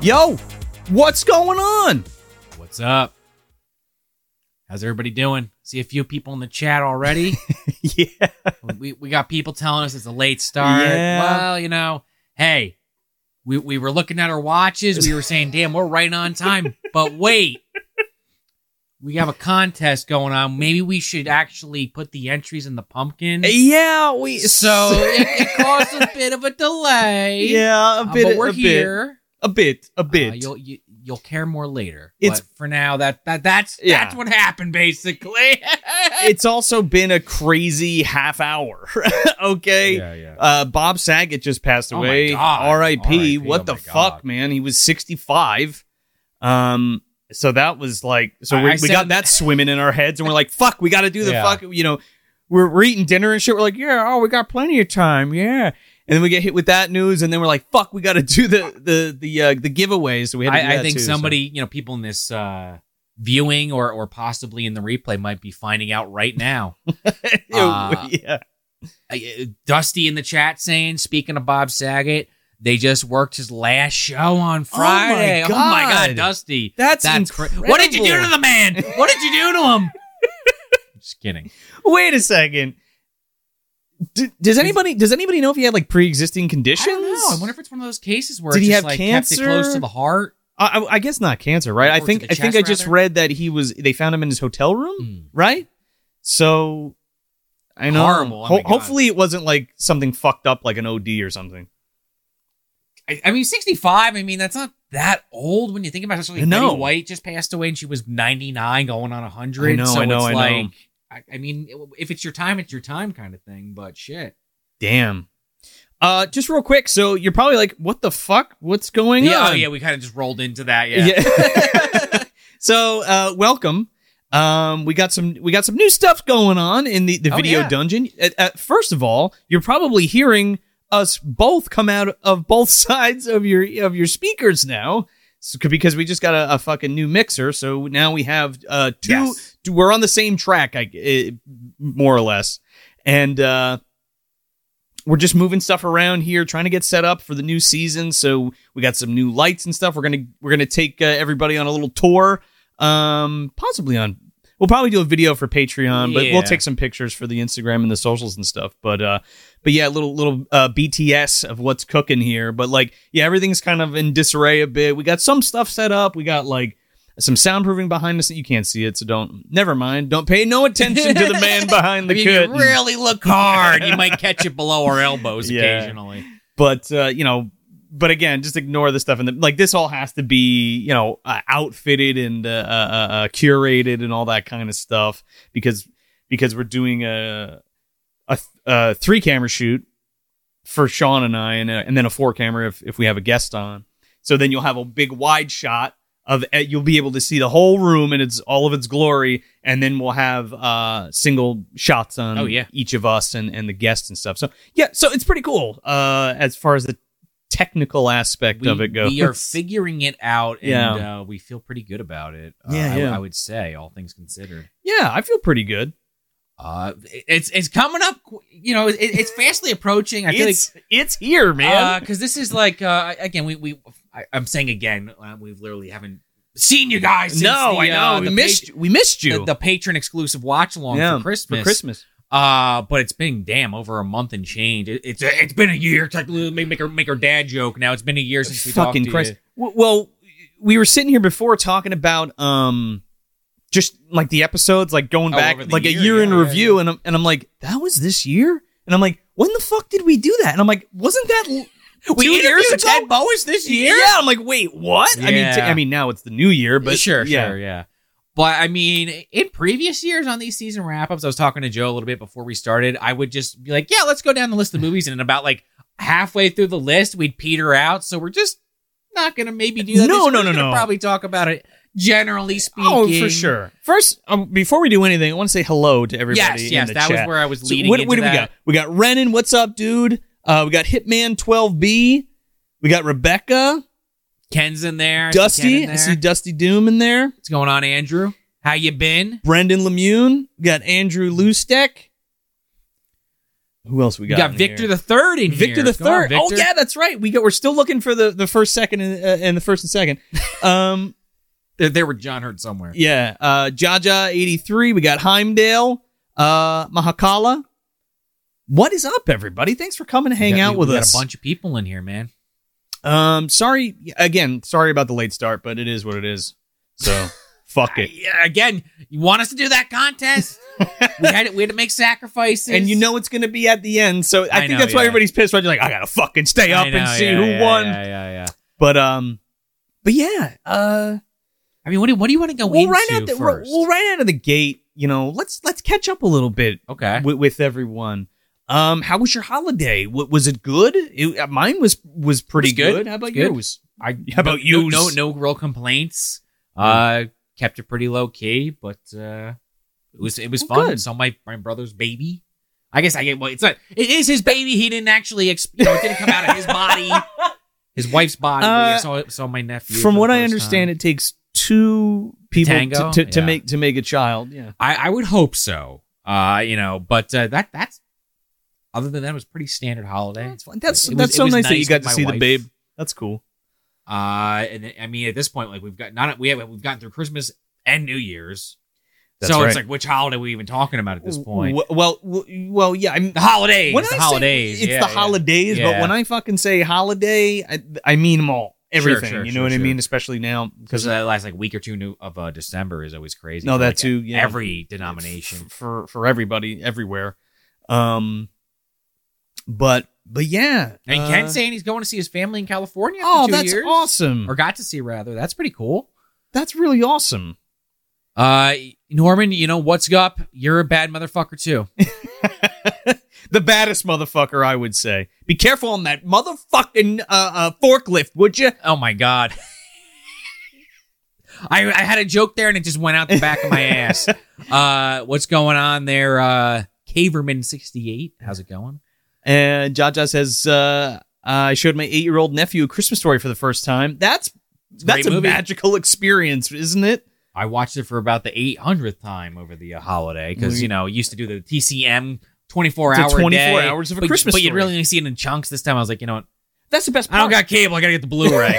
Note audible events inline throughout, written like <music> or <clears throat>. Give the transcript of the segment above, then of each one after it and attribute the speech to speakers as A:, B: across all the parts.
A: Yo, what's going
B: <laughs>
A: on?
B: What's up? How's everybody doing? See a few people in the
A: <laughs>
B: chat already.
A: yeah.
B: we, we got people telling us it's a late start.
A: Yeah.
B: Well, you know, hey, we, we were looking at our watches. We were saying, damn, we're right on time. But wait, we have a contest going on. Maybe we should actually put the entries in the pumpkin.
A: Yeah, we <laughs>
B: So it, it caused a bit of a delay.
A: yeah, a
B: Uh,
A: bit
B: but we're
A: a
B: here.
A: bit a bit a
B: Uh,
A: bit.
B: you'll you, you'll care more later.
A: It's-
B: but for now that that that's
A: Yeah.
B: that's what happened basically. <laughs>
A: it's also been a crazy half hour. <laughs> okay.
B: yeah.
A: Uh, Bob Saget just passed
B: Oh my
A: away.
B: God.
A: R.I.P.
B: R.I.P.,
A: What
B: oh
A: the
B: my
A: fuck,
B: God.
A: man? He was 65. Um, so that was like, so
B: I-
A: we,
B: I
A: we
B: said
A: got
B: in-
A: that swimming in our heads, and we're like, fuck, we got to do the
B: Yeah.
A: fuck, you know. We're, we're eating dinner and shit. We're like, yeah, oh, we got plenty of time, yeah. And then we get hit with that news, and then we're like, fuck, we got to <laughs> do the the the uh, the giveaways. So we had to do
B: I, I
A: that
B: think
A: too, so- <laughs>
B: somebody, you know, people in this uh, viewing or or possibly in the replay might be finding out right now. <laughs> uh,
A: yeah,
B: Uh, Dusty in the chat saying, speaking of Bob Saget, they just worked his last show on Friday. Oh my god,
A: God.
B: Dusty,
A: that's
B: that's cra- what did you do to
A: incredible.
B: the man? What did you do to
A: <laughs>
B: him? just kidding.
A: Wait a second. D- does anybody does anybody know if he had like pre existing
B: I
A: conditions?
B: don't know. I wonder if it's one of those cases where
A: Did
B: it
A: he
B: just
A: have
B: like kept
A: cancer?
B: it close to the heart.
A: I, I- I guess not cancer, right?
B: Or
A: I
B: to
A: think
B: the
A: I think
B: chest,
A: I just
B: rather?
A: read that he was they found him in his hotel room,
B: Mm.
A: right? So I know
B: Horrible. Oh my
A: Ho-
B: God.
A: hopefully it wasn't like something fucked up like an OD or something.
B: I, I mean, 65. I mean, that's not that old when you think about it. Especially
A: No.
B: Betty White just passed away and she was 99 going on 100.
A: I know,
B: so
A: I know,
B: it's
A: I know.
B: like, I, I mean, if it's your time, it's your time kind of thing, but shit.
A: Damn. Uh just real quick, so you're probably like what the fuck? What's going
B: Yeah,
A: on?
B: oh, yeah, we kind of just rolled into that. Yeah.
A: Yeah. <laughs> so uh, welcome. Um, we got some we got some new stuff going on in the the
B: Oh,
A: video
B: yeah.
A: dungeon. Uh, uh, first of all, you're probably hearing us both come out of both <laughs> sides of your of your speakers now. So- because we just got a, a fucking new mixer, so now we have uh two.
B: Yes.
A: two- We're on the same track, I uh, more or less, and uh, we're just moving stuff around here, trying to get set up for the new season. So we got some new lights and stuff. We're gonna we're gonna take uh, everybody on a little tour, um, possibly on. We'll probably do a video for Patreon, but
B: Yeah.
A: we'll take some pictures for the Instagram and the socials and stuff. But uh, but yeah, little little uh, BTS of what's cooking here. But like, yeah, everything's kind of in disarray a bit. We got some stuff set up. We got like some soundproofing behind us that you can't see it, so don't. Never mind. Don't pay no attention to the
B: <laughs>
A: man behind
B: I mean,
A: the
B: if you
A: curtain.
B: really look hard, you might catch it below our
A: <laughs>
B: elbows
A: Yeah.
B: occasionally.
A: but uh, you know but again just ignore the stuff and the, like this all has to be you know uh, outfitted and uh, uh, uh, curated and all that kind of stuff because because we're doing a a, th- a three camera shoot for Sean and I and, uh and then a four camera if, if we have a guest on so then you'll have a big wide shot of uh, you'll be able to see the whole room in its all of its glory and then we'll have uh single shots on
B: Oh, yeah.
A: each of us and and the guests and stuff so yeah so it's pretty cool uh as far as the technical aspect
B: We,
A: of it goes <laughs>
B: we are figuring it out and
A: Yeah.
B: uh, we feel pretty good about it. Uh,
A: Yeah,
B: I,
A: yeah.
B: I would say, all things considered.
A: yeah i feel pretty good
B: Uh, it's it's coming up. qu- You know, it, it's fastly approaching. I feel
A: it's it's here man
B: like because this is like uh, again we we I, I'm saying again uh, we literally haven't seen you guys. Since
A: no
B: the,
A: i know
B: uh,
A: we
B: the
A: missed
B: pat-
A: we missed you
B: the, the patron exclusive watch along
A: Yeah,
B: for Christmas.
A: for christmas
B: Uh, but it's been damn over a month and change. It, it's it's been a year. Technically, make make her make her dad joke. Now it's been a year since we talked
A: fucking
B: to
A: Christ.
B: you.
A: W- Well, we were sitting here before talking about um, just like the episodes, like going
B: Oh,
A: back
B: over the
A: like
B: year,
A: a year in
B: yeah, yeah,
A: review, and I'm and I'm like, that was this year, and I'm like, when the fuck did we do that? And I'm like, wasn't that l- two years
B: interviewed
A: ago?
B: Ted Bowis this year.
A: Yeah, I'm like, wait, what? I mean, t-
B: Yeah.
A: I mean, now it's the new year, but
B: but sure,
A: yeah,
B: sure, yeah. But I mean, in previous years on these season wrap ups, I was talking to Joe a little bit before we started. I would just be like, "Yeah, let's go down the list of movies," and then about like halfway through the list, we'd peter out. So we're just not gonna maybe do
A: No,
B: that. this year.
A: no,
B: We're
A: no,
B: gonna
A: no.
B: Probably talk about it generally speaking.
A: Oh, for sure. First, um, before we do anything, I want to say hello to everybody.
B: Yes,
A: in
B: yes.
A: the
B: That
A: chat.
B: was where I was
A: So
B: leading.
A: what,
B: into
A: what do we
B: that.
A: got? We got Renan. What's up, dude? Uh, we got Hitman 12B. We got Rebecca.
B: Ken's in there. I see Ken
A: Dusty.
B: in
A: I see
B: there.
A: Dusty Doom in there.
B: What's going on, Andrew? How you been?
A: Brendan Lemune. We got Andrew Lustek. Who else we
B: We
A: got?
B: got,
A: in
B: Victor
A: here?
B: the Third in
A: Victor
B: here.
A: the
B: Come on,
A: Third. Oh
B: Victor.
A: yeah, that's right. We got. We're still looking for the the first, second, and, uh, and the first and
B: <laughs>
A: second. Um,
B: They're there with John Hurt somewhere.
A: yeah. Uh, Jaja eighty three. We got Heimdall. Uh, Mahakala. What is up, everybody? Thanks for coming to hang
B: We got-
A: out
B: we-
A: with
B: we got
A: us.
B: a bunch of people in here, man.
A: Um, sorry again. Sorry about the late start, but it is what it is.
B: <laughs>
A: So fuck it.
B: Yeah, uh, again, you want us to do that contest? we had we had to make sacrifices,
A: And you know it's going to be at the end, so I,
B: I
A: think
B: know,
A: that's why
B: yeah.
A: everybody's pissed. Right? You're like, I gotta fucking stay up
B: I know,
A: and see
B: yeah,
A: who
B: yeah,
A: won.
B: Yeah, yeah, yeah.
A: But um, but yeah. Uh,
B: I mean, what do what do you want to go
A: well,
B: into
A: right out the, we're-
B: first?
A: well, right out of the gate, you know, let's let's catch up a little bit
B: okay.
A: with, with everyone. Um, how was your holiday? W- was it good? It, uh, mine was was pretty
B: It was good.
A: How about
B: It's good.
A: yours? I, how about
B: no,
A: you? Hmm.
B: No, no, no real complaints. Uh, kept it pretty low key, but uh, it was it was
A: Well,
B: fun.
A: good.
B: Saw my my brother's baby. I guess I get well. It's not. It is his baby. He didn't actually. Exp- you know, it didn't come out of
A: <laughs>
B: his body. His wife's body. but yeah,
A: Uh,
B: saw saw my nephew.
A: From
B: for
A: what
B: the
A: I
B: first
A: understand,
B: time.
A: it takes two people
B: Tango?
A: to, to, to
B: Yeah.
A: make to make a child. Yeah.
B: I I would hope so. Uh, you know, but uh, that that's other than that it was a pretty standard holiday.
A: That's fun. That's
B: It was-
A: that's
B: it
A: so
B: was
A: nice, that you got to
B: my
A: see the
B: wife-
A: babe. That's cool.
B: Uh, and I mean, at this point, like we've got not we have we've gotten through Christmas and New Year's,
A: That's
B: so
A: right.
B: it's like which holiday are we even talking about at this point?
A: W- well, w- well, yeah. I'm,
B: the holidays.
A: when
B: the
A: I
B: holidays.
A: say it's
B: yeah,
A: the
B: yeah.
A: holidays, but
B: Yeah.
A: when I fucking say holiday, I, I mean them all, everything.
B: sure,
A: you know
B: sure,
A: what I
B: sure.
A: mean? Especially now
B: Because
A: because
B: that last like week or two new- of uh, December is always crazy.
A: no,
B: for,
A: that
B: like,
A: too. Yeah,
B: Every denomination.
A: f- for for everybody everywhere. Um, but but yeah,
B: I mean,
A: uh,
B: Ken saying he's going to see his family in California. after
A: Oh,
B: two
A: that's
B: years,
A: awesome.
B: Or got to see rather. That's pretty cool.
A: that's really awesome.
B: Uh, Norman, you know what's up? You're a bad motherfucker too.
A: the baddest motherfucker, I would say. Be careful on that motherfucking uh, uh, forklift, would you?
B: Oh my god. <laughs> I, I had a joke there and it just went out the back of my <laughs> ass. Uh, what's going on there? Uh, Caverman sixty eight. How's it going?
A: And Jaja says, uh, "I showed my eight-year-old nephew a Christmas story for the first time. That's
B: a
A: that's
B: great
A: a
B: movie.
A: magical experience, isn't it?
B: I watched it for about the 800th time over the uh, holiday because
A: We-
B: you know it used to do the TCM 24
A: It's a
B: hour
A: 24
B: day,
A: hours of a
B: but,
A: Christmas
B: But you'd
A: story.
B: really only see it in chunks this time. I was like, you know what?
A: That's the best.
B: I
A: Part.
B: don't got cable. I gotta get the <laughs> Blu-ray.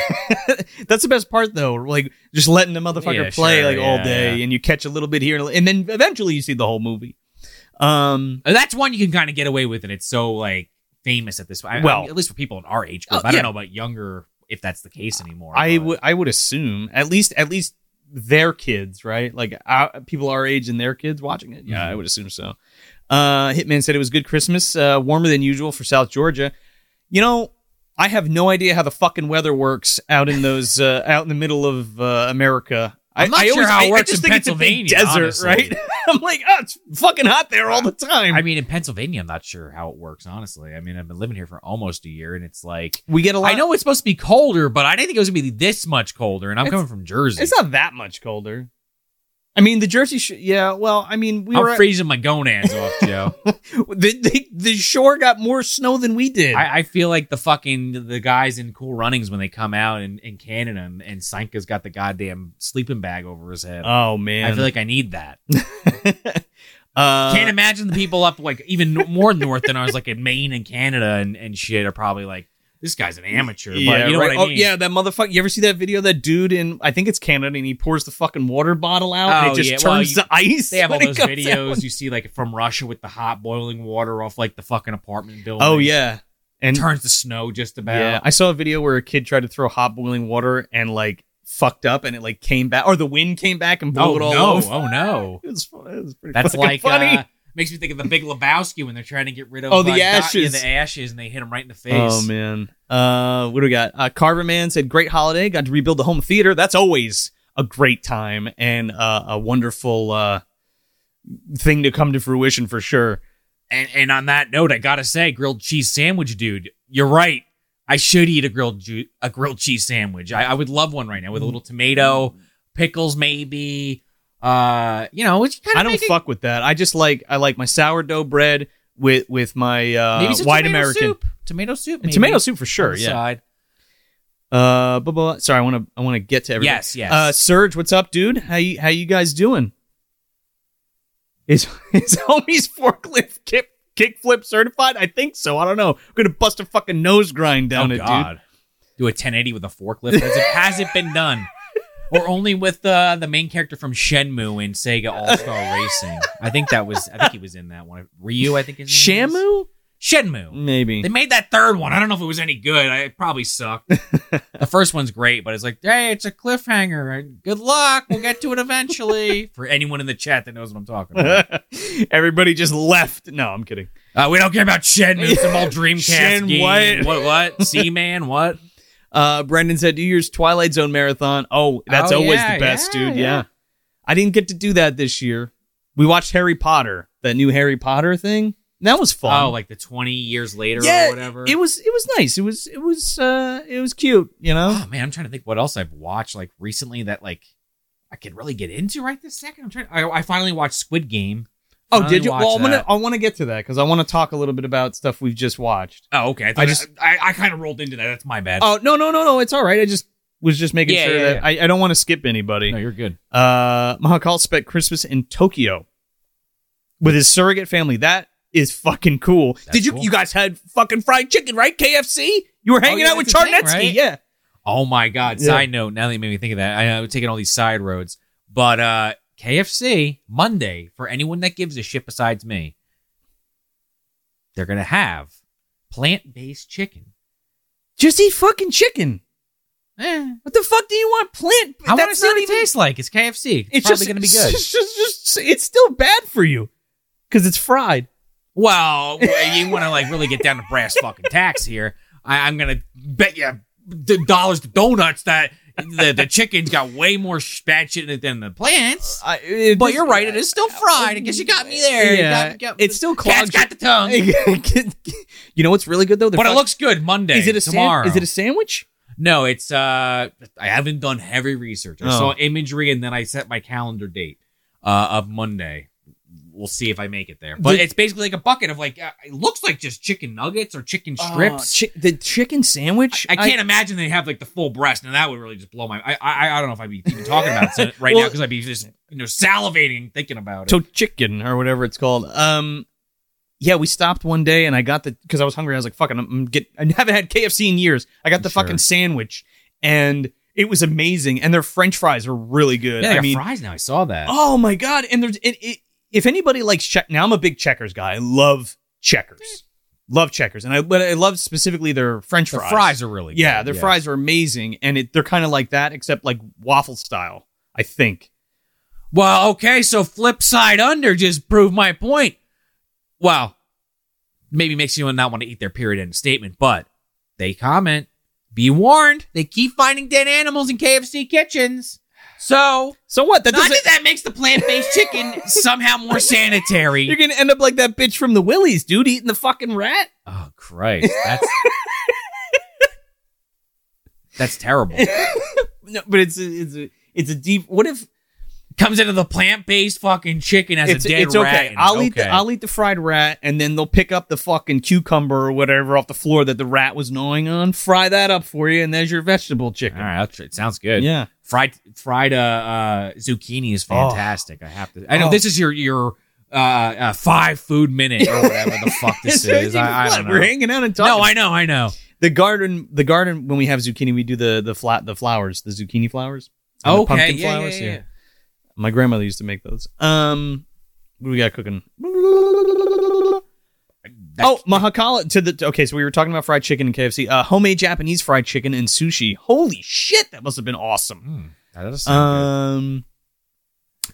A: that's the best part, though. Like just letting the motherfucker
B: Yeah,
A: play
B: sure,
A: like all
B: yeah,
A: day, and you catch a little bit here, and then eventually you see the whole movie. Um,
B: That's one you can kind of get away with, and it's so like famous at this. I, well,
A: Well-
B: at least for people in our age group.
A: Oh, yeah.
B: I don't know about younger if that's the case anymore.
A: I
B: but-
A: would I would assume at least at least their kids, right? Like our, people our age and their kids watching it. Yeah, I
B: Mm-hmm.
A: would assume so. Uh, Hitman said it was good Christmas, uh, warmer than usual for South Georgia. You know, I have no idea how the fucking weather works out in those uh, out in the middle of uh, America. I-
B: I'm not
A: I
B: sure
A: always-
B: how it
A: I- I
B: works
A: just
B: in
A: think it's a big
B: Pennsylvania,
A: desert,
B: honestly.
A: right? <laughs> I'm like, oh, it's fucking hot there all the time.
B: I mean, in Pennsylvania, I'm not sure how it works. Honestly, I mean, I've been living here for almost a year, and it's like.
A: we get a lot.
B: I know it's supposed to be colder, but I didn't think it was gonna be this much colder. And I'm
A: It's-
B: coming from Jersey.
A: it's not that much colder. I mean, the Jersey. Sh- yeah, well, I mean, we were
B: I'm
A: at-
B: freezing my gonads off,
A: <laughs>
B: Joe.
A: The, the, the shore got more snow than we did.
B: I, I feel like the fucking the guys in Cool Runnings when they come out in, in Canada and, and Sanka's got the goddamn sleeping bag over his head.
A: oh man,
B: I feel like I need that.
A: <laughs> uh,
B: Can't imagine the people up like even no- more north than ours, like in Maine and Canada and, and shit, are probably like this guy's an amateur.
A: yeah,
B: but you know
A: right.
B: what I
A: Oh
B: mean?
A: yeah, that motherfucker. You ever see that video? of That dude in I think it's Canada, and he pours the fucking water bottle out, and
B: Oh,
A: it just
B: yeah,
A: turns
B: well, you-
A: to ice.
B: They have all
A: when it
B: those
A: comes out.
B: videos you see like from Russia with the hot boiling water off like the fucking apartment building.
A: Oh yeah, and
B: turns to snow just about.
A: yeah, I saw a video where a kid tried to throw hot boiling water and like fucked up, and it like came back, or the wind came back and blew
B: Oh
A: it all
B: no!
A: over.
B: Oh no!
A: It was, fun. it was <laughs> pretty
B: That's
A: fucking
B: like
A: funny.
B: Uh, makes me think of the Big Lebowski when they're trying to get rid of
A: Oh, the
B: uh, Dot- yeah,
A: ashes.
B: the ashes, and they hit him right in the face.
A: Oh man. Uh, what do we got? Uh, Carver Man said, "Great holiday. Got to rebuild the home theater. That's always a great time and uh, a wonderful uh, thing to come to fruition for sure."
B: And and on that note, I gotta say, grilled cheese sandwich, dude. You're right. I should eat a grilled ju- a grilled cheese sandwich. I, I would love one right now with a little tomato, pickles, maybe. Uh, you know, which kind of
A: I don't fuck with that. I just like I like my sourdough bread with with my
B: maybe
A: uh,
B: some
A: white
B: tomato
A: American
B: soup. tomato soup,
A: and
B: maybe.
A: tomato soup for sure.
B: on the
A: Yeah.
B: side.
A: Uh, blah, blah, blah. sorry. I want to I want to get to everything.
B: Yes, yes.
A: Uh, Serge, what's up, dude? How you <laughs> how you guys doing? Is is homie's forklift kept kickflip certified? I think so. I don't know. We're gonna bust a fucking nose grind down
B: oh,
A: it, dude.
B: God. Do a 1080 with a forklift? Has it, has it been done?
A: <laughs>
B: Or only with uh, the main character from Shenmue in Sega All
A: <laughs>
B: Star Racing? I think that was. I think he was in that one. Ryu, I think his name is.
A: Shamu?
B: Shenmue.
A: Maybe.
B: They made that third one. I don't know if it was any good. I, it probably <laughs> sucked. the first one's great, but it's like, hey, it's a cliffhanger. Good luck. We'll get to it <laughs> eventually. For anyone in the chat that knows what I'm talking <laughs> about,
A: <laughs> Everybody just left. No, I'm kidding.
B: uh, we don't care about Shenmue. Some <laughs> old Dreamcast
A: Shen
B: game.
A: what?
B: What? What? Seaman? What?
A: Uh, Brendan said, "New Year's Twilight Zone marathon. Oh, that's
B: Oh,
A: always
B: yeah,
A: the best,
B: yeah,
A: dude. Yeah.
B: yeah.
A: I didn't get to do that this year. We watched Harry Potter, that new Harry Potter thing. That was fun.
B: Oh, like the 20 years later
A: Yeah,
B: or whatever.
A: it was it was nice. It was it was uh it was cute. You know,
B: oh man, I'm trying to think what else I've watched like recently that like I could really get into right this second. I'm trying. I, I finally watched Squid Game.
A: <gasps> Oh,
B: Finally
A: did you?
B: watched
A: Well, I'm gonna,
B: that.
A: I want to get to that because I want to talk a little bit about stuff we've just watched.
B: Oh, okay. I, thought
A: just-
B: I, I, kind of rolled into that. That's my bad.
A: Oh no, no, no, no! It's all right. I just was just making
B: Yeah,
A: sure
B: yeah,
A: that I, I don't want to skip anybody.
B: no, you're good.
A: Uh, Mahakal spent Christmas in Tokyo with his surrogate family. That is fucking cool. Did you
B: cool.
A: you guys had fucking fried chicken right? KFC. You were hanging
B: yeah,
A: out with
B: that's a thing,
A: Charnetsky.
B: right?
A: Yeah.
B: Oh my god.
A: Yeah.
B: Side note. Now that you made me think of that, I know I'm taking all these side roads, but uh KFC Monday for anyone that gives a shit besides me, they're gonna have plant based chicken.
A: Just eat fucking chicken.
B: Eh,
A: What the fuck do you want? Plant?
B: I want to see what it tastes like. It's KFC. It's,
A: It's
B: probably
A: just
B: gonna be
A: <laughs>
B: good.
A: It's just, just it's still bad for you because it's fried.
B: <laughs> Well, you want to like really get down to brass fucking tacks here. I, I'm gonna bet you the dollars to donuts that the, the chicken's got way more sh- bad shit in it than the plants.
A: I, it
B: But
A: just-
B: you're right; it is still fried. I guess you got me there. You
A: Yeah,
B: got- got-
A: it's still
B: cat's
A: clogged.
B: got the tongue, <laughs>
A: you know what's really good though? They're
B: but it
A: fucking-
B: looks good Monday.
A: Is it a sam-
B: tomorrow?
A: Is it a sandwich?
B: no? It's uh, I haven't done heavy research. I
A: Oh.
B: saw imagery and then I set my calendar date uh, of Monday. We'll see if I make it there. But
A: The-
B: it's basically like a bucket of like uh, it looks like just chicken nuggets or chicken strips.
A: Oh, chi- the chicken sandwich.
B: I can't imagine they have like the full breast, and that would really just blow my. I I, I don't know if I'd be even talking
A: <laughs>
B: about it right now
A: Well-
B: because I'd be just you know salivating thinking about it.
A: So chicken or whatever it's called. Um, yeah, we stopped one day and I got the because I was hungry. I was like, "Fucking, I'm, I'm get. I haven't had KFC in years. I got the
B: Sure.
A: fucking sandwich, and it was amazing. And their French fries are really good.
B: yeah,
A: I
B: I
A: mean,
B: fries now. I saw that.
A: oh my god! And there's it, it, if anybody likes check. Now I'm a big checkers guy. I love checkers, love checkers, and I but I love specifically their French
B: the fries.
A: fries.
B: are really good.
A: yeah, their fries are amazing, and it, they're kind of like that except like waffle style. I think.
B: Well, okay, so flip side under just proved my point. Wow, maybe makes you not want to eat their period end statement, but they comment. Be warned, they keep finding dead animals in KFC kitchens. So
A: So what? That
B: not
A: doesn't.
B: that that makes the plant based chicken somehow more sanitary.
A: You're gonna end up like that bitch from the Willies, dude, eating the fucking rat.
B: Oh Christ, that's <laughs> that's terrible.
A: No, but it's a, it's a, it's a deep. What if
B: Comes into the plant-based fucking chicken as
A: it's
B: a dead
A: it's
B: rat.
A: okay?
B: and-
A: I'll eat the
B: okay.
A: I'll eat the fried rat, and then they'll pick up the fucking cucumber or whatever off the floor that the rat was gnawing on. Fry that up for you, and there's your vegetable
B: All
A: chicken.
B: right, I'll tr- it sounds good.
A: Yeah,
B: Fried fried uh, uh, zucchini is fantastic. I have to. I know
A: Oh.
B: this is your your uh, uh, five food minute or whatever the fuck <laughs>
A: <laughs>
B: this is. I, I
A: What?
B: don't
A: We're
B: know.
A: hanging out and talking.
B: No, I know, I know.
A: the garden, the garden. When we have zucchini, we do the the flat the flowers, the zucchini flowers, and the
B: Okay,
A: pumpkin
B: yeah, yeah,
A: flowers.
B: yeah, yeah.
A: My grandmother used to make those. Um, what do we got cooking?
B: That-
A: oh, Mahakala to the okay. So we were talking about fried chicken and KFC, uh, homemade Japanese fried chicken and sushi. Holy shit, that must have been awesome.
B: Mm, that does sound good.
A: Um,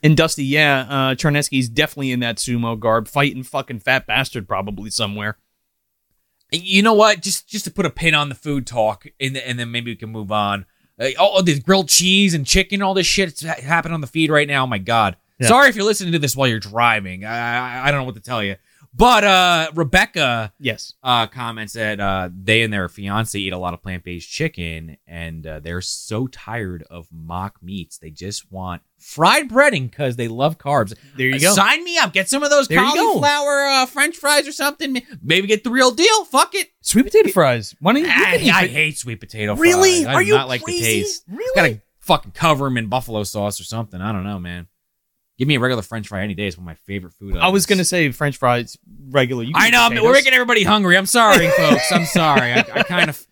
A: and Dusty, yeah, uh, Charnesky's definitely in that sumo garb, fighting fucking fat bastard probably somewhere.
B: You know what? Just just to put a pin on the food talk, and th- and then maybe we can move on. Uh, all the grilled cheese and chicken, all this shit that's ha- happening on the feed right now. Oh my god!
A: Yeah.
B: Sorry if you're listening to this while you're driving. I, I I don't know what to tell you. But uh, Rebecca
A: Yes,
B: uh, comments that uh, they and their fiance eat a lot of plant based chicken, and uh, they're so tired of mock meats. They just want fried breading because they love carbs.
A: there you go.
B: Sign me up. Get some of those
A: There you go.
B: cauliflower uh, French fries or something. Maybe get the real deal. Fuck it.
A: Sweet potato fries. Why don't you? you
B: I,
A: can eat
B: I
A: it.
B: hate sweet potato
A: Ah, really?
B: fries. I
A: Are
B: do
A: you
B: not like
A: crazy?
B: the taste.
A: Really?
B: Gotta fucking cover them in buffalo sauce or something. I don't know, man. Give me a regular French fry any day. It's one of my favorite food.
A: I was
B: items.
A: gonna say French fries regular. You can
B: I
A: eat
B: know I'm- we're
A: potatoes.
B: making everybody hungry.
A: <laughs>
B: I'm sorry, folks. I'm sorry. I, I kind of,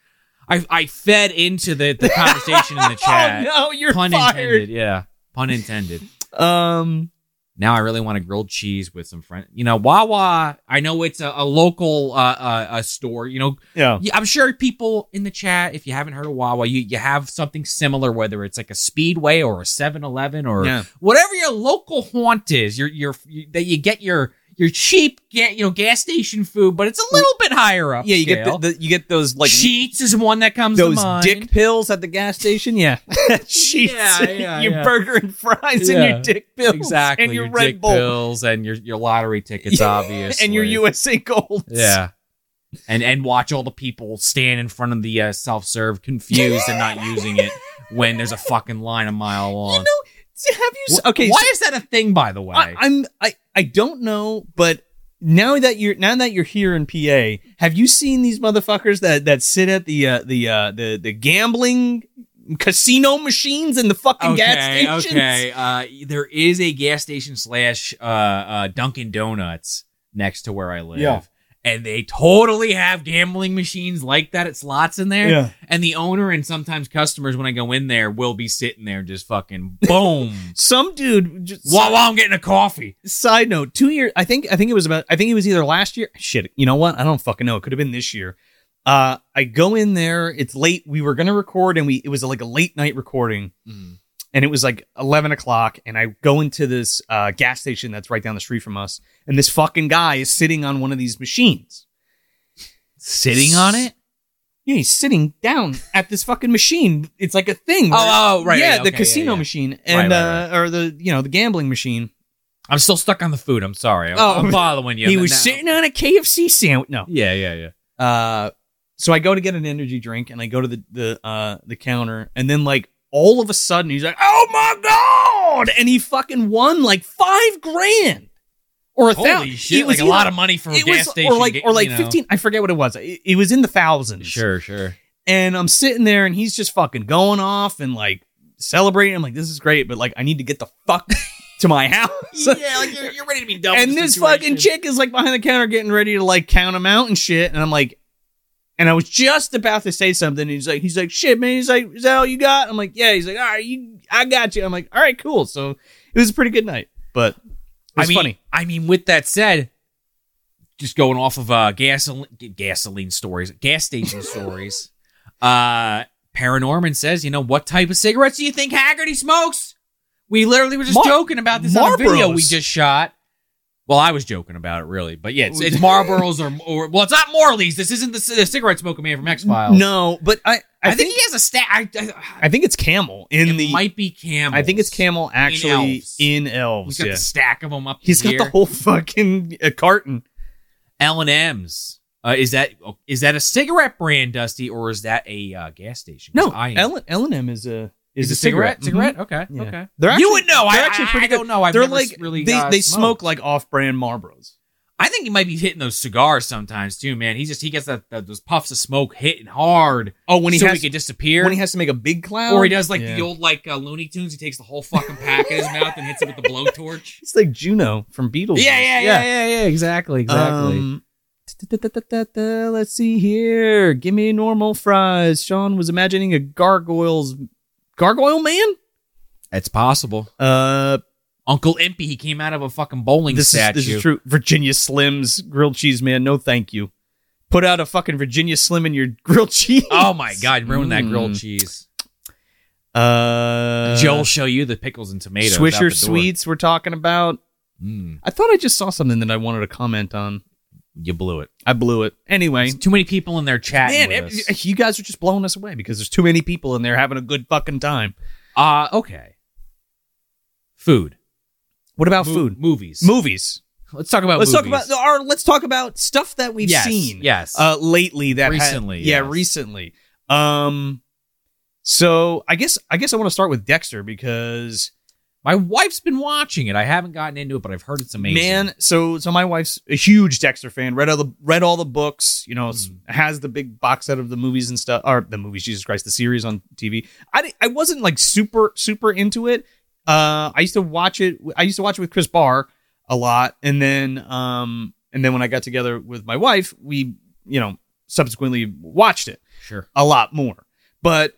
B: I, I fed into the, the conversation
A: <laughs>
B: in the chat.
A: Oh no, you're
B: Pun
A: fired.
B: intended. Yeah, pun intended.
A: Um,
B: Now I really want a grilled cheese with some French. You know, Wawa. I know it's a, a local uh, uh, a store. You know,
A: yeah,
B: Yeah, I'm sure people in the chat, if you haven't heard of Wawa, you, you have something similar, whether it's like a Speedway or a 7-Eleven or
A: Yeah.
B: whatever your local haunt is. Your your you, that you get your your cheap get you know gas station food, but it's a little bit higher up.
A: yeah. You get the, the, you get those like
B: Sheets is one that comes
A: those
B: to mind.
A: dick pills at the gas station.
B: <laughs>
A: Yeah, <laughs> sheets.
B: Yeah, yeah,
A: your
B: yeah.
A: burger and fries and
B: Yeah.
A: your dick pills
B: exactly
A: and your,
B: your
A: Red
B: dick
A: Bull
B: pills and your your
A: <laughs>
B: lottery tickets, obviously,
A: and your USA Gold.
B: yeah. And and watch all the people stand in front of the uh, self serve, confused and not using it when there's a fucking line a mile long.
A: <laughs> You know, have you? s-
B: Wh-
A: Okay,
B: Why
A: so
B: is that a thing, by the way?
A: I, I'm I I don't know, but now that you're now that you're here in PA, have you seen these motherfuckers that that sit at the uh, the uh, the the gambling casino machines in the fucking gas stations?
B: okay. Uh, there is a gas station slash uh, uh, Dunkin' Donuts next to where I live.
A: Yeah.
B: And they totally have gambling machines like that at slots in there.
A: Yeah.
B: And the owner and sometimes customers, when I go in there, will be sitting there just fucking
A: <laughs>
B: boom.
A: Some dude just
B: while, while I'm getting a coffee.
A: Side note: Two years, I think. I think it was about. I think it was either last year. Shit, you know what? I don't fucking know. It could have been this year. Uh, I go in there. It's late. We were gonna record, and we it was like a late night recording, and it was like eleven o'clock. And I go into this uh, gas station that's right down the street from us, and this fucking guy is sitting on one of these machines.
B: Sitting on it?
A: Yeah, he's sitting down at this fucking machine. It's like a thing. where-
B: Oh, oh, right.
A: yeah,
B: right,
A: the
B: okay,
A: casino
B: yeah, yeah.
A: machine
B: Right,
A: and
B: right, right.
A: uh, or the you know the gambling machine.
B: I'm still stuck on the food. I'm sorry. I'm,
A: Oh.
B: I'm following you.
A: he
B: but
A: was
B: now-
A: sitting on a KFC sandwich. No,
B: Yeah, yeah, yeah.
A: Uh, so I go to get an energy drink and I go to the the uh, the counter and then like all of a sudden he's like, "Oh my god!" and he fucking won like five grand or a
B: Holy
A: thousand.
B: shit!
A: It
B: Like
A: was
B: a
A: either-
B: lot of money for a
A: It
B: gas
A: was
B: station,
A: or like
B: get-
A: or like
B: you know.
A: fifteen. I forget what it was. It, it was in the thousands.
B: Sure, sure.
A: And I'm sitting there and he's just fucking going off and like celebrating. I'm like, "This is great," but like I need to get the fuck <laughs> to my house.
B: like you're, you're ready to be done.
A: and this fucking chick is like behind the counter getting ready to like count him out and shit. And I'm like, and I was just about to say something. And he's like, he's like, shit, man. He's like, is that all you got? I'm like, yeah. He's like, all right, you, I got you. I'm like, all right, cool. So it was a pretty good night, but it
B: I
A: was
B: mean,
A: funny.
B: I mean, with that said, just going off of uh, gasoline, gasoline stories, gas station stories. <laughs> Uh, Paranorman says, you know, what type of cigarettes do you think Haggerty smokes? We literally were just
A: Mar-
B: joking about this on a video
A: Marlboros.
B: we just shot. Well, I was joking about it, really, but yeah, it's,
A: <laughs>
B: it's Marlboros or, or well, it's not Morley's. This isn't the, c- the cigarette smoking man from X Files.
A: No, but I, I,
B: I,
A: think,
B: think, he has a stat. I, I,
A: I think it's Camel in
B: it
A: the.
B: might be Camel.
A: I think it's Camel actually
B: Elves.
A: in Elves.
B: He's got
A: yeah.
B: the stack of them up.
A: He's got
B: here.
A: the whole fucking uh, carton.
B: L and M's. Uh, is that is that a cigarette brand, Dusty, or is that a uh, gas station? 'Cause
A: No,
B: I am-
A: Ellen M is a is,
B: is
A: a
B: it cigarette. Cigarette.
A: Mhm.
B: Okay.
A: Yeah.
B: Okay.
A: They're actually,
B: you would know. I
A: they're
B: actually
A: actually pretty
B: I don't know. I've
A: they're
B: never
A: like
B: really
A: they
B: uh,
A: they
B: smoked.
A: smoke like off-brand Marlboros.
B: I think he might be hitting those cigars sometimes too, man. He just he gets that, that- those puffs of smoke hitting hard.
A: Oh, when he
B: so
A: has
B: he could disappear.
A: when he has to make a big cloud,
B: or he does like
A: Yeah.
B: the old like uh, Looney Tunes. He takes the whole fucking pack in his mouth and hits it with the <laughs> blowtorch.
A: It's like Juno from Beatles.
B: yeah, yeah. Exactly,
A: Um, da-da-da-da-da-da, let's see here. Give me normal fries. Sean was imagining a gargoyles gargoyle man.
B: it's possible.
A: Uh,
B: Uncle Impy, he came out of a fucking bowling
A: this is
B: statue.
A: this is true. Virginia Slim's grilled cheese man. No, thank you. Put out a fucking Virginia Slim in your <laughs> grilled cheese.
B: Oh my god, ruin that
A: Mm.
B: grilled cheese.
A: Uh,
B: Joe'll show you the pickles and tomatoes. out the door.
A: Swisher Sweets. We're talking about.
B: Mm,
A: I thought I just saw something that I wanted to comment on.
B: you blew it.
A: I blew it. Anyway,
B: There's too many people in there chatting.
A: Man,
B: with
A: it-
B: us.
A: you guys are just blowing us away because there's too many people in there having a good fucking time.
B: Uh, okay. Food.
A: What about
B: Mo-
A: food?
B: Movies.
A: Movies.
B: let's talk about
A: let's
B: movies.
A: talk about our. Let's talk about stuff that we've
B: yes,
A: seen.
B: Yes.
A: Uh, lately that ha-
B: Recently,
A: yeah,
B: yes.
A: recently. Um. So I guess I guess I want to start with Dexter because
B: My wife's been watching it. I haven't gotten into it, but I've heard it's amazing.
A: man, so so my wife's a huge Dexter fan. Read all the read all the books. You know, s-
B: Mhm.
A: has the big box set of the movies and stuff, or the movies. Jesus Christ, the series on TV. I di- I wasn't like super super into it. Uh, I used to watch it. I used to watch it with Chris Barr a lot, and then um, And then when I got together with my wife, we, you know, subsequently watched it
B: Sure.
A: a lot more. But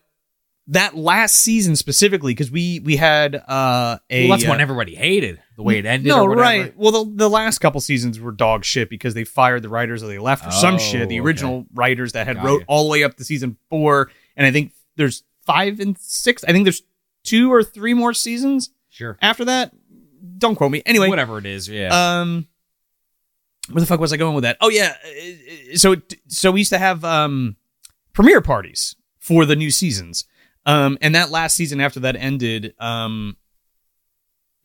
A: that last season specifically, because we we had uh, a
B: Well, that's
A: uh,
B: one everybody hated the way it ended.
A: no
B: or whatever.
A: right. Well, the the last couple seasons were dog shit because they fired the writers or they left or some
B: Oh,
A: shit. The
B: okay.
A: original writers that had
B: Got
A: wrote
B: you.
A: all the way up to season four, and I think there's five and six. I think there's two or three more seasons
B: Sure.
A: after that. Don't quote me. Anyway,
B: whatever it is. Yeah.
A: um, where the fuck was I going with that? Oh yeah, uh, so so we used to have um premiere parties for the new seasons. Um, and that last season after that ended, um,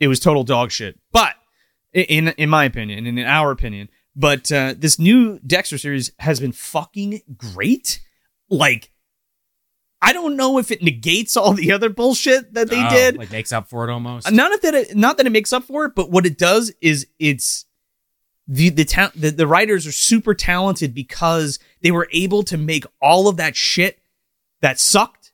A: it was total dog shit. But i- in in my opinion, and in our opinion, but uh, this new Dexter series has been fucking great. Like, I don't know if it negates all the other bullshit that they
B: Oh,
A: did,
B: Like makes up for it almost.
A: Uh, not that it, not that it makes up for it, but what it does is it's the the, ta- the the writers are super talented because they were able to make all of that shit that sucked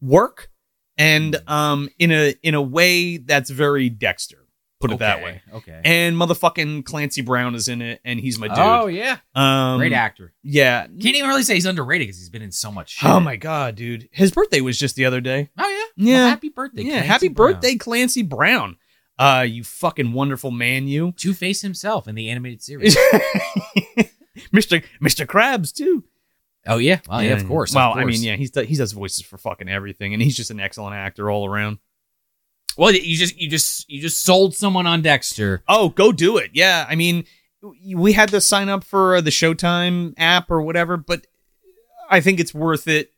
A: work, and
B: Hmm.
A: um in a in a way that's very Dexter, put it that
B: Okay,
A: way.
B: Okay.
A: And motherfucking Clancy Brown is in it, and he's my dude.
B: Oh yeah.
A: um,
B: Great actor.
A: Yeah.
B: Can't even really say he's underrated because he's been in so much. Shit.
A: Oh my god, dude! His birthday was just the other day.
B: Oh yeah.
A: Yeah.
B: Well, happy birthday.
A: yeah,
B: Clancy
A: happy
B: Brown.
A: birthday, Clancy Brown. Uh, you fucking wonderful man, you.
B: Two Face himself in the
A: <laughs>
B: animated series.
A: Mr. Mr. Krabs too.
B: oh yeah. Well yeah. Of
A: And-
B: course. of
A: Well, I
B: course.
A: mean, yeah, he's he does voices for fucking everything, and he's just an excellent actor all around.
B: Well, you just you just you just sold someone on Dexter.
A: Oh, go do it. Yeah, I mean, we had to sign up for uh, the Showtime app or whatever, but I think it's worth it.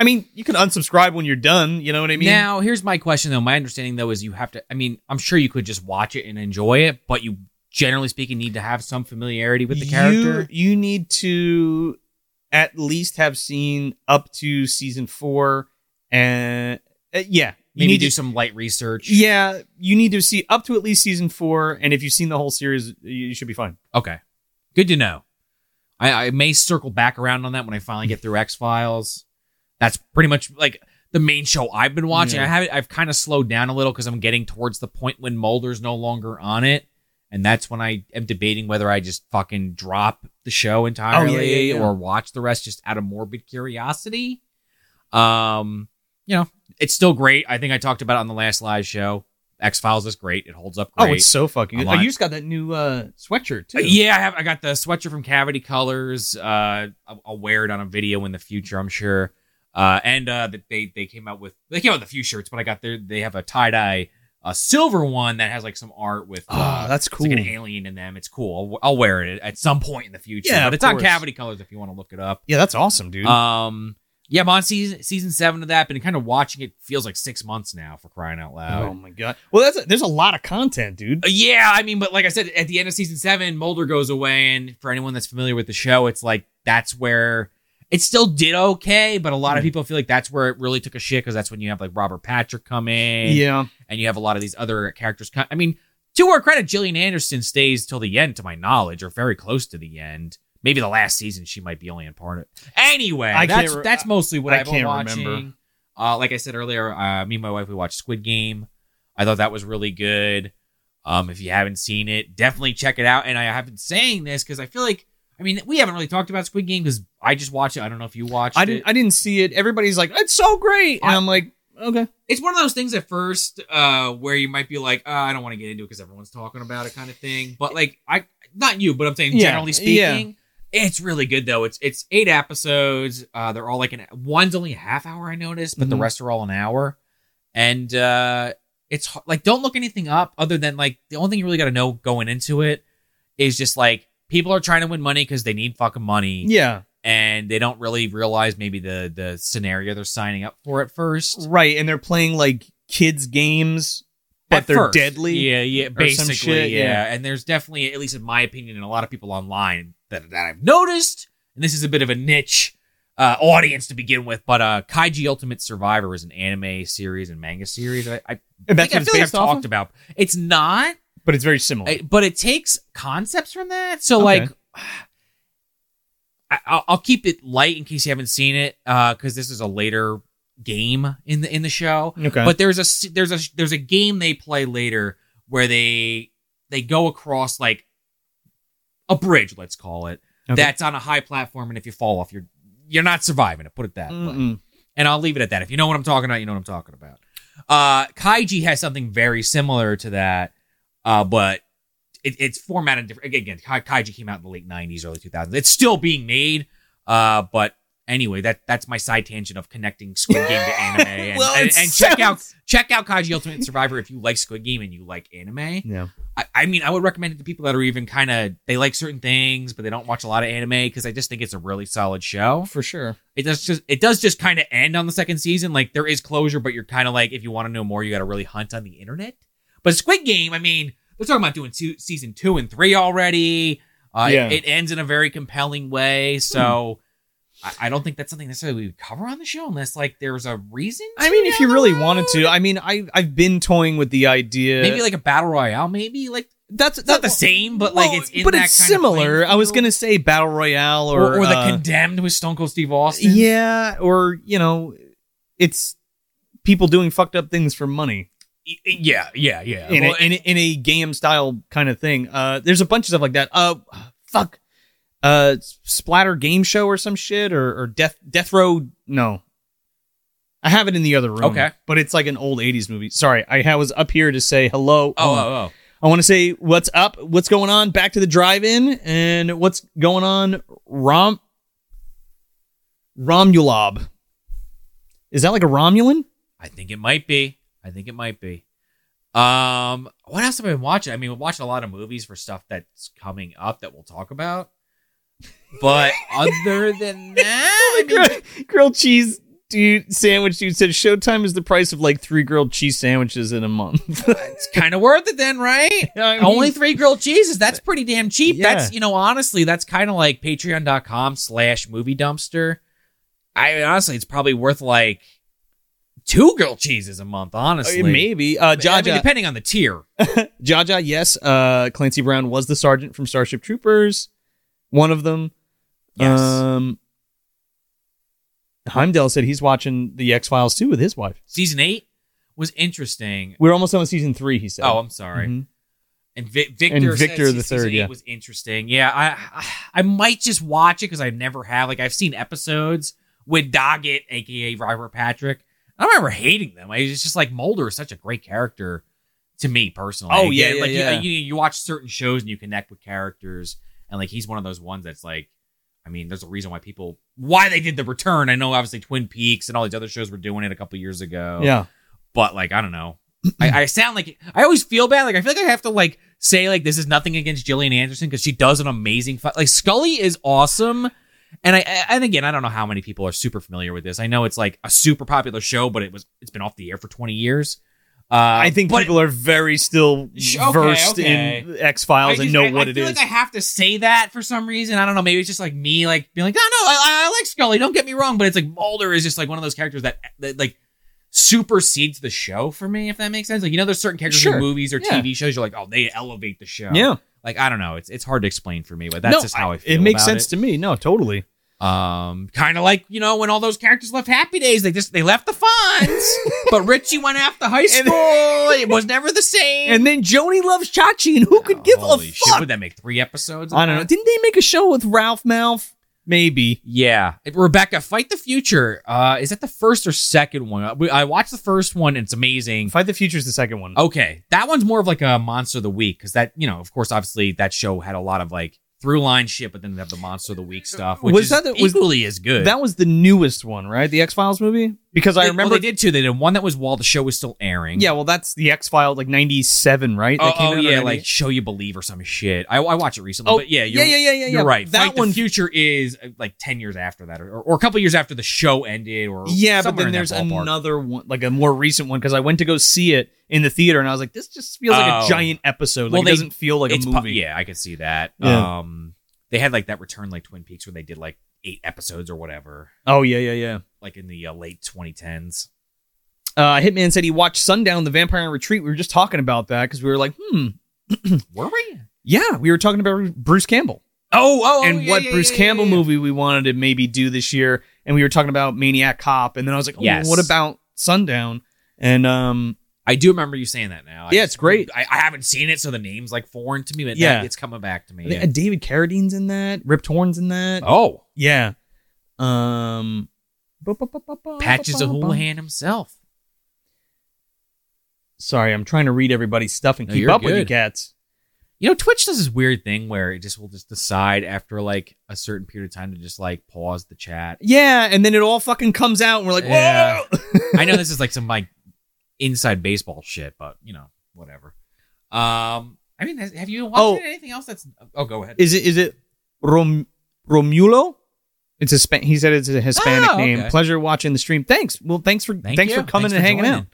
A: I mean, you can unsubscribe when you're done. You know what I mean?
B: now, here's my question though. My understanding though is you have to. I mean, I'm sure you could just watch it and enjoy it, but you generally speaking need to have some familiarity with the character.
A: you, you need to at least have seen up to season four, and uh, yeah, you
B: Maybe
A: need
B: do
A: to
B: some light research.
A: Yeah, you need to see up to at least season four, and if you've seen the whole series, you- you should be fine.
B: Okay. Good to know. I, I may circle back around on that when I finally get through X Files. That's pretty much like the main show I've been watching.
A: Yeah.
B: I have I've kind of slowed down a little because I'm getting towards the point when Mulder's no longer on it. And that's when I am debating whether I just fucking drop the show entirely
A: Oh, yeah.
B: or watch the rest just out of morbid curiosity. Um, you know, it's still great. I think I talked about it on the last live show. X Files is great. It holds up great.
A: Oh, it's so fucking good.
B: I'm on
A: Oh,
B: it.
A: you just got that new uh, sweatshirt too.
B: Uh, yeah, I have. I got the sweatshirt from Cavity Colors. Uh, I'll, I'll wear it on a video in the future, I'm sure. Uh, and uh, that they they came out with they came out with a few shirts, but I got their they have a tie dye, a silver one that has like some art with.
A: Oh,
B: Uh,
A: that's
B: it's
A: cool.
B: like an alien in them. It's cool. I'll, I'll wear it at some point in the future.
A: Yeah,
B: but
A: of
B: it's on
A: course.
B: Cavity Colors if you want to look it up.
A: yeah, that's awesome, dude.
B: Um, yeah, I'm on season season seven of that, but kind of watching it feels like six months now for crying out loud.
A: oh my god. Well, that's there's a lot of content, dude.
B: Uh, Yeah, I mean, but like I said, at the end of season seven, Mulder goes away, and for anyone that's familiar with the show, it's like that's where it still did okay, but a lot of
A: Mhm.
B: people feel like that's where it really took a shit because that's when you have like Robert Patrick come in,
A: Yeah,
B: and you have a lot of these other characters. co- I mean, to her credit, Gillian Anderson stays till the end, to my knowledge, or very close to the end. Maybe the last season she might be only in part. Of. Anyway,
A: I can't
B: that's
A: re-
B: that's mostly what
A: I
B: I've been
A: can't
B: watching.
A: remember.
B: Uh, like I said earlier, uh, me and my wife we watched Squid Game. I thought that was really good. Um, if you haven't seen it, definitely check it out. And I have been saying this because I feel like I mean we haven't really talked about Squid Game because I just watched it. I don't know if you watched
A: I
B: it.
A: didn't I didn't see it. Everybody's like, it's so great, and
B: I-
A: I, am like, okay,
B: it's one of those things at first uh where you might be like oh, i don't want to get into it because everyone's talking about it kind of thing but like i not you but i'm saying
A: Yeah,
B: generally
A: yeah.
B: speaking it's really good though it's it's eight episodes uh they're all like an one's only a half hour i noticed but the
A: Mhm.
B: rest are all an hour and uh it's h- like don't look anything up other than like the only thing you really got to know going into it is just like people are trying to win money because they need fucking money
A: yeah,
B: and they don't really realize maybe the the scenario they're signing up for at first
A: right. And they're playing like kids games, but
B: At
A: they're
B: first.
A: deadly.
B: Yeah, yeah,
A: or some
B: basically,
A: shit,
B: yeah.
A: yeah.
B: And there's definitely, at least in my opinion, and a lot of people online that, that I've noticed, and this is a bit of a niche uh, audience to begin with, but uh, Kaiji Ultimate Survivor is an anime series and manga series. I, I
A: and that's
B: think I
A: what
B: feel
A: it's
B: like I've
A: based off.
B: talked
A: Of?
B: about. It's not,
A: But it's very similar.
B: I- but it takes concepts from that. So
A: Okay.
B: like, I, I'll, I'll keep it light in case you haven't seen it, because this is a later game in the in the show.
A: okay,
B: But there's a s- there's a there's a game they play later where they they go across like a bridge, let's call it,
A: Okay.
B: that's on a high platform, and if you fall off, you're you're not surviving it. Put it that way.
A: Mm-mm.
B: And I'll leave it at that. If you know what I'm talking about, you know what I'm talking about. Uh, Kaiji has something very similar to that, uh, but it, it's formatted different. Again, Kai- Kaiji came out in the late '90s, early 2000s. It's still being made, uh, but anyway, that that's my side tangent of connecting Squid Game
A: <laughs>
B: to anime. And,
A: Well,
B: and,
A: it
B: and check out
A: sounds-
B: check out Kaiji Ultimate Survivor if you like Squid Game and you like anime.
A: Yeah.
B: I, I mean, I would recommend it to people that are even kind of they like certain things, but they don't watch a lot of anime because I just think it's a really solid show
A: For sure.
B: it does just it does just kind of end on the second season. Like there is closure, but you're kind of like if you want to know more, you got to really hunt on the internet. But Squid Game, I mean, they're talking about doing two, season two and three already. Uh, it-
A: Yeah. Hmm.
B: it, ends in a very compelling way, so I, I don't think that's something necessarily we would cover on the show unless like there's a reason.
A: I
B: to
A: mean,
B: down
A: if you
B: the
A: really
B: road.
A: wanted to, I mean, I I've been toying with the idea.
B: maybe like a battle royale, maybe like
A: that's
B: it's not the same, but like it's in
A: but
B: that
A: it's
B: kind of
A: similar.
B: playing
A: I was
B: field.
A: gonna say battle royale or
B: or, or the
A: uh,
B: condemned with Stone Cold Steve Austin.
A: yeah, or you know, it's people doing fucked up things for money.
B: Y- E, yeah, yeah, yeah.
A: in,
B: Well,
A: a, in, a, in a game style kind of thing. Uh, there's a bunch of stuff like that. Uh, fuck, uh, splatter game show or some shit or, or death death row. No, I have it in the other room.
B: Okay.
A: but it's like an old '80s movie. Sorry, I ha- was up here to say hello.
B: oh,
A: Um,
B: oh, oh.
A: I want to say what's up, what's going on. Back to the drive-in and what's going on. Rom Romulob. Is that like a Romulan?
B: I think it might be. I think it might be. Um, what else have I been watching? I mean, we're watching a lot of movies for stuff that's coming up that we'll talk about.
A: <laughs>
B: But other than that, I mean,
A: Gri- <laughs> grilled cheese dude sandwich dude said showtime is the price of like three grilled cheese sandwiches in a month <laughs>
B: it's kind of worth it then, right?
A: I mean, uh,
B: Only three grilled cheeses. That's pretty damn cheap.
A: Yeah.
B: That's you know, honestly, that's kind of like patreon.com slash movie dumpster. I mean, honestly, it's probably worth like two grilled cheeses a month, honestly.
A: uh, maybe uh
B: I mean,
A: jaja
B: depending on the tier.
A: jaja yes uh clancy brown was the sergeant from starship troopers one of them
B: Yes.
A: um heimdall said he's watching the x-files too with his wife
B: Season eight was interesting.
A: we're almost on season three he said
B: Oh, I'm sorry.
A: Mhm.
B: And Vic- Victor,
A: And
B: said
A: Victor
B: se-
A: the
B: season
A: third,
B: eight
A: yeah.
B: was interesting. Yeah, I I- I might just watch it because I never have. Like I've seen episodes with Doggett, aka Robert Patrick. I don't remember hating them. I, it's just like Mulder is such a great character to me personally.
A: Oh, yeah,
B: Again,
A: yeah,
B: like you-
A: yeah.
B: You, you watch certain shows and you connect with characters, and like he's one of those ones that's like, I mean, there's a reason why people why they did the return. I know obviously Twin Peaks and all these other shows were doing it a couple years ago
A: yeah
B: but like I don't know. I, I sound like I always feel bad. Like I feel like I have to like say like this is nothing against Gillian Anderson because she does an amazing fi- like Scully is awesome. And I I- and again I don't know how many people are super familiar with this. I know it's like a super popular show, but it was it's been off the air for twenty years. Uh,
A: i think
B: but
A: people are very still
B: Sh- okay,
A: versed in x-files
B: I
A: and
B: just-
A: know
B: I-
A: what
B: I
A: it
B: feel
A: is
B: Like I have to say that for some reason. I don't know. Maybe it's just like me, like being like, no, no, I, I like Scully. Don't get me wrong, but it's like Mulder is just like one of those characters that, that like supersedes the show for me. If that makes sense. Like you know, there's certain characters
A: Sure.
B: in movies or
A: Yeah.
B: TV shows. You're like, oh, they elevate the show.
A: yeah
B: Like I don't know. It's it's hard to explain for me, but that's
A: No,
B: just how I, feel.
A: it makes
B: about
A: sense to me no totally
B: um, kind of like you know when all those characters left Happy Days, they just they left
A: <laughs>
B: the Fonz, but Richie went after high school. it was never the same.
A: And then Joni loves Chachi, and who could give a
B: Holy shit,
A: fuck?
B: Would that make three episodes? of
A: I don't
B: that?
A: know. Didn't they make a show with Ralph Mouth? Maybe.
B: Yeah, Rebecca, fight the future. Uh, is that the first or second one? We- I watched the first one; it's amazing.
A: Fight the Future is the second one.
B: Okay, that one's more of like a monster of the week because that you know, of course, obviously that show had a lot of like through line shit, but then they have the monster of the week stuff, which
A: Was
B: is
A: that the- was-
B: equally as good.
A: That was the newest one, right? The X Files movie? Because I
B: They- well,
A: remember.
B: they did two. They did one that was while the show was still airing.
A: yeah, well, that's the X Files, like 97, right?
B: Oh,
A: That came
B: oh,
A: out in
B: yeah,
A: 98.
B: like show you believe or some shit. I, I watched it recently,
A: Oh,
B: but yeah,
A: yeah,
B: you're,
A: yeah, yeah, yeah.
B: you're
A: yeah.
B: right.
A: That
B: Fight
A: one.
B: the future is uh, like ten years after that, or, or a couple years after the show ended, or
A: yeah, but
B: somewhere
A: then
B: in that
A: there's
B: ballpark.
A: another one, like a more recent one, because I went to go see it in the theater, and I was like, this just feels like
B: Oh.
A: a giant episode. Like,
B: Well,
A: it
B: they-
A: doesn't feel like a
B: It's
A: movie.
B: po- yeah, I could see that.
A: Yeah.
B: Um, they had like that return like Twin Peaks where they did like eight episodes or whatever,
A: Oh, yeah, yeah, yeah.
B: like in the uh, late 2010s.
A: Uh, Hitman said he watched Sundown, The Vampire Retreat. We were just talking about that because we were like, hmm,
B: Were we?
A: Yeah, we were talking about Bruce Campbell
B: Oh, oh,
A: and
B: yeah,
A: what
B: yeah,
A: Bruce
B: yeah, yeah,
A: Campbell
B: yeah.
A: movie we wanted to maybe do this year, and we were talking about Maniac Cop, and then I was like, oh,
B: Yes.
A: what about Sundown? And um,
B: I do remember you saying that now. I
A: Yeah,
B: just-
A: it's great.
B: I, I haven't seen it, so the name's like foreign to me, but Oh, yeah,
A: Yeah.
B: it's coming back to
A: I
B: me.
A: think, uh, David Carradine's in that. Rip Torn's in that.
B: Oh,
A: Yeah. Um. bu- bu- bu- bu- bu-
B: Patches
A: bu-
B: of
A: bu- bu-
B: Houlihan himself.
A: Sorry, I'm trying to read everybody's stuff and
B: No,
A: keep
B: you're
A: up with you
B: good.
A: cats.
B: You know, Twitch does this weird thing where it just will just decide after like a certain period of time to just like pause the chat.
A: Yeah, and then it all fucking comes out, and we're like,
B: Yeah.
A: whoa.
B: I know this is like some like inside baseball shit, but you know, whatever. Um, I mean, has- have you watched
A: Oh.
B: anything else that's? Oh, go ahead.
A: Is it is it Rom, Romulo? It's a Spa- he said it's a Hispanic
B: Oh,
A: name.
B: okay.
A: Pleasure watching the stream. Thanks. Well, thanks for
B: Thank
A: thanks
B: you.
A: for coming and hanging
B: joining.
A: out.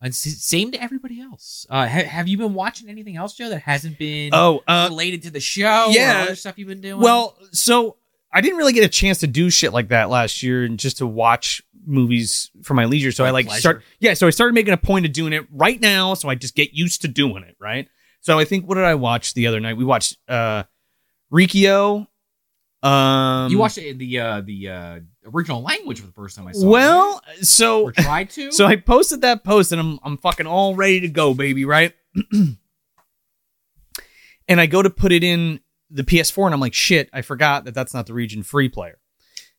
B: And s- same to everybody else. Uh, ha- have you been watching anything else, Joe, that hasn't been
A: Oh, uh,
B: related to the show?
A: yeah.
B: or other stuff you've been doing.
A: Well, so I didn't really get a chance to do shit like that last year and just to watch movies for my leisure. So
B: For
A: I like
B: pleasure.
A: start yeah, so I started making a point of doing it right now, so I just get used to doing it, right? So I think what did I watch the other night? We watched uh Rikio. Um
B: you watched the the, uh, the uh, original language for the first time I saw. it,
A: Well,
B: right?
A: so
B: or tried to.
A: so I posted that post and I'm I'm fucking all ready to go, baby, right? <clears throat> and I go to put it in the PS4 and I'm like, shit, I forgot that that's not the region free player.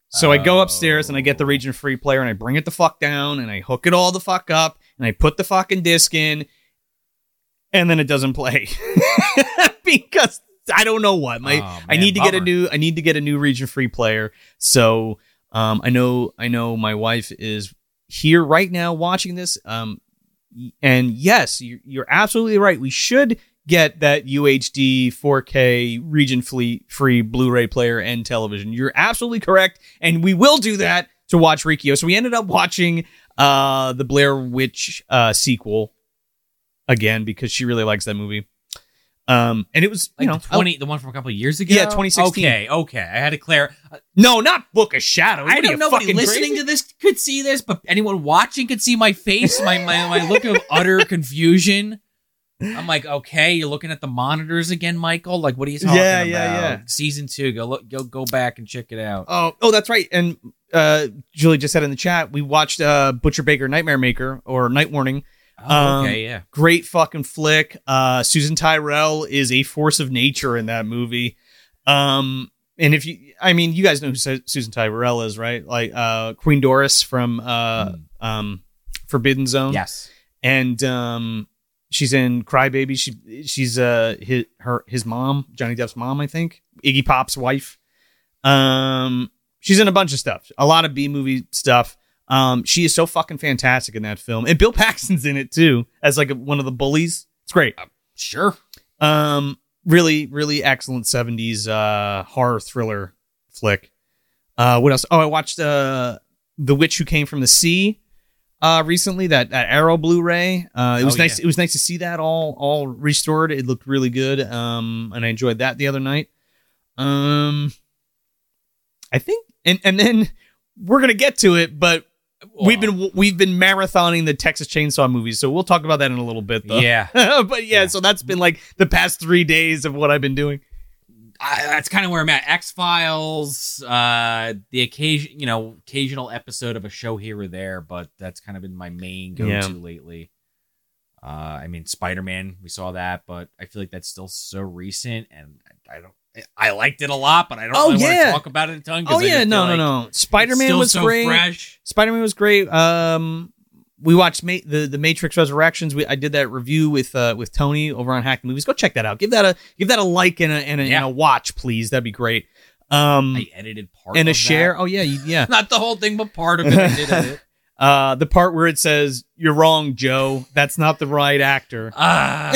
A: So I go upstairs and I get the
B: Oh.
A: region free player and I bring it the fuck down and I hook it all the fuck up and I put the fucking disc in and then it doesn't play. <laughs> because I don't know what. My
B: Oh,
A: I
B: man,
A: need to get a
B: bummer.
A: new I need to get a new region free player. So um, I know I know my wife is here right now watching this. Um, y- and yes, you're, you're absolutely right. We should get that UHD 4K region free free Blu-ray player and television. You're absolutely correct, and we will do that to watch Rikio. So we ended up watching uh, the Blair Witch uh, sequel again because she really likes that movie. Um, and it was
B: Like
A: you know
B: the twenty, the one from a couple of years ago.
A: Yeah, 2016.
B: Okay, okay. I had to clear.
A: No, not Book of Shadows.
B: I don't know if anyone listening to this could see this, but anyone watching could see my face, my my, my look of
A: <laughs>
B: utter confusion. I'm like, okay, you're looking at the monitors again, Michael. Like, what are you talking
A: Yeah,
B: about?
A: yeah, yeah.
B: Season two, go look, go go back and check it out.
A: Oh, oh, that's right. And uh, Julie just said in the chat we watched uh, Butcher Baker Nightmare Maker or Night Warning.
B: Oh,
A: Um,
B: okay, yeah.
A: Great fucking flick. Uh, Susan Tyrell is a force of nature in that movie. Um, and if you, I mean, you guys know who Su- Susan Tyrell is, right? Like uh, Queen Doris from uh,
B: Mm.
A: um, Forbidden Zone.
B: yes.
A: and um, she's in Crybaby. She she's uh his her his mom, Johnny Depp's mom, I think, Iggy Pop's wife. Um, she's in a bunch of stuff, a lot of B movie stuff. Um, she is so fucking fantastic in that film, and Bill <laughs> Paxton's in it too as like one of the bullies. It's great.
B: Sure.
A: Um, really, really excellent seventies uh horror thriller flick. Uh, what else? Oh, I watched uh, The Witch Who Came from the Sea uh recently. That that Arrow Blu-ray. Uh, it was
B: Oh,
A: nice.
B: yeah.
A: It was nice to see that all all restored. It looked really good. Um, and I enjoyed that the other night. Um, I think, and and then we're gonna get to it, but we've been we've been marathoning the Texas Chainsaw movies, so we'll talk about that in a little bit. Though.
B: Yeah.
A: <laughs> but yeah, Oh,
B: Yeah.
A: so that's been like the past three days of what I've been doing.
B: I, that's kind of where I'm at. X Files, uh, the occasion, you know, occasional episode of a show here or there, but that's kind of been my main go-to
A: Yeah.
B: lately. Uh, I mean, Spider Man, we saw that, but I feel like that's still so recent, and I, I don't. I liked it a lot, but I don't
A: Oh,
B: really want
A: yeah.
B: to talk about it a ton. 'cause
A: Oh
B: I just
A: yeah,
B: feel
A: no,
B: like
A: no, no.
B: it's
A: Spider Man
B: still
A: was
B: so
A: great.
B: Fresh.
A: Spider Man was great. Um, we watched Ma- the the Matrix Resurrections. We I did that review with uh with Tony over on Hack the Movies. Go check that out. Give that a give that a like and a and a,
B: Yeah.
A: and a watch, please. That'd be great. Um,
B: I edited part
A: and a
B: of that.
A: share. Oh yeah, you- yeah.
B: <laughs> not the whole thing, but part of it. I did edit.
A: Uh, the part where it says you're wrong, Joe. That's not the right actor.
B: Ah, Uh, <laughs>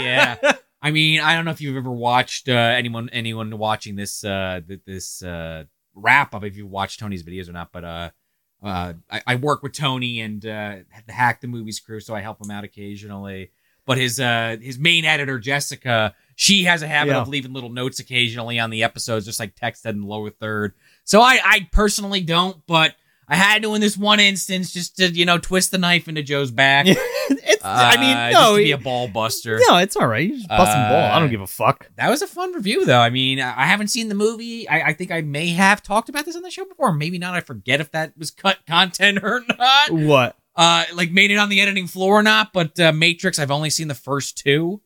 B: yeah. I mean, I don't know if you've ever watched uh, anyone anyone watching this uh, th- this uh, wrap up if you watched Tony's videos or not, but uh, uh, I, I work with Tony and uh, the Hack the Movies crew, so I help him out occasionally. But his uh, his main editor Jessica, she has a habit
A: Yeah.
B: of leaving little notes occasionally on the episodes, just like text in the lower third. So I I personally don't, but I had to in this one instance just to you know twist the knife into Joe's
A: <laughs>
B: back.
A: it's, I
B: Uh,
A: mean,
B: just
A: no,
B: to be a
A: it-
B: ball buster.
A: no, it's all right. You just bust some ball. I
B: Uh,
A: don't give a fuck.
B: That was a fun review, though. I mean, I I haven't seen the movie. I, I think I may have talked about this on the show before. Maybe not. I forget if that was cut content or <laughs> not.
A: What?
B: uh, like made it on the editing floor or not, but uh, Matrix, I've only seen the first two.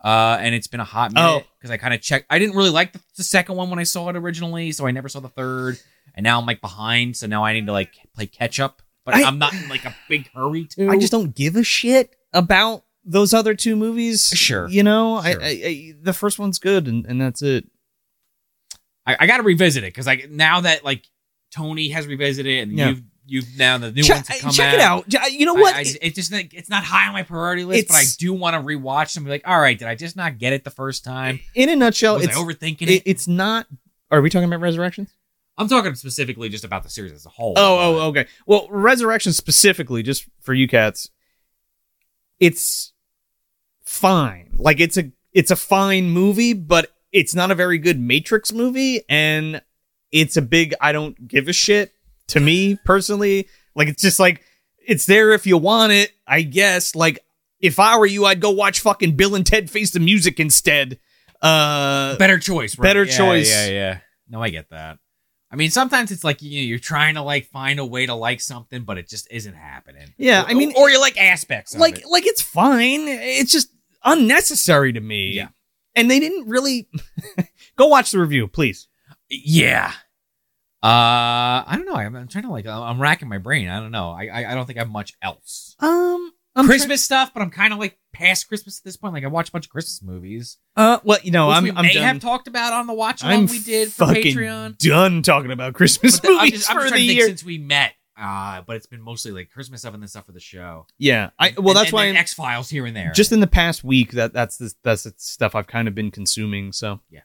B: Uh, and it's been a hot minute
A: Oh.
B: because I kind of checked. I didn't really like the, the second one when I saw it originally, so I never saw the third. And now I'm like behind, so now I need to like play catch up. But I,
A: I-
B: am not in like a big hurry to.
A: I just don't give a shit about those other two movies.
B: Sure.
A: You know, I,
B: Sure.
A: I, I the first one's good and, and that's it.
B: I, I got to revisit it because like now that like Tony has revisited it and
A: Yeah.
B: you've you've now the new
A: Che-
B: ones have come
A: check
B: out.
A: it out. J- You know what?
B: I, I, it's just like it's not high on my priority list, but I
A: It's-
B: do want to rewatch and be like, all right, did I just not get it the first time?
A: In a nutshell,
B: Was
A: it's
B: I overthinking it?
A: it- it's not. Are we talking about Resurrections?
B: I'm talking specifically just about the series as a whole.
A: Oh, oh, okay. Well, Resurrection specifically, just for you cats, it's fine. Like it's a it's a fine movie, but it's not a very good Matrix movie, and it's a big I don't give a shit to me personally. Like it's just like it's there if you want it, I guess. Like if I were you, I'd go watch fucking Bill and Ted Face the Music instead. Uh,
B: better choice. Right?
A: Better
B: Yeah,
A: choice.
B: Yeah, yeah. No, I get that. I mean, sometimes it's like you know, you're trying to like find a way to like something, but it just isn't happening.
A: Yeah,
B: Or-
A: I mean-
B: or you like aspects. Of
A: like
B: it.
A: like it's fine. It's just unnecessary to me.
B: Yeah.
A: And they didn't really <laughs> go watch the review, please.
B: yeah. Uh, I don't know. I'm, I'm trying to like. I'm, I'm racking my brain. I don't know. I I, I don't think I have much else.
A: Um I'm
B: Christmas stuff, but I'm kind of like past Christmas at this point. Like I watch a bunch of Christmas movies.
A: try- uh well, you know,
B: which
A: I'm
B: we
A: I'm
B: may
A: done.
B: have talked about on the watch along
A: I'm
B: we did for
A: fucking
B: Patreon.
A: done talking about Christmas
B: But the- I'm
A: movies
B: just, I'm
A: for
B: just
A: the
B: trying to think
A: year.
B: since we met. Uh, but it's been mostly like Christmas stuff and then stuff for the show.
A: Yeah. I well that's why I'm,
B: X Files here and there.
A: just in the past week that that's the that's the stuff I've kind of been consuming, so.
B: Yeah.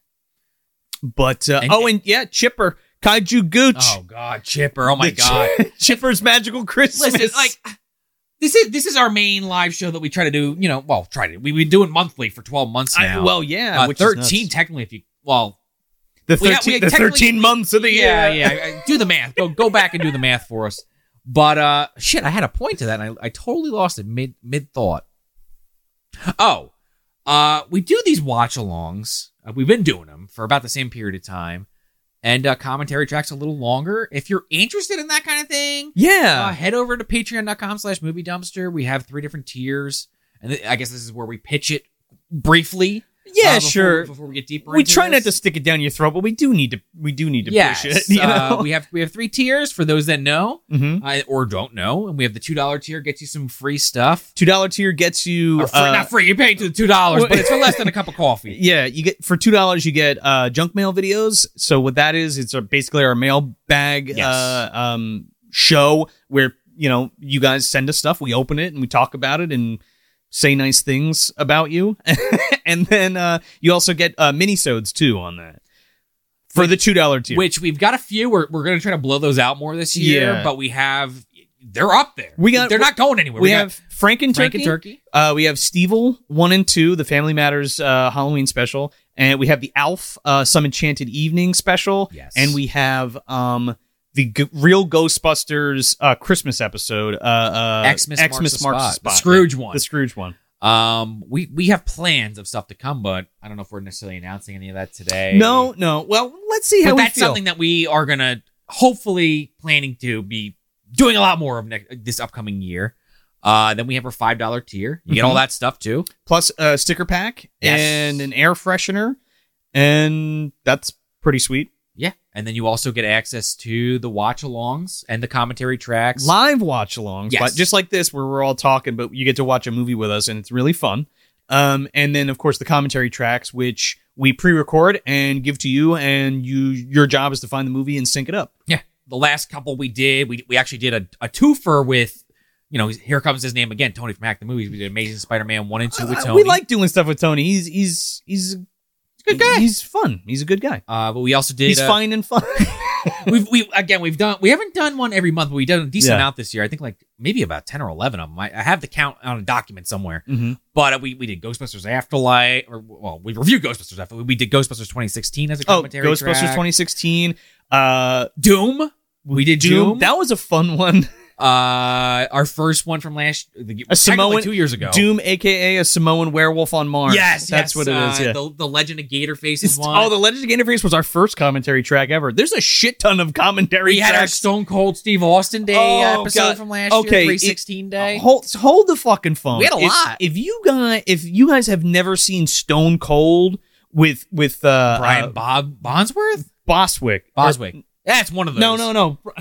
A: But uh,
B: And-
A: oh and yeah, Chipper, Kaiju Gooch.
B: oh god, Chipper. Oh my
A: The
B: god.
A: <laughs> Chipper's Magical Christmas.
B: Listen, like this is this is our main live show that we try to do. You know, well, try to. We've been doing monthly for twelve months
A: I,
B: now.
A: well, yeah,
B: Uh,
A: which is nuts.
B: thirteen technically. If you well,
A: the
B: We
A: 13,
B: ha- we
A: the
B: technically-
A: 13 months of the
B: yeah,
A: year.
B: yeah. I- I- do the math. Go go back and do the math for us. But uh, shit, I had a point to that, and I, I totally lost it mid mid thought. Oh, uh, we do these watch alongs. Uh, we've been doing them for about the same period of time, and uh, commentary tracks a little longer. If you're interested in that kind of thing,
A: Yeah.
B: uh, head over to patreon.com slash movie dumpster we have three different tiers and th- i guess this is where we pitch it briefly uh,
A: yeah,
B: before-
A: sure.
B: before we get deeper
A: We
B: into
A: try not to
B: this.
A: stick it down your throat, but we do need to we do need to
B: yes,
A: push it. <laughs> You
B: uh,
A: know?
B: we have we have three tiers for those that know
A: Mhm.
B: uh, or don't know and we have the two dollar tier gets you some free stuff
A: Two dollar tier gets you
B: Or free,
A: uh,
B: not free you pay to the two dollars
A: Well-
B: but it's for
A: <laughs>
B: less than a cup of coffee
A: yeah, you get for two dollars you get uh, junk mail videos. So what that is, it's our, basically our mail bag
B: Yes.
A: uh, um, show where you know you guys send us stuff, we open it and we talk about it and say nice things about you, <laughs> and then uh, you also get uh, minisodes too on that for the two dollar tier.
B: which we've got a few we're, we're gonna try to blow those out more this year
A: Yeah.
B: but we have they're up there
A: We got-
B: they're not going anywhere
A: we, have Frank and
B: got frank
A: Turkey.
B: and turkey
A: Uh, we have Stevel one and two, the Family Matters uh, Halloween special, and we have the Alf uh, Some Enchanted Evening special,
B: yes
A: and we have um the G- real Ghostbusters uh, Christmas episode, uh, uh,
B: Xmas, marks, the spot. The
A: Scrooge,
B: Scrooge one.
A: the Scrooge one.
B: Um, we we have plans of stuff to come, but I don't know if we're necessarily announcing any of that today.
A: No, no. Well, let's see how
B: but
A: we
B: that's
A: feel.
B: something that we are gonna hopefully planning to be doing a lot more of next this upcoming year. Uh, then we have our five dollar tier. You get all
A: Mhm.
B: that stuff too.
A: Plus a sticker pack
B: Yes.
A: and an air freshener, and that's pretty sweet.
B: Yeah, and then you also get access to the watch alongs and the commentary tracks.
A: Live watch alongs,
B: Yes.
A: but just like this, where we're all talking, but you get to watch a movie with us, and it's really fun. Um, and then, of course, the commentary tracks, which we pre-record and give to you, and you your job is to find the movie and sync it up.
B: the last couple we did, we we actually did a, a twofer with. You know, here comes his name again, Tony from Hack the Movies. We did Amazing Spider-Man one and two with
A: Uh,
B: Tony.
A: we like doing stuff with Tony. He's he's he's a
B: good guy.
A: He's fun. He's a good guy.
B: uh, but we also did
A: he's
B: uh,
A: fine and fun.
B: we've we again we've done we haven't done one every month but we've done a decent
A: Yeah.
B: amount this year i think like maybe about 10 or 11 of them i, I have the count on a document somewhere
A: Mhm.
B: but uh, we, we did ghostbusters afterlife or well we reviewed ghostbusters afterlife we did ghostbusters 2016 as a
A: Oh,
B: commentary
A: Ghostbusters
B: track.
A: 2016. Uh,
B: doom we did doom,
A: That was a fun one.
B: Uh, our first one from last, the,
A: A Samoan-
B: technically two years ago.
A: Doom, aka a Samoan werewolf on Mars.
B: Yes,
A: that's what
B: yes,
A: it is.
B: uh,
A: yeah.
B: the, the Legend of Gator Faces
A: It's-
B: one.
A: oh, the Legend of Interface was our first commentary track ever. There's a shit ton of commentary.
B: we had our
A: tracks.
B: Stone Cold Steve Austin Day
A: Oh,
B: episode
A: God.
B: from last
A: Okay, it-
B: year, 316 Day.
A: Hold, hold the fucking phone.
B: We had a
A: If-
B: lot.
A: If you guys, if you guys have never seen Stone Cold with with uh,
B: Brian
A: uh,
B: Bob Bonsworth?
A: Boswick,
B: Boswick. That's one of
A: Or-
B: those.
A: no, no, no. <laughs>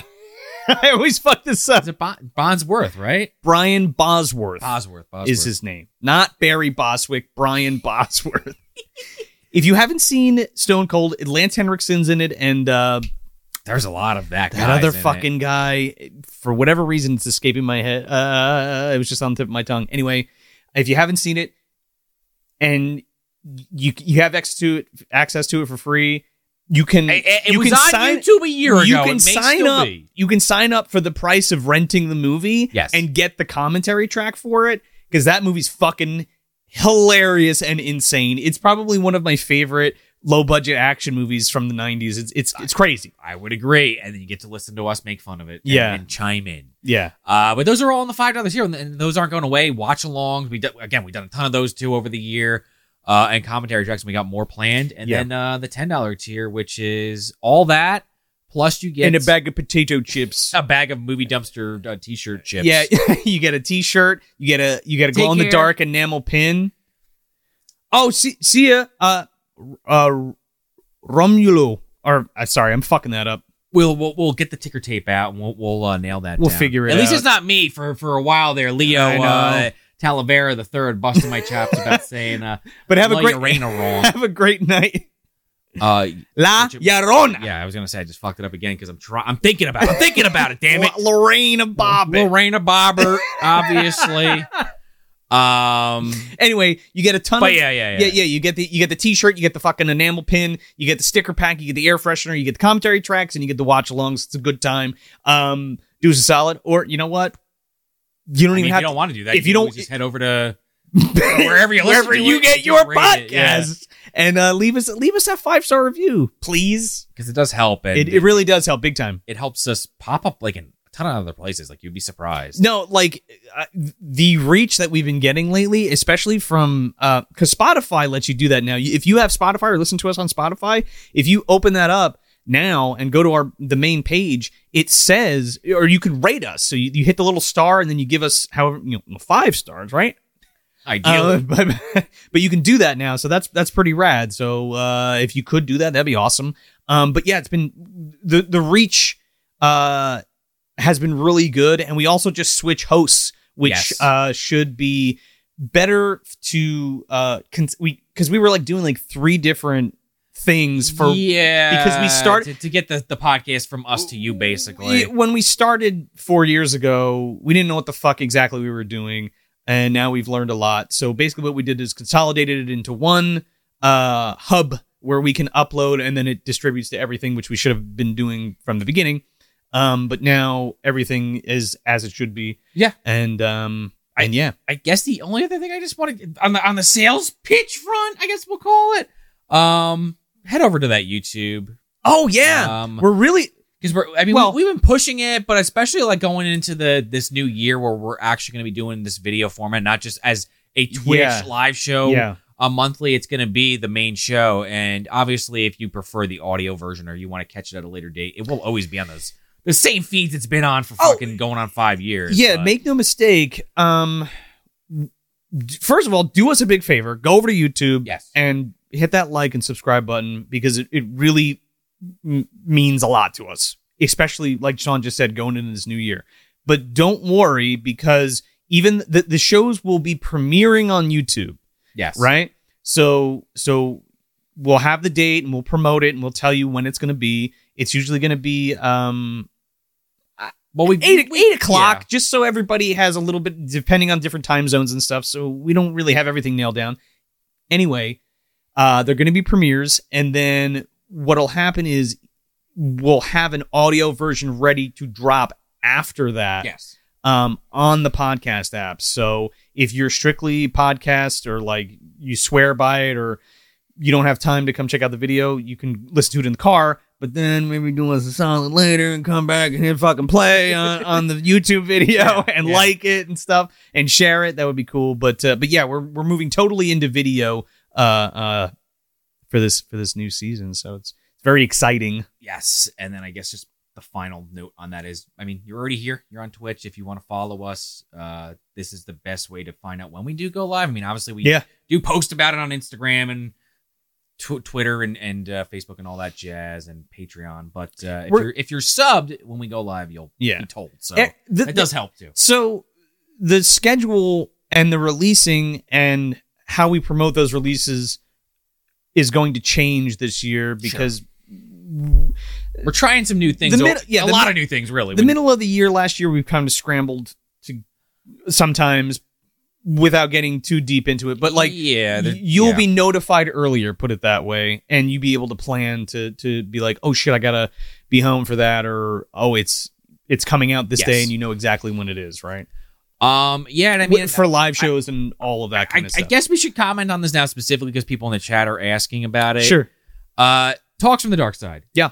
A: I always fuck this up.
B: Is it bon- Bonsworth, right?
A: Brian Bosworth
B: Bosworth. Bosworth.
A: is his name, not Barry Boswick. Brian Bosworth. <laughs> if you haven't seen Stone Cold, Lance Henriksen's in it, and uh,
B: There's a lot of that.
A: That
B: guys
A: other
B: in it.
A: fucking guy, for whatever reason, it's escaping my head. Uh, it was just on the tip of my tongue. Anyway, if you haven't seen it, and you you have access to it, access to it for free, you can.
B: It, it- it
A: you
B: was
A: can
B: on
A: sign,
B: YouTube a year ago.
A: You
B: It
A: can
B: may
A: sign
B: still
A: up.
B: be.
A: You can sign up for the price of renting the movie,
B: Yes.
A: and get the commentary track for it because that movie's fucking hilarious and insane. It's probably one of my favorite low budget action movies from the '90s. It's it's it's crazy.
B: I would agree. And then you get to listen to us make fun of it. and-
A: Yeah.
B: And chime in.
A: Yeah.
B: Uh, but those are all in the five dollars here, and- and those aren't going away. Watch alongs. We do, again, we've done a ton of those too over the year, uh, and commentary tracks. And we got more planned, and
A: Yeah.
B: then uh, the ten dollar tier, which is all that plus you get
A: and a bag of potato chips.
B: a bag of movie dumpster uh, t-shirt Oh, chips.
A: Yeah, <laughs> you get a T-shirt. You get a you get a
B: Take
A: glow in the dark enamel pin. Oh, see, see ya, uh, uh, Romulo. Or uh, sorry, I'm fucking that up.
B: we'll we'll, we'll get the ticker tape out and we'll we'll uh, nail that.
A: We'll
B: down.
A: figure it
B: At least
A: out.
B: it's not me for for a while there. Leo
A: I know.
B: uh, Talavera the third busted my chops about saying uh,
A: But have
B: La
A: a great
B: Llorona
A: <laughs>
B: wrong.
A: have a great night.
B: Uh,
A: La
B: Which-
A: Llorona.
B: yeah, I was gonna say I just fucked it up again because I'm trying. I'm thinking about. It. I'm thinking about it. Damn it.
A: La- Lorraine <laughs> Bob.
B: Lorena Bobber,
A: <laughs>
B: obviously. um,
A: Anyway, you get a ton
B: but
A: of
B: yeah, yeah, yeah.
A: yeah, You get the you get the T-shirt, you get the fucking enamel pin, you get the sticker pack, you get the air freshener, you get the commentary tracks, and you get the watch alongs. It's a good time. Um, do us a solid, or you know what? You
B: I
A: don't
B: mean,
A: even
B: if
A: have
B: you don't want to do that,
A: if
B: if
A: you
B: you
A: don't-
B: don't, just head over to
A: to,
B: <laughs>
A: <laughs>
B: wherever you listen
A: wherever
B: to
A: you
B: it,
A: get
B: just
A: your
B: rate it, yeah.
A: podcast, and uh, leave us leave us that five star review, please.
B: because it does help, and
A: It, it really does help big time.
B: it helps us pop up like in a ton of other places. Like you'd be surprised.
A: No, like uh, the reach that we've been getting lately, especially from because Spotify lets you do that now. If you have Spotify or listen to us on Spotify, if you open that up now and go to our the main page, it says, or you can rate us. So you, you hit the little star and then you give us however you know five stars, right? Uh, <laughs>
B: Ideally,
A: but, but you can do that now, so that's that's pretty rad. So uh, if you could do that, that'd be awesome. Um, but yeah, it's been the the reach uh, has been really good, and we also just switch hosts, which
B: Yes.
A: uh, should be better to uh, cons- we because we were like doing like three different things for
B: yeah,
A: because we start-
B: to, to get the, the podcast from us to you,
A: we-
B: basically.
A: when we started four years ago, we didn't know what the fuck exactly we were doing, and now we've learned a lot. So basically, what we did is consolidated it into one uh, hub where we can upload, and then it distributes to everything, which we should have been doing from the beginning. Um, but now everything is as it should be.
B: Yeah.
A: and um, and yeah,
B: I guess the only other thing I just want to on the on the sales pitch front, I guess we'll call it. Um, head over to that YouTube.
A: oh
B: um,
A: we're really
B: because we're i mean
A: Well-
B: we, have been pushing it but especially like going into the this new year where we're actually going to be doing this video format not just as a twitch
A: Yeah.
B: live show
A: yeah.
B: a monthly it's going to be the main show and obviously if you prefer the audio version or you want to catch it at a later date it will always be on those the same feeds it's been on for
A: Oh.
B: fucking going on five years
A: Yeah,
B: but-
A: make no mistake. Um, d- first of all, do us a big favor. Go over to YouTube
B: yes
A: and hit that like and subscribe button because it, it really m- means a lot to us, especially like Sean just said, going into this new year. But don't worry because even the, the shows will be premiering on YouTube,
B: yes
A: right? So, so we'll have the date and we'll promote it and we'll tell you when it's going to be. It's usually going to be um,
B: well we
A: eight
B: we-
A: eight o'clock,
B: yeah.
A: just so everybody has a little bit, depending on different time zones and stuff. So we don't really have everything nailed down. Anyway, uh, they're going to be premieres, and then what'll happen is we'll have an audio version ready to drop after that
B: yes
A: um, on the podcast app. So if you're strictly podcast or like you swear by it or you don't have time to come check out the video, you can listen to it in the car. but then maybe do us a solid later and come back and hit fucking play on,
B: <laughs>
A: on the YouTube video
B: Yeah,
A: <laughs> and
B: yeah.
A: like it and stuff and share it. That would be cool. But uh, but yeah, we're we're moving totally into video uh uh for this for this new season. So it's it's very exciting.
B: Yes. And then I guess just the final note on that is I mean, you're already here. You're on Twitch. If you want to follow us, uh, this is the best way to find out when we do go live. I mean, obviously, we
A: Yeah.
B: do post about it on Instagram and tw- Twitter and, and uh, Facebook and all that jazz and Patreon. But uh, if,
A: We're-
B: you're, if you're subbed when we go live, you'll
A: Yeah.
B: be told. So
A: Eh, th-
B: that does help too.
A: So the schedule and the releasing and how we promote those releases is going to change this year because
B: We're trying some new things.
A: The
B: o-
A: mid- yeah,
B: a
A: the
B: lot
A: mid-
B: of new things, really.
A: the
B: We-
A: middle of the year last year we've kind of scrambled to sometimes without getting too deep into it but like
B: yeah,
A: y-
B: there-
A: you'll
B: yeah.
A: be notified earlier put it that way and you be able to plan to to be like oh shit i gotta be home for that or oh it's it's coming out this
B: Yes.
A: day and you know exactly when it is right
B: Um, yeah, and I mean,
A: for live shows and all of that
B: I,
A: kind of
B: I
A: stuff
B: guess we should comment on this now specifically because people in the chat are asking about it.
A: sure
B: Uh, talks from the dark side.
A: Yeah.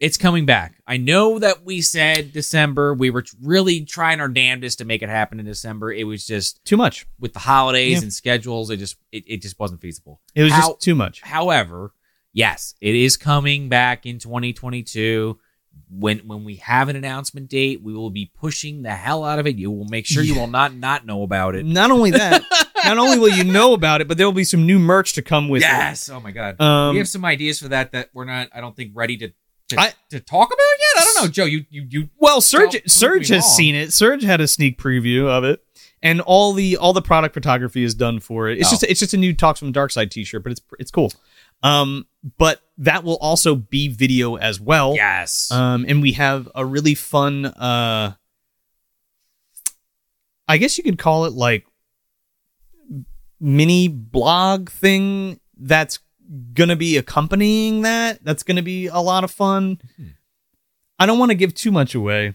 B: It's coming back. I know that we said December. We were tr- really trying our damnedest to make it happen in December. It was just
A: too much
B: with the holidays
A: Yeah.
B: and schedules. It just it, it just wasn't feasible.
A: it was
B: How-
A: just too much
B: However, yes, it is coming back in 2022. When when we have an announcement date, we will be pushing the hell out of it. You will make sure you will not not know about it.
A: not only
B: <laughs>
A: that not only will you know about it but there will be some new merch to come <laughs> with
B: Yes. Oh my god.
A: it um
B: we have some ideas for that that we're not. I don't think ready to to,
A: I-
B: to talk about yet. I don't know, Joe. You you you.
A: Well, Serge
B: Don't prove
A: Serge
B: me
A: has
B: wrong.
A: seen it. Serge had a sneak preview of it, and all the all the product photography is done for it. It's
B: Oh.
A: just it's just a new Talks from the Dark Side T-shirt, but it's it's cool. Um, but that will also be video as well.
B: Yes.
A: Um, and we have a really fun. Uh, I guess you could call it like mini blog thing that's gonna be accompanying that. That's gonna be a lot of fun.
B: Hmm.
A: I don't want to give too much away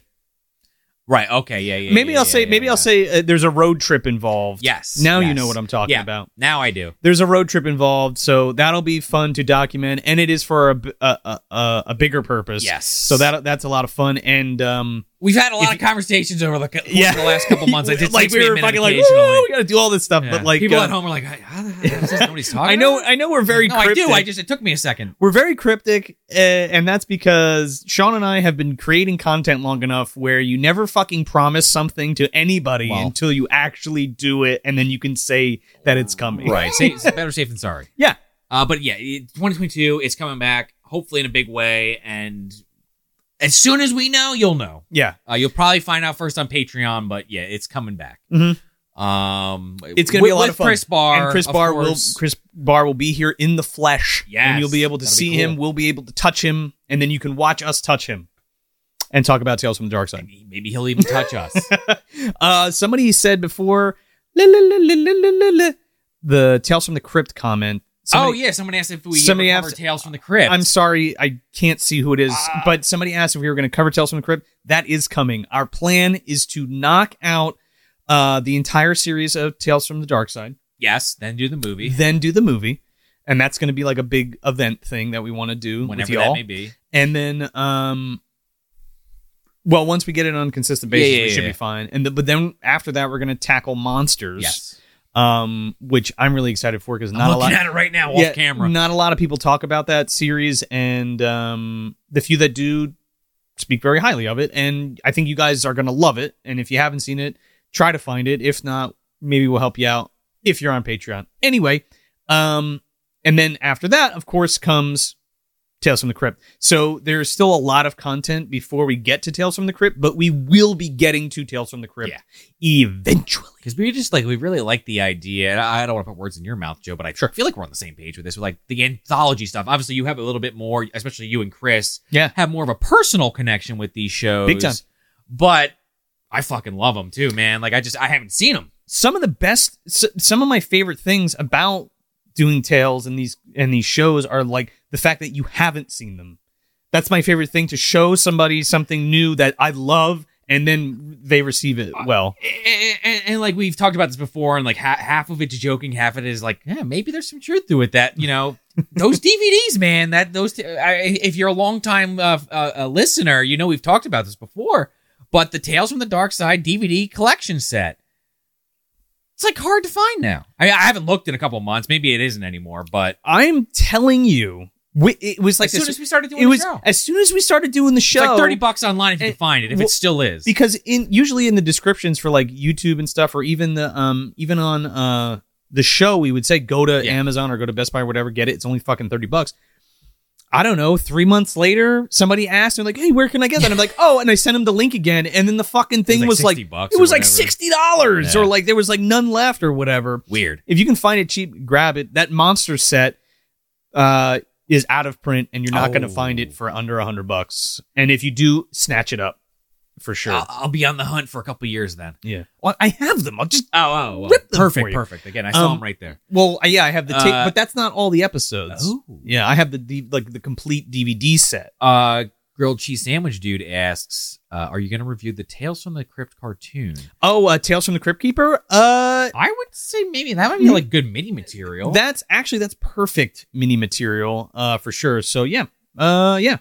B: right. Okay. Yeah. Yeah.
A: maybe
B: yeah,
A: I'll
B: yeah,
A: say
B: yeah,
A: maybe
B: yeah.
A: I'll say uh, there's a road trip involved.
B: Yes.
A: Now you
B: yes.
A: know what I'm talking
B: Yeah.
A: about.
B: Now I do.
A: There's a road trip involved, so that'll be fun to document, and it is for a b- a, a, a- a bigger purpose.
B: Yes.
A: So that that's a lot of fun, and um,
B: we've had a lot
A: if-
B: of conversations over the,
A: yeah,
B: yeah. the
A: <laughs>
B: last couple months. I just
A: like we were fucking like, "Woo, we got to do all this stuff, but like
B: people
A: uh,
B: at home are like, I, how the
A: <laughs>
B: hell does this- nobody's talking.
A: I know,
B: about
A: I know, we're very
B: no,
A: cryptic.
B: I do. I just it took me a second.
A: we're very cryptic, uh, and that's because Sean and I have been creating content long enough where you never fucking promise something to anybody
B: Well.
A: until you actually do it, and then you can say that it's coming. <laughs>
B: Right. Say, it's better safe than sorry.
A: Yeah.
B: Uh, but yeah, it- 2022, it's coming back, hopefully in a big way. And as soon as we know, you'll know.
A: Yeah,
B: Uh, you'll probably find out first on Patreon, but yeah, it's coming back.
A: Mhm.
B: Um,
A: It's gonna
B: with-
A: be a lot
B: with
A: of fun.
B: Chris Barr
A: and Chris
B: of
A: Barr will
B: course.
A: Chris Barr will be here in the flesh,
B: Yes,
A: and you'll be able to
B: that'll be
A: see
B: cool.
A: him. We'll be able to touch him, and then you can watch us touch him, and talk about Tales from the Dark Side.
B: Maybe, maybe he'll even touch us.
A: Uh, somebody said before "La, la, la, la, la, la, la, la," the Tales from the Crypt comment.
B: oh
A: <laughs> Somebody-
B: yeah, someone asked if we
A: somebody
B: somebody ever cover
A: asked-
B: Tales from the Crypt.
A: I'm sorry, I can't see who it is,
B: Ah.
A: but somebody asked if we were going to cover Tales from the Crypt. That is coming. Our plan is to knock out uh, the entire series of Tales from the Dark Side.
B: yes, then do the movie
A: then do the movie and that's going to be like a big event thing that we want to do <laughs>
B: whenever
A: with
B: that
A: y'all
B: may be.
A: and then um well once we get it on a consistent basis
B: Yeah, yeah,
A: we
B: yeah,
A: should
B: yeah.
A: be fine and the, but then after that we're going to tackle monsters
B: Yes,
A: um which i'm really excited for because
B: I'm
A: not a lot
B: looking at it right now off
A: yeah,
B: camera.
A: not a lot of people talk about that series and um the few that do speak very highly of it and i think you guys are going to love it and if you haven't seen it try to find it if not maybe we'll help you out if you're on patreon anyway um and then after that of course comes tales from the crypt so there's still a lot of content before we get to tales from the crypt but we will be getting to tales from the crypt
B: Yeah.
A: eventually
B: Because we just like we really like the idea. And I I don't want to put words in your mouth, Joe, but I feel like we're on the same page with this. With like the anthology stuff. Obviously, you have a little bit more, especially you and Chris.
A: Yeah.
B: have more of a personal connection with these shows.
A: Big time.
B: But I fucking love them too, man. Like I just I haven't seen them.
A: some of the best s- some of my favorite things about doing tales and these and these shows are like the fact that you haven't seen them that's my favorite thing to show somebody something new that i love and then they receive it well.
B: and, and- and, like we've talked about this before, and like ha- half of it's joking, half of it is like, yeah, maybe there's some truth to it. That you <laughs> know, those DVDs, man. That those, t- I, if you're a long time uh, uh, a listener, you know we've talked about this before. But the Tales from the Dark Side DVD collection set, it's like hard to find now. I mean, I haven't looked in a couple of months. Maybe it isn't anymore. But
A: I'm telling you, wi- it was like
B: as soon
A: this-
B: as we started doing
A: it
B: the
A: was
B: show,
A: as soon as we started doing the show.
B: it's like thirty bucks online if you
A: and-
B: can find it. If
A: well,
B: it still is,
A: because in usually in the descriptions for like YouTube and stuff, or even the um even on uh the show, we would say go to
B: Yeah.
A: Amazon or go to Best Buy or whatever, get it. It's only fucking thirty bucks. I don't know. Three months later, somebody asked me like, "Hey, where can I get that?" I'm like, "Oh," and I sent him the link again, and then the fucking thing was like,
B: 60 bucks
A: it
B: or
A: was like
B: whatever.
A: sixty dollars, or
B: Yeah.
A: like there was like none left or whatever.
B: Weird.
A: If you can find it cheap, grab it. That monster set uh, is out of print, and you're not going to
B: Oh.
A: find it for under a hundred bucks. And if you do, snatch it up for sure.
B: I'll, I'll be on the hunt for a couple of years then.
A: Yeah. Well, I have them. I'll just
B: Oh, oh, oh.
A: Rip them for
B: perfect,
A: you.
B: perfect. Again, I saw
A: Um,
B: him right there.
A: well, I- yeah, I have the tape,
B: Uh,
A: but that's not all the episodes.
B: Oh.
A: Yeah, I have the, the like the complete DVD set.
B: Uh, grilled cheese sandwich dude asks, uh, "Are you going to review the Tales from the Crypt cartoon?"
A: Oh, uh, Tales from the Crypt Keeper. Uh,
B: I would say maybe that might be like good mini material.
A: that's actually that's perfect mini material. Uh, for sure. So yeah, uh, yeah.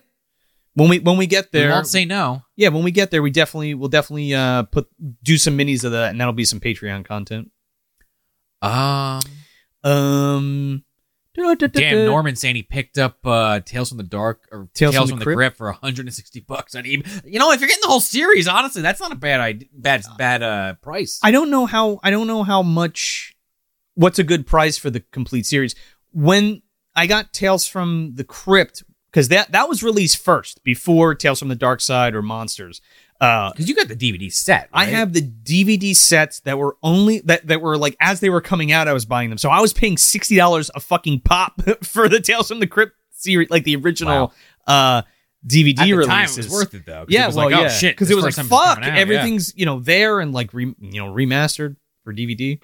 A: When we when we get
B: We
A: there,
B: won't say no.
A: yeah, when we get there, we definitely will definitely uh put do some minis of that, and that'll be some Patreon content.
B: Um,
A: Um, <laughs>
B: damn, Norman saying he picked up uh, Tales from the Dark or Tales, from, the, Crypt? for 160 bucks on eBay. You know, if you're getting the whole series, honestly, that's not a bad idea, bad bad uh price.
A: I don't know how I don't know how much what's a good price for the complete series. When I got Tales from the Crypt cuz that that was released first before Tales from the Dark Side or Monsters. Uh
B: Because you got the DVD set.
A: I
B: right?
A: have the DVD sets that were only that that were like as they were coming out I was buying them. So I was paying $60 a fucking pop <laughs> for the Tales from the Crypt series like the original uh DVD
B: At the
A: releases.
B: time, it was worth it though. 'cause it
A: Yeah,
B: was
A: well,
B: like, oh,
A: yeah,
B: shit,
A: because
B: this
A: it was like
B: first time it's
A: fuck,
B: coming out, yeah.
A: everything's you know there and like re, you know remastered for DVD.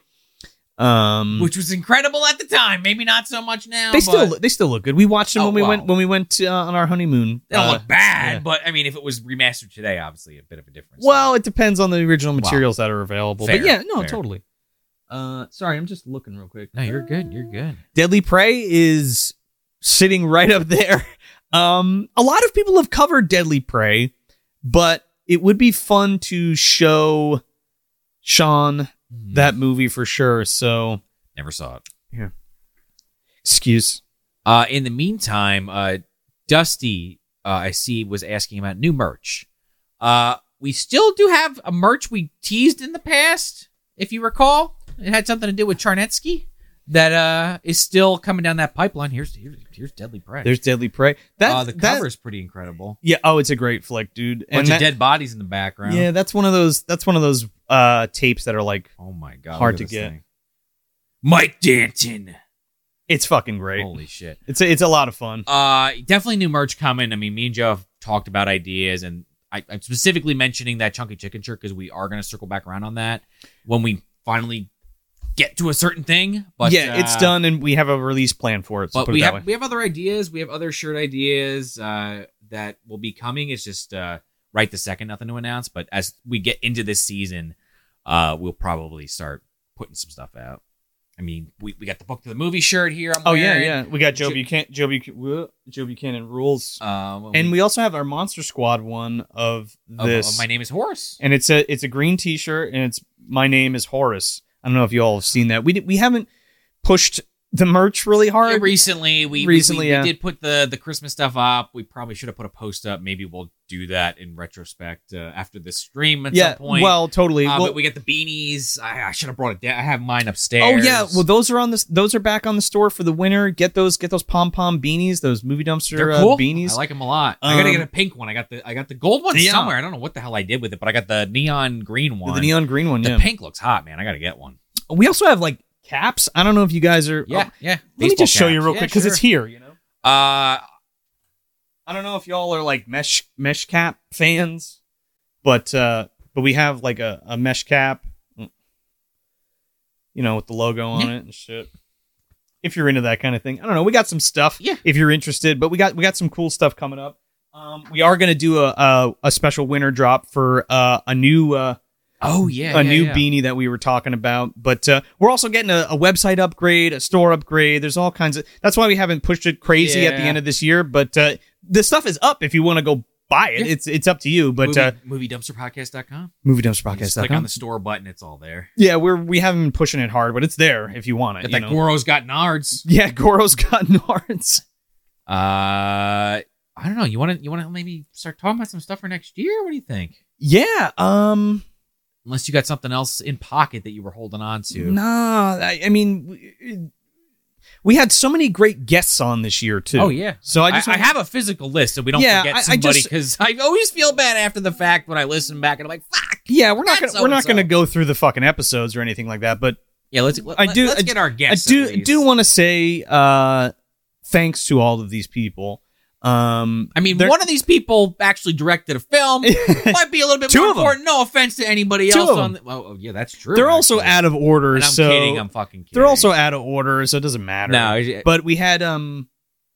A: Um,
B: which was incredible at the time. Maybe not so much now.
A: they
B: but
A: still they still look good. We watched them
B: Oh,
A: when we
B: wow.
A: went when we went uh, on our honeymoon.
B: they don't
A: Uh,
B: look bad.
A: yeah.
B: But I mean, if it was remastered today, obviously a bit of a difference.
A: Well, it depends on the original
B: Wow.
A: materials that are available.
B: Fair,
A: but yeah, no,
B: fair.
A: totally. Uh, sorry, I'm just looking real quick.
B: no, you're good. You're good.
A: Deadly Prey is sitting right up there. <laughs> Um, a lot of people have covered Deadly Prey, but it would be fun to show Sean that movie for sure. So
B: Hmm. never saw it.
A: excuse.
B: Uh, in the meantime, uh, Dusty, uh, I see, was asking about new merch. Uh, we still do have a merch we teased in the past, if you recall. It had something to do with Charnetsky. That uh is still coming down that pipeline. Here's here's, here's Deadly Prey.
A: There's Deadly Prey. That
B: uh, the
A: that-
B: cover is pretty incredible.
A: yeah. Oh, it's a great flick, dude.
B: Bunch
A: that-
B: of dead bodies in the background.
A: Yeah, that's one of those. That's one of those uh tapes that are like
B: Oh my god.
A: Hard
B: look at
A: to
B: this
A: get.
B: thing. Mike Danton.
A: it's fucking great.
B: Holy shit.
A: It's a, it's a lot of fun.
B: Uh definitely new merch coming. I mean, me and Joe have talked about ideas and I, I'm specifically mentioning that chunky chicken shirt because we are gonna circle back around on that when we finally get to a certain thing. But
A: yeah, it's
B: uh,
A: done, and we have a release plan for it. So
B: But
A: put
B: we
A: it that
B: have
A: way.
B: we have other ideas. We have other shirt ideas uh, that will be coming. It's just uh, right the second, nothing to announce. But as we get into this season, uh, we'll probably start putting some stuff out. I mean, we, we got the book to the movie shirt here. I'm
A: Oh yeah,
B: wearing.
A: yeah. We got Joe
B: Ju-
A: Buchanan. Joe, Buch- whoa, Joe Buchanan rules,
B: Uh, well,
A: and
B: we,
A: we also have our Monster Squad one of
B: oh,
A: this,
B: oh, my name is Horace.
A: and it's a it's a green T-shirt, and it's my name is Horace. I don't know if you all have seen that. We di- we haven't pushed the merch really
B: Yeah,
A: hard.
B: recently, we we-
A: Recently,
B: we,
A: yeah.
B: we did put the the Christmas stuff up. We probably should have put a post up. Maybe we'll do that in retrospect uh, after this stream at
A: yeah,
B: some point.
A: well, totally.
B: Uh,
A: Well-
B: but we got the beanies. I, I should have brought it down. I have mine upstairs.
A: Oh yeah, well those are on this. Those are back on the store for the winter. Get those. Get those pom pom beanies. Those movie dumpster
B: They're
A: uh,
B: cool.
A: beanies.
B: I like them a lot. I gotta
A: Um,
B: get a pink one. I got the I got the gold one
A: Yeah.
B: somewhere. I don't know what the hell I did with it, but I got the neon green one.
A: the neon green one.
B: The
A: yeah.
B: pink looks hot, man. I gotta get one.
A: we also have like caps. I don't know if you guys are.
B: Yeah,
A: oh,
B: yeah.
A: let me
B: Baseball
A: just show you
B: caps.
A: real
B: Yeah,
A: quick because it's here.
B: sure.
A: You know.
B: uh
A: I don't know if y'all are like mesh mesh cap fans, but uh but we have like a, a mesh cap, mm, you know, with the logo on it and shit. If you're into that kind of thing, I don't know. We got some stuff.
B: Yeah.
A: If you're interested, but we got we got some cool stuff coming up. Um, we are going to do a, a a special winter drop for uh, a new uh,
B: Oh yeah,
A: a
B: yeah,
A: new
B: yeah.
A: beanie that we were talking about. But uh, we're also getting a, a website upgrade, a store upgrade. There's all kinds of. That's why we haven't pushed it crazy at the
B: Yeah.
A: end of this year. But uh, the stuff is up. If you want to go buy it,
B: Yeah.
A: it's it's up to you. But
B: movie,
A: uh,
B: moviedumpsterpodcast.com.
A: movie dumps
B: Just click on the store button; it's all there.
A: Yeah, we're we haven't been pushing it hard, but it's there if you want it.
B: Got
A: You
B: that
A: know?
B: Goro's got Nards.
A: yeah, Goro's got <laughs> Nards.
B: Uh, I don't know. You want to you want to maybe start talking about some stuff for next year? What do you think?
A: Yeah. Um.
B: Unless you got something else in pocket that you were holding on to.
A: Nah. I, I mean, we- we had so many great guests on this year too.
B: Oh yeah.
A: So I
B: I,
A: just
B: I, have a physical list, so we don't
A: Yeah,
B: forget
A: I- I
B: somebody
A: just-
B: because I, always feel bad after the fact when I listen back and I'm like, "Fuck."
A: Yeah, we're not
B: That's
A: gonna we're not
B: so-and-so.
A: gonna go through the fucking episodes or anything like that, but
B: Yeah, let's. Let,
A: I do-
B: Let's
A: I-
B: get our
A: I
B: guests.
A: do do want to say uh thanks to all of these people. Um
B: I mean,
A: they're-
B: one of these people actually directed a
A: <laughs>
B: film. Might be a little bit
A: Two
B: more
A: of 'em.
B: important. No offense to anybody
A: Two
B: else.
A: of
B: On the, oh, oh, yeah, that's true.
A: they're also
B: actually.
A: out of order,
B: And I'm
A: so
B: kidding. I'm fucking kidding.
A: they're also out of order, so it doesn't matter.
B: no. I-
A: But we had um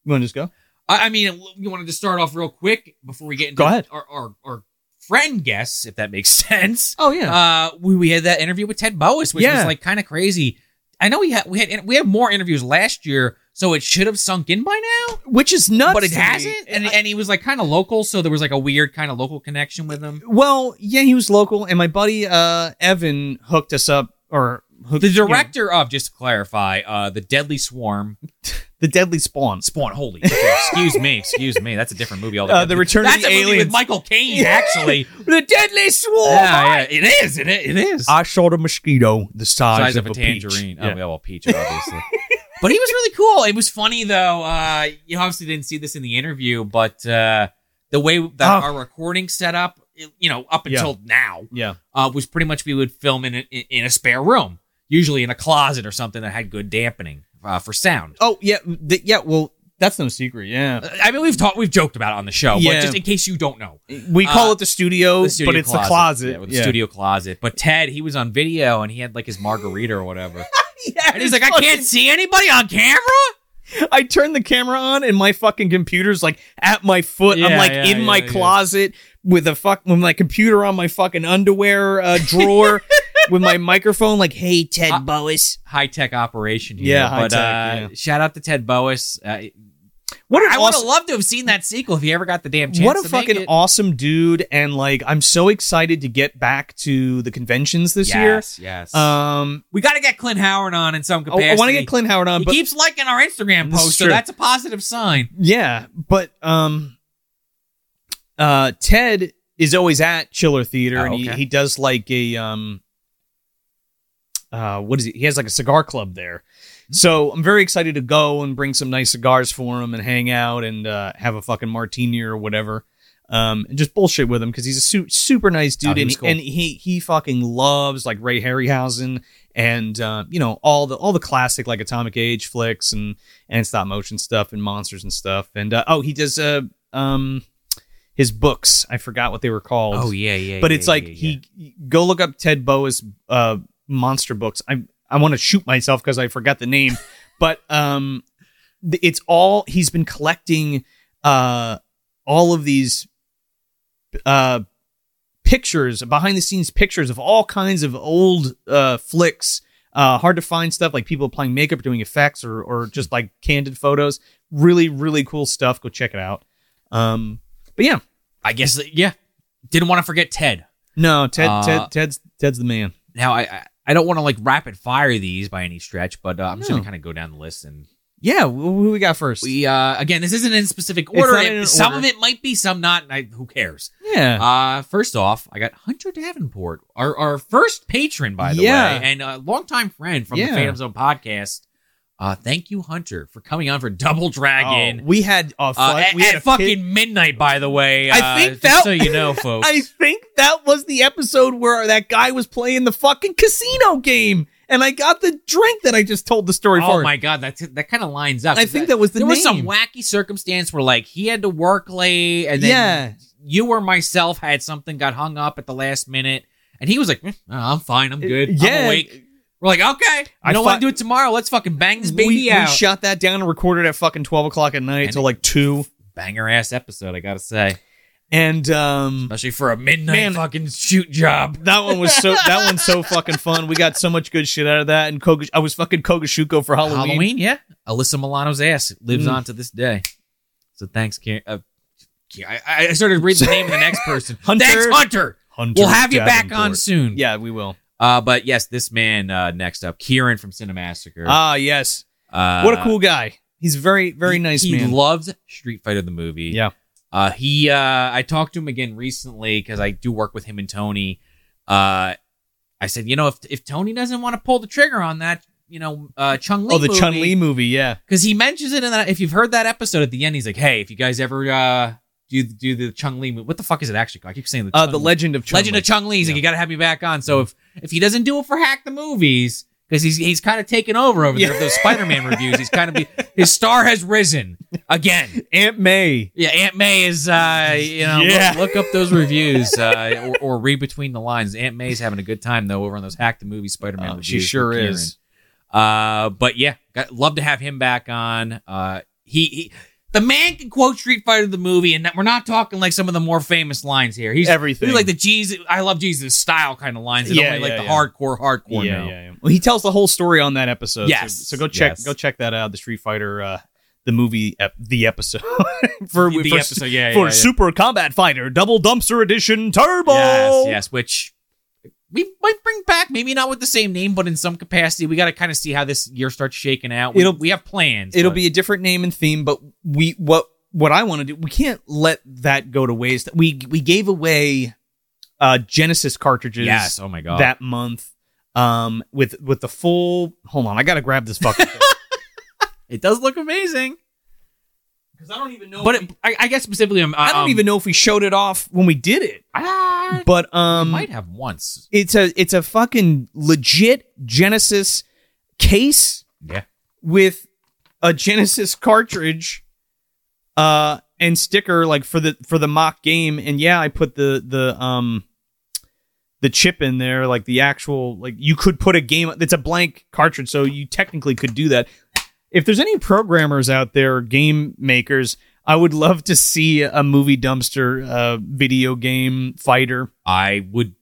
A: you wanna just go?
B: I mean, you wanted to start off real quick before we get into
A: Go ahead.
B: Our, our our friend guests, if that makes <laughs> sense.
A: Oh yeah.
B: Uh, we, we had that interview with Ted Bowis, which
A: Yeah.
B: was like kind of crazy. I know we had we had we had more interviews last year, so it should have sunk in by now,
A: Which is nuts.
B: but it
A: to me.
B: hasn't. And and he was like kind of local, so there was like a weird kind of local connection with him.
A: Well, yeah, he was local, and my buddy uh, Evan hooked us up, or hooked,
B: The
A: you know,
B: director of, just to clarify, uh, the Deadly Swarm,
A: the Deadly Spawn,
B: Spawn. Holy, shit, excuse me, excuse me. That's a different movie altogether.
A: uh, the Return of
B: That's a
A: the
B: movie with
A: Aliens, Oh
B: Michael Caine, actually.
A: the Deadly Swarm.
B: yeah, yeah, it is. It is. It is.
A: I shot a mosquito the size,
B: size of, a
A: peach.
B: tangerine.
A: Yeah.
B: Oh, yeah, well,
A: <laughs>
B: peach, obviously. but he was really cool. It was funny though. Uh, you obviously didn't see this in the interview, but uh, the way that
A: Ah.
B: our recording set up, it- you know, up
A: Yeah.
B: until now,
A: Yeah.
B: uh, was pretty much we would film in a, in in a spare room, usually in a closet or something that had good dampening uh, for sound.
A: Oh yeah. th- yeah. Well, that's no secret. Yeah.
B: Uh, I mean, we've talked, we've joked about it on the show,
A: Yeah.
B: but just in case you don't know,
A: We call
B: uh,
A: it the studio,
B: the studio
A: but it's the closet.
B: yeah, with the studio closet. But Ted, he was on video and he had like his margarita or
A: <laughs>
B: whatever,
A: <laughs> Yeah,
B: and he's like, I can't see anybody on camera.
A: I turned the camera on, and my fucking computer's like at my foot. I'm
B: Yeah,
A: like
B: yeah,
A: in my
B: yeah, yeah.
A: closet with a fuck with my computer on my fucking underwear uh, <laughs> drawer with my microphone. Like, hey, Ted
B: Uh,
A: Boas.
B: high tech operation here.
A: Yeah, high
B: but
A: tech,
B: uh,
A: yeah.
B: shout out to Ted Boas. Uh,
A: What an
B: I would have
A: awesome,
B: loved to have seen that sequel if he ever got the damn chance.
A: what a
B: to make
A: fucking
B: it.
A: awesome dude! And like, I'm so excited to get back to the conventions this year.
B: Yes, yes.
A: Um,
B: we got to get Clint Howard on in some
A: I-
B: capacity.
A: I, want to get Clint Howard on,
B: He
A: but
B: keeps liking our Instagram
A: This is
B: post, so
A: true.
B: that's a positive sign.
A: yeah, but um, uh, Ted is always at Chiller Theater,
B: Oh,
A: and he,
B: okay.
A: he does like a um, uh, what is it? He has like a cigar club there.
B: Hmm.
A: So I'm very excited to go and bring some nice cigars for him and hang out and uh, have a fucking martini or whatever. Um, and just bullshit with him because he's a su- super nice dude
B: Oh, he
A: and,
B: was cool.
A: and he he fucking loves like Ray Harryhausen and uh, you know all the all the classic like Atomic Age flicks and and stop motion stuff and monsters and stuff and uh, oh he does uh um his books I forgot what they were called
B: Oh, yeah, yeah.
A: Oh, but it's like he go look up Ted Boas uh, monster books. I I want to shoot myself because I forgot the
B: <laughs>
A: name, but um, th- it's all he's been collecting uh all of these uh pictures behind the scenes pictures of all kinds of old uh flicks uh hard to find stuff like people applying makeup or doing effects or or just like candid photos really really cool stuff go check it out um but yeah
B: I guess, that- yeah. Didn't want to forget Ted.
A: no ted
B: Uh,
A: ted ted's ted's the man
B: Now, I I, I don't want to like rapid fire these by any stretch, but uh, I'm just
A: No.
B: gonna kind of go down the list and
A: Yeah, wh- who we got first?
B: we uh again, this isn't in specific
A: It's
B: order.
A: not in
B: It-
A: an
B: some
A: order.
B: of it might be, some not. And I, who cares?
A: yeah,
B: <laughs> Uh, first off, I got Hunter Davenport, our, our first patron, by the
A: Yeah.
B: way, and a longtime friend from
A: Yeah.
B: the Phantom Zone podcast. Uh, thank you, Hunter, for coming on for Double
A: Oh,
B: Dragon.
A: we had a
B: uh,
A: fi-
B: at,
A: Oh, we had
B: at
A: a
B: fucking
A: pit-
B: midnight, by the way.
A: I
B: uh,
A: think
B: just
A: that-
B: so you know, folks.
A: <laughs> I think that was the episode where that guy was playing the fucking casino game, and I got the drink that I just told the story
B: oh
A: for.
B: my god, that that kind of lines up.
A: I think that was the
B: there
A: name.
B: was some wacky circumstance where like he had to work late, and then
A: yeah,
B: you or myself had something, got hung up at the last minute, and he was like, "Mm, no, "I'm fine, I'm good,
A: Uh, Yeah.
B: I'm awake." We're like, okay,
A: I
B: I don't
A: thought-
B: want to do it tomorrow. Let's fucking bang this
A: we,
B: baby
A: we
B: out.
A: shot that down and recorded at fucking twelve o'clock at night
B: And
A: till like two.
B: banger ass episode, I gotta say.
A: And um,
B: Especially for a midnight
A: Man.
B: fucking shoot job.
A: That one was so that one's <laughs> so fucking fun. We got so much good shit out of that. And Koga, I was fucking Kogashuko for Halloween.
B: Halloween, yeah. Alyssa Milano's ass lives
A: Mm.
B: on to this day. So thanks, Karen. Uh, Ki- I, I started reading the name of
A: <laughs>
B: the next person.
A: Hunter-
B: Thanks, Hunter.
A: Hunter
B: We'll have you back
A: Davenport.
B: on soon.
A: Yeah, we will.
B: Uh, but yes, this man uh, next up, Kieran from Cinemassacre.
A: Ah, yes.
B: Uh,
A: What a cool guy. He's very very
B: he-
A: nice
B: He
A: man.
B: loved Street Fighter the movie.
A: Yeah.
B: Uh, he, uh, I talked to him again recently because I do work with him and Tony. Uh, I said, you know, if if Tony doesn't want to pull the trigger on that, you know, uh, Chung Li.
A: oh, the Chun Li movie. Yeah.
B: because he mentions it in that. If you've heard that episode at the end, he's like, hey, if you guys ever uh do do the Chung Li movie, what the fuck is it actually called? I keep saying the
A: Uh,
B: Chung
A: the
B: Li-
A: Legend of Chun.
B: Legend of Chung Li. He's like,
A: Yeah.
B: you got to have me back on. So if if he doesn't do it for Hack the Movies, because he's he's kind of taken over over there
A: Yeah.
B: with those Spider Man reviews. He's kind of be, his star has risen again.
A: Aunt May.
B: Yeah, Aunt May is uh, you know look-
A: Yeah.
B: look, up those
A: <laughs>
B: reviews uh, or, or read between the lines. Aunt May's having a good time though over on those Hack the Movie Spider Man.
A: Uh,
B: reviews
A: she
B: with
A: sure
B: Kieran.
A: is.
B: Uh, but yeah, got, love to have him back on. Uh, he, he the man can quote Street Fighter the movie, and that, we're not talking like some of the more famous lines here. He's
A: Everything.
B: he's like the Jesus, I love Jesus style kind of lines, and
A: Yeah,
B: only like
A: yeah,
B: the
A: yeah.
B: hardcore, hardcore.
A: yeah,
B: now.
A: yeah, yeah. Well, he tells the whole story on that episode. so-
B: Yes,
A: So, go check
B: yes.
A: go check that out. The Street Fighter, uh, the movie, ep- the episode <laughs> for
B: The
A: for,
B: episode, yeah,
A: for
B: yeah, yeah.
A: Super Combat Fighter Double Dumpster Edition Turbo.
B: Yes, yes, which we might bring back, maybe not with the same name, but in some capacity. We got to kind of see how this year starts shaking out. We,
A: It'll-
B: we have plans.
A: It'll
B: but-
A: be a different name and theme, but we what what I want to do, we can't let that go to waste. We we gave away uh Genesis cartridges
B: yes. Oh my god,
A: that month. Um, with with the full hold on, I gotta grab this fucking
B: <laughs>
A: thing.
B: it does look amazing.
A: because I don't even know.
B: But it, I, I guess specifically, um,
A: I don't even know if we showed it off when we did it.
B: I
A: But um,
B: might have once.
A: it's a it's a fucking legit Genesis case
B: Yeah.
A: with a Genesis cartridge uh and sticker like for the for the mock game and yeah I put the the um the chip in there like the actual like you could put a game it's a blank cartridge so you technically could do that if there's any programmers out there or game makers I would love to see a movie dumpster uh video game fighter
B: I would.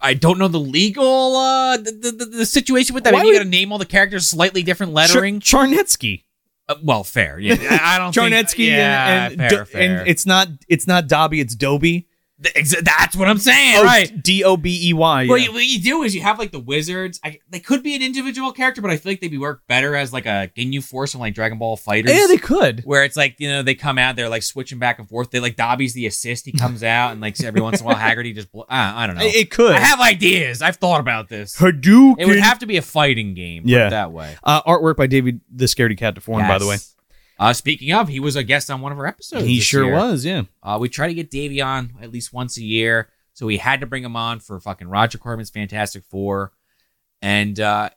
B: I don't know the legal uh the, the, the, the situation with that.
A: Why
B: Maybe you
A: would-
B: got to name all the characters slightly different lettering.
A: Char- Charnetsky
B: Uh, well, fair. Yeah,
A: <laughs>
B: I I don't. think-
A: Charnetsky
B: Yeah,
A: and, and, Do-
B: fair, fair.
A: and it's not it's not Dobby, it's Dobie.
B: Th- exa- that's what I'm saying.
A: Oh,
B: right.
A: D O B E Y.
B: Well,
A: yeah.
B: you, what you do is you have like the wizards. I, they could be an individual character, but I feel like they'd be work better as like a Ginyu Force and like Dragon Ball Fighters,
A: Yeah, they could.
B: where it's like you know they come out, they're like switching back and forth. They like Dobby's the assist, he comes out, and like every once in a while Haggerty just. Bl- I, I don't know.
A: It it could.
B: I have ideas. I've thought about this.
A: Hadouken.
B: It would have to be a fighting game. put it
A: Yeah.
B: that way.
A: uh, artwork by David the Scaredy Cat DeForn, by the way.
B: Yes. Uh, speaking of, he was a guest on one of our episodes.
A: He
B: this
A: sure
B: year.
A: was, yeah.
B: Uh, we try to get Davey on at least once a year, so we had to bring him on for fucking Roger Corman's Fantastic Four, and uh,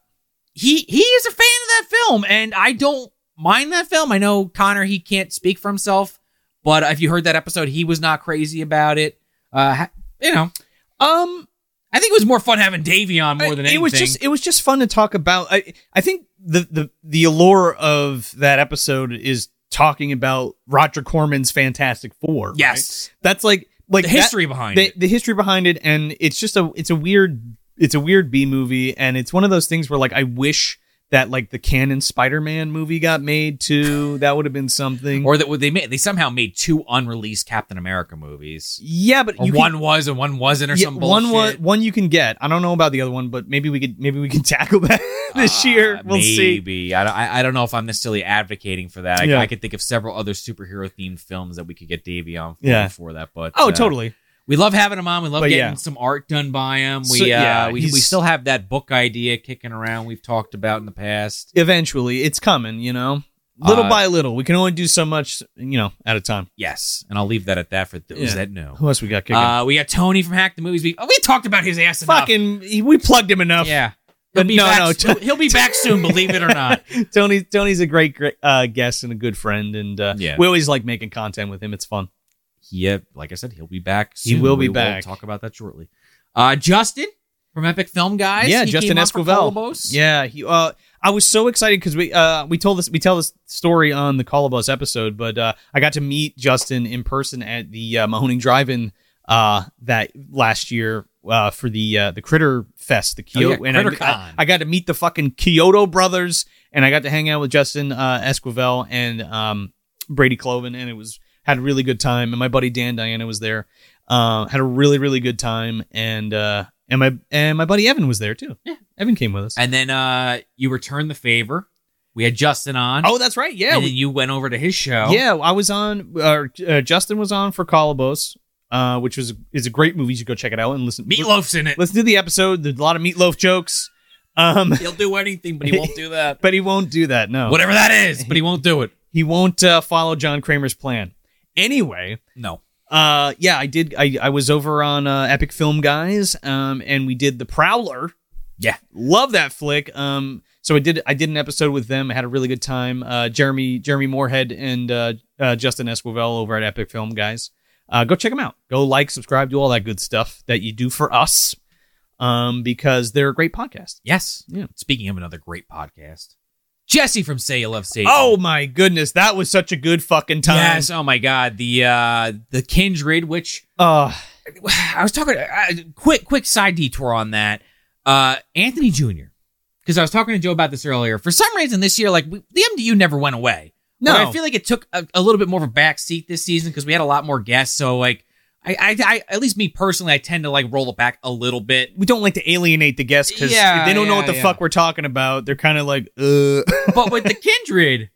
B: he he is a fan of that film, and I don't mind that film. I know Connor he can't speak for himself, but if you heard that episode, he was not crazy about it. Uh, ha- you know,
A: Um,
B: I think it was more fun having Davey on more than
A: I-
B: anything.
A: it was just it was just fun to talk about. I I think the the the allure of that episode is talking about Roger Corman's Fantastic Four. right?
B: yes,
A: that's like like
B: the
A: that-
B: history behind
A: the,
B: it.
A: the history behind it and it's just a it's a weird it's a weird b movie and it's one of those things where like i wish that like the canon spider-man movie got made too that would have been something
B: Or that well, they made they somehow made two unreleased Captain America movies.
A: yeah but
B: Or
A: you
B: one was and one wasn't, or
A: can, yeah,
B: some
A: one
B: bullshit.
A: one one you can get i don't know about the other one but maybe we could <laughs> maybe we can tackle that this
B: Uh,
A: year we'll see
B: maybe. I don't, I, I don't know if I'm necessarily advocating for that. I,
A: Yeah.
B: I could think of several other superhero themed films that we could get Davey on for,
A: Yeah.
B: for that. But
A: oh
B: uh,
A: totally
B: We love having him on. We love
A: But
B: getting
A: yeah.
B: some art done by him. We
A: So, yeah,
B: uh, we, we
A: he's-
B: still have that book idea kicking around we've talked about in the past.
A: eventually it's coming you know little
B: Uh,
A: by little we can only do so much you know at a time
B: Yes, and I'll leave that at that for those
A: Yeah.
B: that know.
A: who else we got kicking
B: Uh, we got Tony from Hack the Movies. We, oh, we talked about his ass enough.
A: fucking we plugged him enough
B: yeah. He'll
A: But
B: be
A: no,
B: back,
A: no,
B: he'll- he'll be back soon, believe it or
A: <laughs>
B: not.
A: Tony Tony's a great, great uh, guest and a good friend, and uh,
B: Yeah.
A: we always like making content with him. It's fun.
B: yeah, like I said, he'll be back.
A: He
B: soon.
A: will be
B: We
A: back.
B: talk about that shortly. Uh, Justin from Epic Film Guys.
A: Yeah,
B: He
A: Justin
B: came on for
A: Esquivel.
B: Colobos.
A: Yeah, he. Uh, I was so excited because we uh, we told this we tell this story on the Call of Us episode, but uh, I got to meet Justin in person at the uh, Mahoning Drive-in uh, that last year uh, for the uh, the Critter Fest, the
B: Oh, yeah,
A: Kyoto, and I-
B: CritterCon.
A: I, I got to meet the fucking Kyoto brothers, and I got to hang out with Justin uh, Esquivel and um, Brady Cloven, and it was had a really good time. And my buddy Dan Diana was there, uh, had a really really good time, and uh, and my and my buddy Evan was there too. Yeah, Evan came with us.
B: And then uh, you returned the favor. We had Justin on.
A: <laughs> Oh, that's right. Yeah,
B: and
A: we-
B: then you went over to his show.
A: Yeah, I was on. Uh, uh, Justin was on for Colobos, uh, which was is a great movie. You should go check it out and listen.
B: Meatloaf's in it.
A: Listen to the episode. There's a lot of meatloaf jokes, um, <laughs>
B: <laughs> He'll do anything, but he won't do that.
A: but he won't do that. <laughs> No,
B: Whatever that is, but he won't do it.
A: he won't uh, follow John Kramer's plan. Anyway,
B: No.
A: uh, yeah, I did. I, I was over on uh, Epic Film Guys, um, and we did The Prowler.
B: Yeah.
A: love that flick. Um, so I did. I did an episode with them. I had a really good time. Uh, Jeremy Jeremy Moorhead and uh, uh, Justin Esquivel over at Epic Film Guys. Uh, go check them out. Go like, subscribe, do all that good stuff that you do for us, um, because they're a great podcast.
B: Yes.
A: Yeah.
B: Speaking of another great podcast, Jesse from Say You Love Satan.
A: Oh my goodness, that was such a good fucking time.
B: yes. Oh my God. The uh the Kindred, which
A: Uh,
B: <sighs> I was talking. Uh, quick, quick side detour on that. Uh, Anthony Jr. Because I was talking to Joe about this earlier. For some reason, this year, like we, the MDU never went away.
A: No.
B: But I feel like it took a, a little bit more of a backseat this season because we had a lot more guests. So like, I, I, I, at least me personally, I tend to like roll it back a little bit.
A: we don't like to alienate the guests because
B: Yeah,
A: they don't know
B: yeah,
A: what the
B: yeah.
A: fuck we're talking about. They're kind of like, uh. <laughs>
B: But with the Kindred.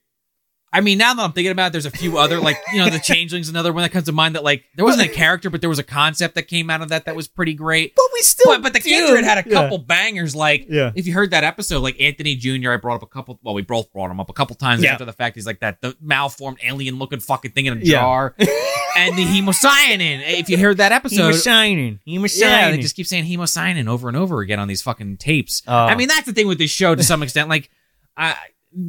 B: I mean, now that I'm thinking about it, there's a few other, like,
A: <laughs>
B: you know, the Changeling's another one that comes to mind that, like, there wasn't a character, but there was a concept that came out of that that was pretty great.
A: But we still.
B: But, but the Kindred had a couple bangers, like, <laughs>
A: Yeah.
B: if you heard that episode, like Anthony Jr., I brought up a couple. Well, we both brought him up a couple times
A: Yeah.
B: after the fact. He's like that the malformed alien looking fucking thing in a
A: Yeah.
B: jar, and the hemocyanin. If you heard that episode,
A: shining. He was
B: yeah, they just keep saying hemocyanin over and over again on these fucking tapes.
A: Oh.
B: I mean, that's the thing with this show to some extent. Like, I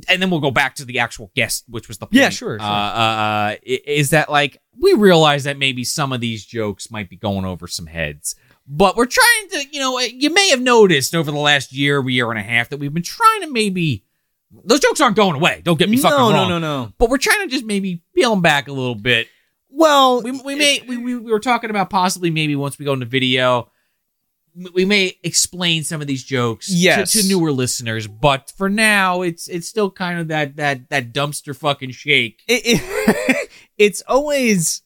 B: and then we'll go back to the actual guest, which was the point.
A: Yeah, sure, sure.
B: Uh, uh, uh, i- is that like we realize that maybe some of these jokes might be going over some heads. But we're trying to, you know, uh, you may have noticed over the last year, year and a half that we've been trying to maybe those jokes aren't going away. Don't get me fucking
A: no,
B: wrong.
A: no, no, no.
B: But we're trying to just maybe peel them back a little bit
A: Well,
B: we, we may we, we, we were talking about possibly maybe once we go into video m- we may explain some of these jokes to-
A: Yes.
B: to, newer listeners but for now it's it's still kind of that that that dumpster fucking shake
A: <laughs> it, it, <laughs> it's always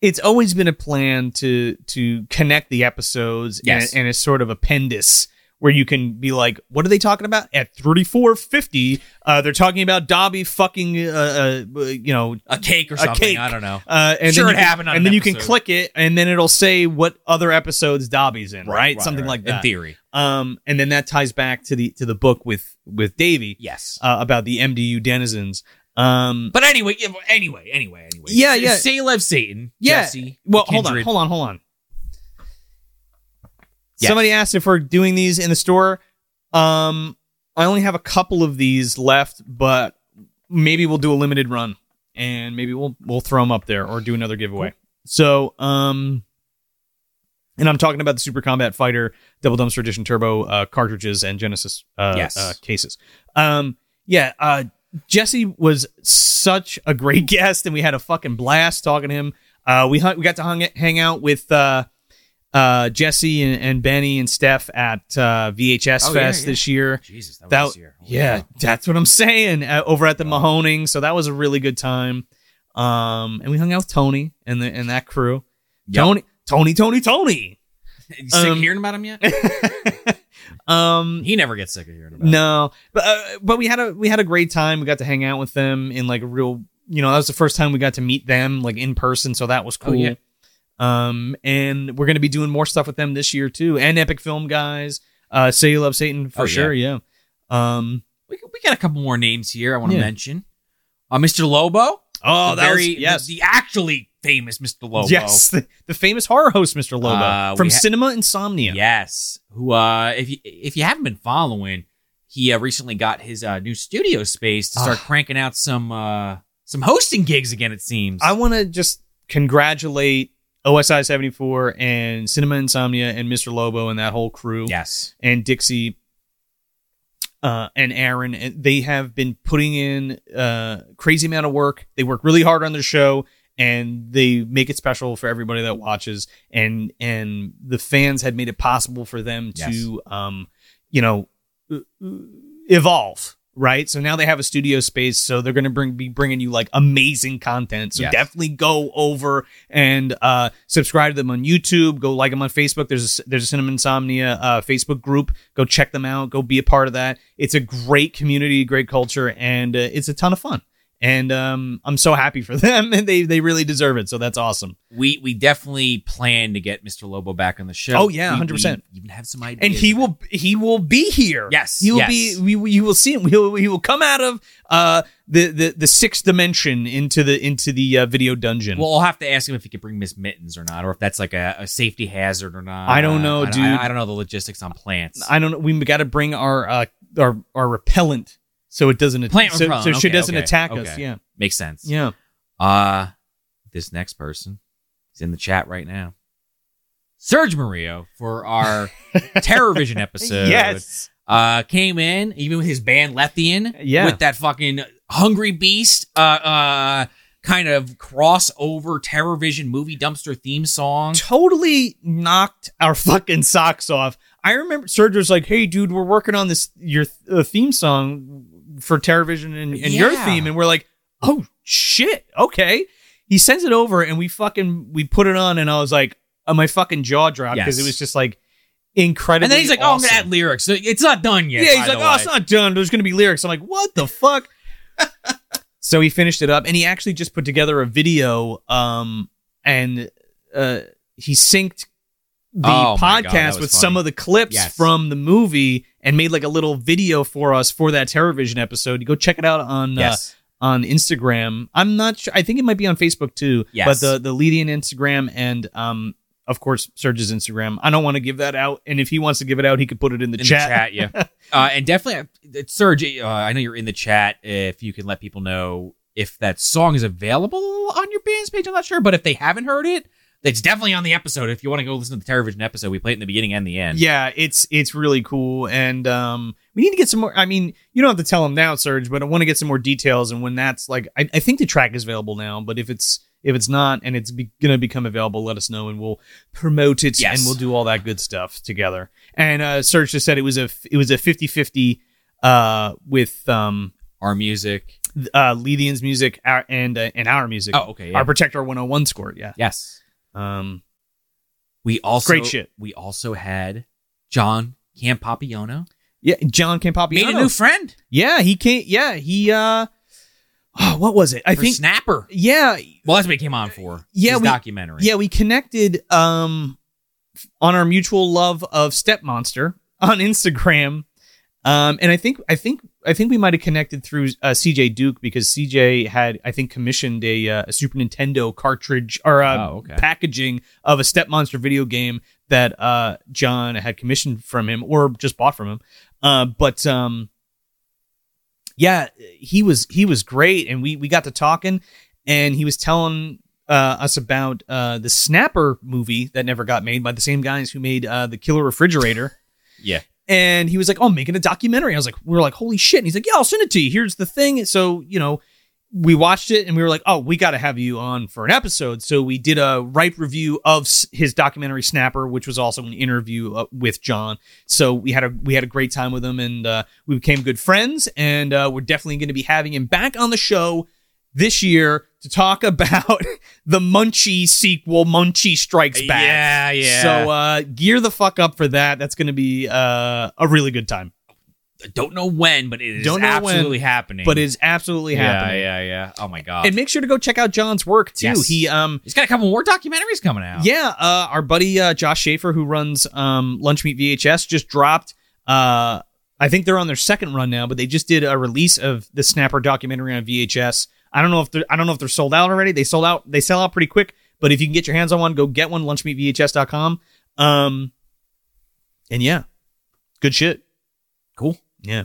A: it's always been a plan to to connect the episodes
B: Yes.
A: and, and a sort of appendix where you can be like what are they talking about at 3450 uh they're talking about dobby fucking uh, uh you know
B: a cake or something
A: cake.
B: i don't know
A: uh and
B: Sure,
A: then
B: it
A: you can,
B: happened on
A: and
B: an
A: then you can
B: episode.
A: click it and then it'll say what other episodes dobby's in right, something like
B: in
A: that
B: theory
A: um and then that ties back to the to the book with with davy
B: yes
A: uh, about the mdu denizens um
B: but anyway yeah, well, anyway anyway anyway
A: Yeah,
B: S-
A: yeah.
B: say love satan
A: Yeah.
B: Jesse,
A: Well,
B: the
A: hold on,
B: kindred.
A: hold on, hold on.
B: Yes.
A: Somebody asked if we're doing these in the store. Um, I only have a couple of these left, but maybe we'll do a limited run, and maybe we'll we'll throw them up there or do another giveaway. So, um, and I'm talking about the Super Combat Fighter Double Dumpster Edition Turbo uh, cartridges and Genesis uh,
B: Yes.
A: uh, cases. Um, yeah, uh, Jesse was such a great <laughs> guest, and we had a fucking blast talking to him. Uh, we hung, we got to hung, hang out with uh, uh, Jesse and, and Benny and Steph at uh, VHS
B: Oh, yeah,
A: Fest
B: yeah.
A: this year.
B: jesus that was
A: That-
B: this year Oh, Holy
A: Yeah,
B: cow.
A: that's what I'm saying. Uh, over at the Mahoning, so that was a really good time. Um, and we hung out with Tony and the and that crew.
B: Yep.
A: Tony, Tony, Tony, Tony.
B: you sick of
A: Um,
B: hearing about him yet
A: <laughs> um,
B: he never gets sick of hearing about him.
A: No, but uh, but we had a we had a great time. We got to hang out with them in like a real, you know, that was the first time we got to meet them like in person, so that was
B: Oh,
A: cool.
B: yeah.
A: Um, and we're gonna be doing more stuff with them this year too, and Epic Film guys. Uh, say you love Satan for
B: Oh, yeah.
A: sure, yeah. Um,
B: we, we got a couple more names here i want to
A: Yeah.
B: mention uh, mr lobo
A: oh,
B: the
A: that
B: very,
A: was yes,
B: the, the actually famous Mr. Lobo.
A: yes, <laughs> the, the famous horror host Mr. Lobo
B: Uh, we
A: from
B: ha-
A: Cinema Insomnia.
B: yes. Who, uh, if you if you haven't been following, he uh, recently got his uh, new studio space to
A: Ah.
B: start cranking out some uh some hosting gigs again. It seems.
A: I want to just congratulate OSI seventy four and Cinema Insomnia and Mr. Lobo and that whole crew.
B: yes.
A: and Dixie uh, and Aaron, and they have been putting in uh, crazy amount of work. They work really hard on their show, and they make it special for everybody that watches. And and the fans had made it possible for them to, um, you know, e- e- evolve. Right, so now they have a studio space, so they're going to bring be bringing you like amazing content. So
B: Yes.
A: definitely go over and uh, subscribe to them on YouTube. Go like them on Facebook. There's a there's a Cinema Insomnia uh, Facebook group. Go check them out. Go be a part of that. It's a great community, great culture, and uh, it's a ton of fun. And um, I'm so happy for <laughs> them, and they they really deserve it. So that's awesome.
B: We we definitely plan to get Mr. Lobo back on the show.
A: Oh, yeah,
B: We-
A: 100%.
B: we Even have some ideas,
A: And he will he will be here.
B: Yes,
A: he will
B: yes.
A: be. We you will see him. He will, he will come out of uh the the the sixth dimension into the into the uh, video dungeon.
B: Well, I'll have to ask him if he could bring Miss Mittens or not, or if that's like a, a safety hazard or not.
A: I don't know,
B: I
A: dude.
B: I, I don't know the logistics on plants.
A: I don't know. We got to bring our uh, our our repellent so it doesn't
B: Plant
A: so,
B: repellent,
A: so she
B: okay,
A: doesn't
B: okay,
A: attack us.
B: okay.
A: Yeah,
B: Makes sense.
A: yeah.
B: Uh this next person is in the chat right now. Serge Murillo for
A: <laughs>
B: our Terror Vision episode.
A: yes,
B: Uh came in, even with his band Lethian.
A: Yeah.
B: With that fucking Hungry Beast uh uh kind of crossover Terror Vision movie dumpster theme song.
A: totally knocked our <laughs> fucking socks off. I remember Serge was like, "Hey, dude, we're working on this your uh, theme song for Terrorvision and, and your
B: Yeah.
A: theme," and we're like, "Oh shit, okay." He sends it over, and we fucking we put it on, and I was like, uh, my fucking jaw dropped because
B: Yes.
A: it was just like incredible.
B: And then he's like, "Oh, I'm gonna add lyrics. So It's not done yet."
A: Yeah, he's
B: by
A: like,
B: the
A: oh,
B: way."
A: it's not done. There's going to be lyrics. I'm like, what the fuck? <laughs> so he finished it up, and he actually just put together a video. Um, and uh, he synced the
B: Oh my God, that
A: podcast
B: was
A: with
B: funny.
A: some of the clips
B: Yes.
A: from the movie, and made like a little video for us for that Terrorvision episode. You go check it out on uh,
B: Yes.
A: on Instagram. I'm not sure. I think it might be on Facebook too.
B: Yes.
A: But the the Ledian Instagram and um of course Serge's Instagram. I don't want to give that out. And if he wants to give it out, he could put it in the,
B: in
A: chat.
B: the
A: <laughs>
B: chat, yeah. uh, and definitely, uh, Serge, uh, I know you're in the chat. If you can let people know if that song is available on your band's page, I'm not sure, but if they haven't heard it, it's definitely on the episode. If you want to go listen to the Terrorvision episode, we play it in the beginning and the end.
A: Yeah, it's it's really cool, and um, we need to get some more. I mean, you don't have to tell him now, Serge, but I want to get some more details. And when that's like, I, I think the track is available now, but if it's if it's not and it's be, gonna become available, let us know and we'll promote it
B: Yes.
A: and we'll do all that good stuff together. And uh, Serge just said it was a f- it was a 50-50 uh, with um,
B: Our music.
A: th- uh, Ledian's music our, and uh, and our music.
B: Oh, okay. yeah.
A: Our Protector 101 score, yeah.
B: yes.
A: Um,
B: We also
A: Great shit.
B: We also had John Campapiono
A: yeah, John Campapiano.
B: made a new friend.
A: Yeah, he can't. Yeah, he. uh oh, What was it? I
B: I
A: think.
B: think Snapper.
A: yeah,
B: Well, that's what he came on for.
A: Yeah,
B: his
A: we-
B: documentary.
A: yeah, we connected um on our mutual love of Step Monster on Instagram, um, and I think I think I think we might have connected through uh, CJ Duke because CJ had I think commissioned a, uh, a Super Nintendo cartridge or uh,
B: Oh, okay.
A: packaging of a Step Monster video game that uh, John had commissioned from him or just bought from him. Uh, but um, yeah, he was he was great, and we we got to talking, and he was telling uh, us about uh, the Snapper movie that never got made by the same guys who made uh, the Killer Refrigerator.
B: Yeah.
A: And he was like, "Oh, I'm making a documentary." I was like, "We were like, holy shit!" And he's like, "Yeah, I'll send it to you. Here's the thing." So you know, we watched it and we were like, oh, we got to have you on for an episode. So we did a ripe review of s- his documentary Snapper, which was also an interview uh, with John. So we had a we had a great time with him and uh, we became good friends. And uh, we're definitely going to be having him back on the show this year to talk <laughs> about the Munchie sequel, Munchie Strikes Back.
B: Yeah, yeah.
A: So uh, gear the fuck up for that. That's going to be uh, a really good time,
B: I don't know when, but it is
A: Don't know when,
B: absolutely happening.
A: but it's absolutely
B: yeah,
A: happening.
B: Yeah, yeah, Oh my god.
A: And make sure to go check out John's work too.
B: Yes.
A: He um
B: He's got a couple more documentaries coming out.
A: Yeah, uh, our buddy uh, Josh Schaefer, who runs um, Lunch Meat VHS, just dropped. Uh, I think they're on their second run now, but they just did a release of the Snapper documentary on VHS. I don't know if they're I don't know if they're sold out already. They sold out. They sell out pretty quick. But if you can get your hands on one, go get one. LunchMeatVHS.com. Um, and yeah, good shit.
B: Cool.
A: Yeah.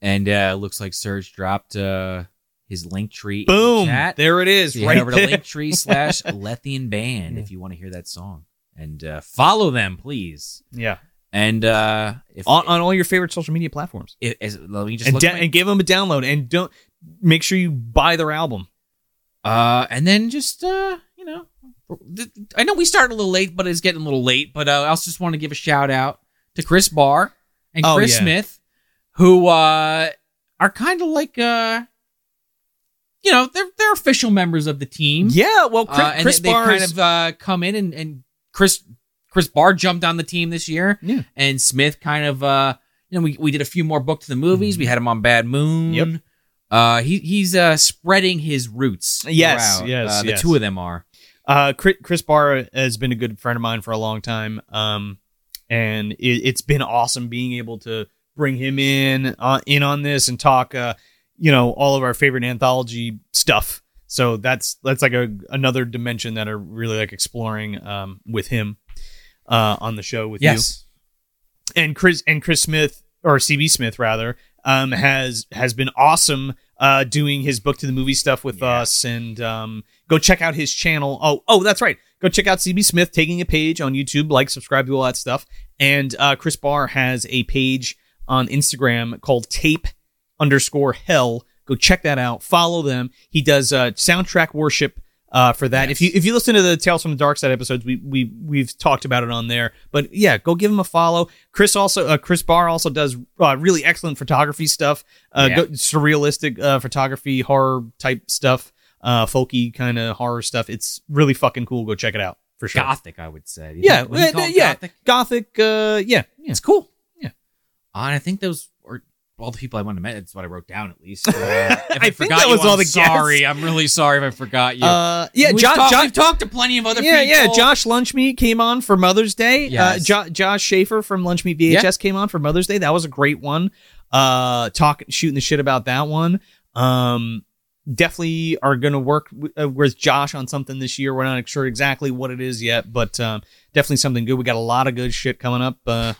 B: And uh looks like Serge dropped uh his link tree in
A: Boom.
B: the chat.
A: There it is.
B: So you head
A: right
B: over
A: there.
B: to
A: <laughs>
B: Linktree slash Lethian Band
A: Yeah.
B: if you want to hear that song. And uh follow them, please.
A: Yeah.
B: And uh, if,
A: on, on all your favorite social media platforms,
B: if, is- let me just
A: and,
B: look
A: da-
B: at my-
A: and give them a download, and don't make sure you buy their album.
B: Uh, and then just uh, you know, I know we started a little late, but it's getting a little late. But uh, I also just want to give a shout out to Chris Barr and
A: Oh,
B: Chris
A: yeah.
B: Smith, who uh are kind of like uh, you know, they're they're official members of the team.
A: Yeah, well, Chris,
B: uh, and
A: Chris
B: they,
A: Barr
B: they've kind
A: is-
B: of uh, come in and and Chris Chris Barr jumped on the team this year.
A: Yeah.
B: and Smith kind of uh, you know, we we did a few more book to the movies. We had him on Bad Moon.
A: Mm-hmm. Yep.
B: Uh, he he's uh spreading his roots.
A: Yes,
B: throughout.
A: yes,
B: Uh, the
A: yes.
B: two of them are.
A: Uh, Chris, Chris Barr has been a good friend of mine for a long time, um, and it, it's been awesome being able to bring him in uh, in on this and talk, uh, you know, all of our favorite anthology stuff. So that's that's like a another dimension that I really like exploring um, with him uh, on the show with you and Chris and Chris Smith or CB Smith rather um, has has been awesome uh, doing his book to the movie stuff with
B: Yeah.
A: us and um, go check out his channel. Oh oh that's right. Go check out CB Smith taking a page on YouTube, like subscribe to all that stuff. And uh, Chris Barr has a page on Instagram called Tape underscore Hell. Go check that out. Follow them. He does uh, soundtrack worship uh, for that. If you
B: Yes.
A: if you listen to the Tales from the Dark Side episodes, we we we've talked about it on there. But yeah, go give him a follow. Chris also uh, Chris Barr also does uh, really excellent photography stuff, uh,
B: Yeah.
A: go, surrealistic uh, photography, horror type stuff, uh, folky kind of horror stuff. It's really fucking cool. Go check it out for sure.
B: Gothic, I would say. You
A: yeah,
B: think- would you
A: uh,
B: call it
A: yeah,
B: Gothic?
A: gothic. Uh, yeah, yeah.
B: It's cool.
A: Yeah.
B: Uh, and I think those are all the people I wanted to mention. That's what I wrote down
A: <laughs>
B: at least. Uh, if I,
A: I think
B: forgot
A: that was
B: you,
A: all
B: I'm
A: the guess.
B: sorry. I'm really sorry if I forgot you.
A: Uh, yeah,
B: We've
A: Josh.
B: talked-
A: Josh
B: we've talked to plenty of other
A: yeah,
B: people.
A: yeah. Josh Lunchmeat came on for Mother's Day.
B: Yes.
A: Uh, jo- Josh Schaefer from Lunchmeat VHS came on for Mother's Day. That was a great one. Uh, talk shooting the shit about that one. Um, definitely are going to work w- uh, with Josh on something this year. We're not sure exactly what it is yet, but um, definitely something good. We got a lot of good shit coming up. Uh,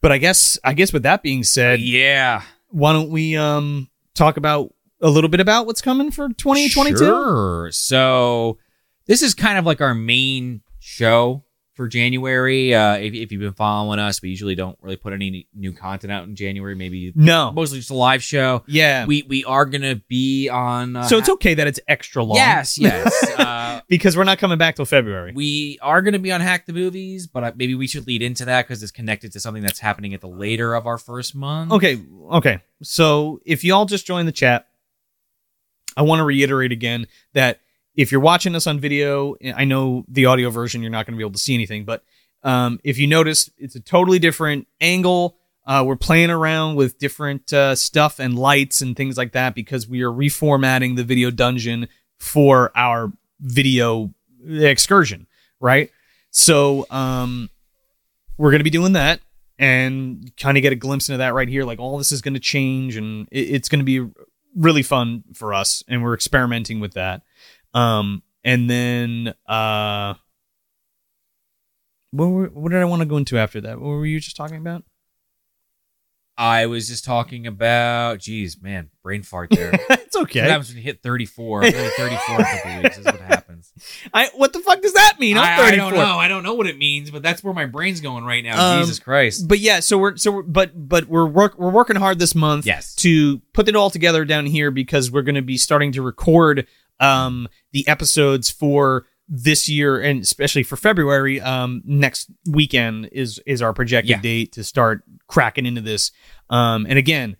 A: but I guess I guess with that being said,
B: Yeah.
A: why don't we um talk about a little bit about what's coming for 2022?
B: Sure. So this is kind of like our main show for January. Uh, if, if you've been following us, we usually don't really put any new content out in January. Maybe
A: No.
B: mostly just a live show.
A: Yeah.
B: We we are gonna be on. Uh,
A: so it's okay that it's extra long.
B: Yes, <laughs> yes.
A: <laughs>
B: uh,
A: because we're not coming back till February.
B: we are going to be on Hack the Movies, but uh, maybe we should lead into that because it's connected to something that's happening at the later of our first month.
A: Okay, okay. So if y'all just joined the chat, I want to reiterate again that if you're watching us on video, eh, I know the audio version you're not going to be able to see anything, but um, if you notice, it's a totally different angle. Uh, we're playing around with different uh, stuff and lights and things like that because we are reformatting the video dungeon for our video eh, excursion, right? So um, we're going to be doing that and kind of get a glimpse into that right here. Like all this is going to change, and it, it's going to be really fun for us, and we're experimenting with that. Um, and then uh, what were, what did I want to go into after that? What were you just talking
B: <laughs>
A: about?
B: I was just talking about, geez, man, brain fart there.
A: it's
B: What
A: okay.
B: happens when you hit 34? Really 34 in a couple weeks is what happens.
A: I what the fuck does that mean? I'm
B: I, I
A: 34.
B: don't know. I don't know what it means, but that's where my brain's going right now.
A: Um,
B: Jesus Christ.
A: But yeah, so we're so we're, but but we're work we're working hard this month.
B: Yes.
A: to put it all together down here because we're going to be starting to record um, the episodes for this year and especially for February. Um, next weekend is is our projected
B: Yeah.
A: date to start cracking into this. Um, and again,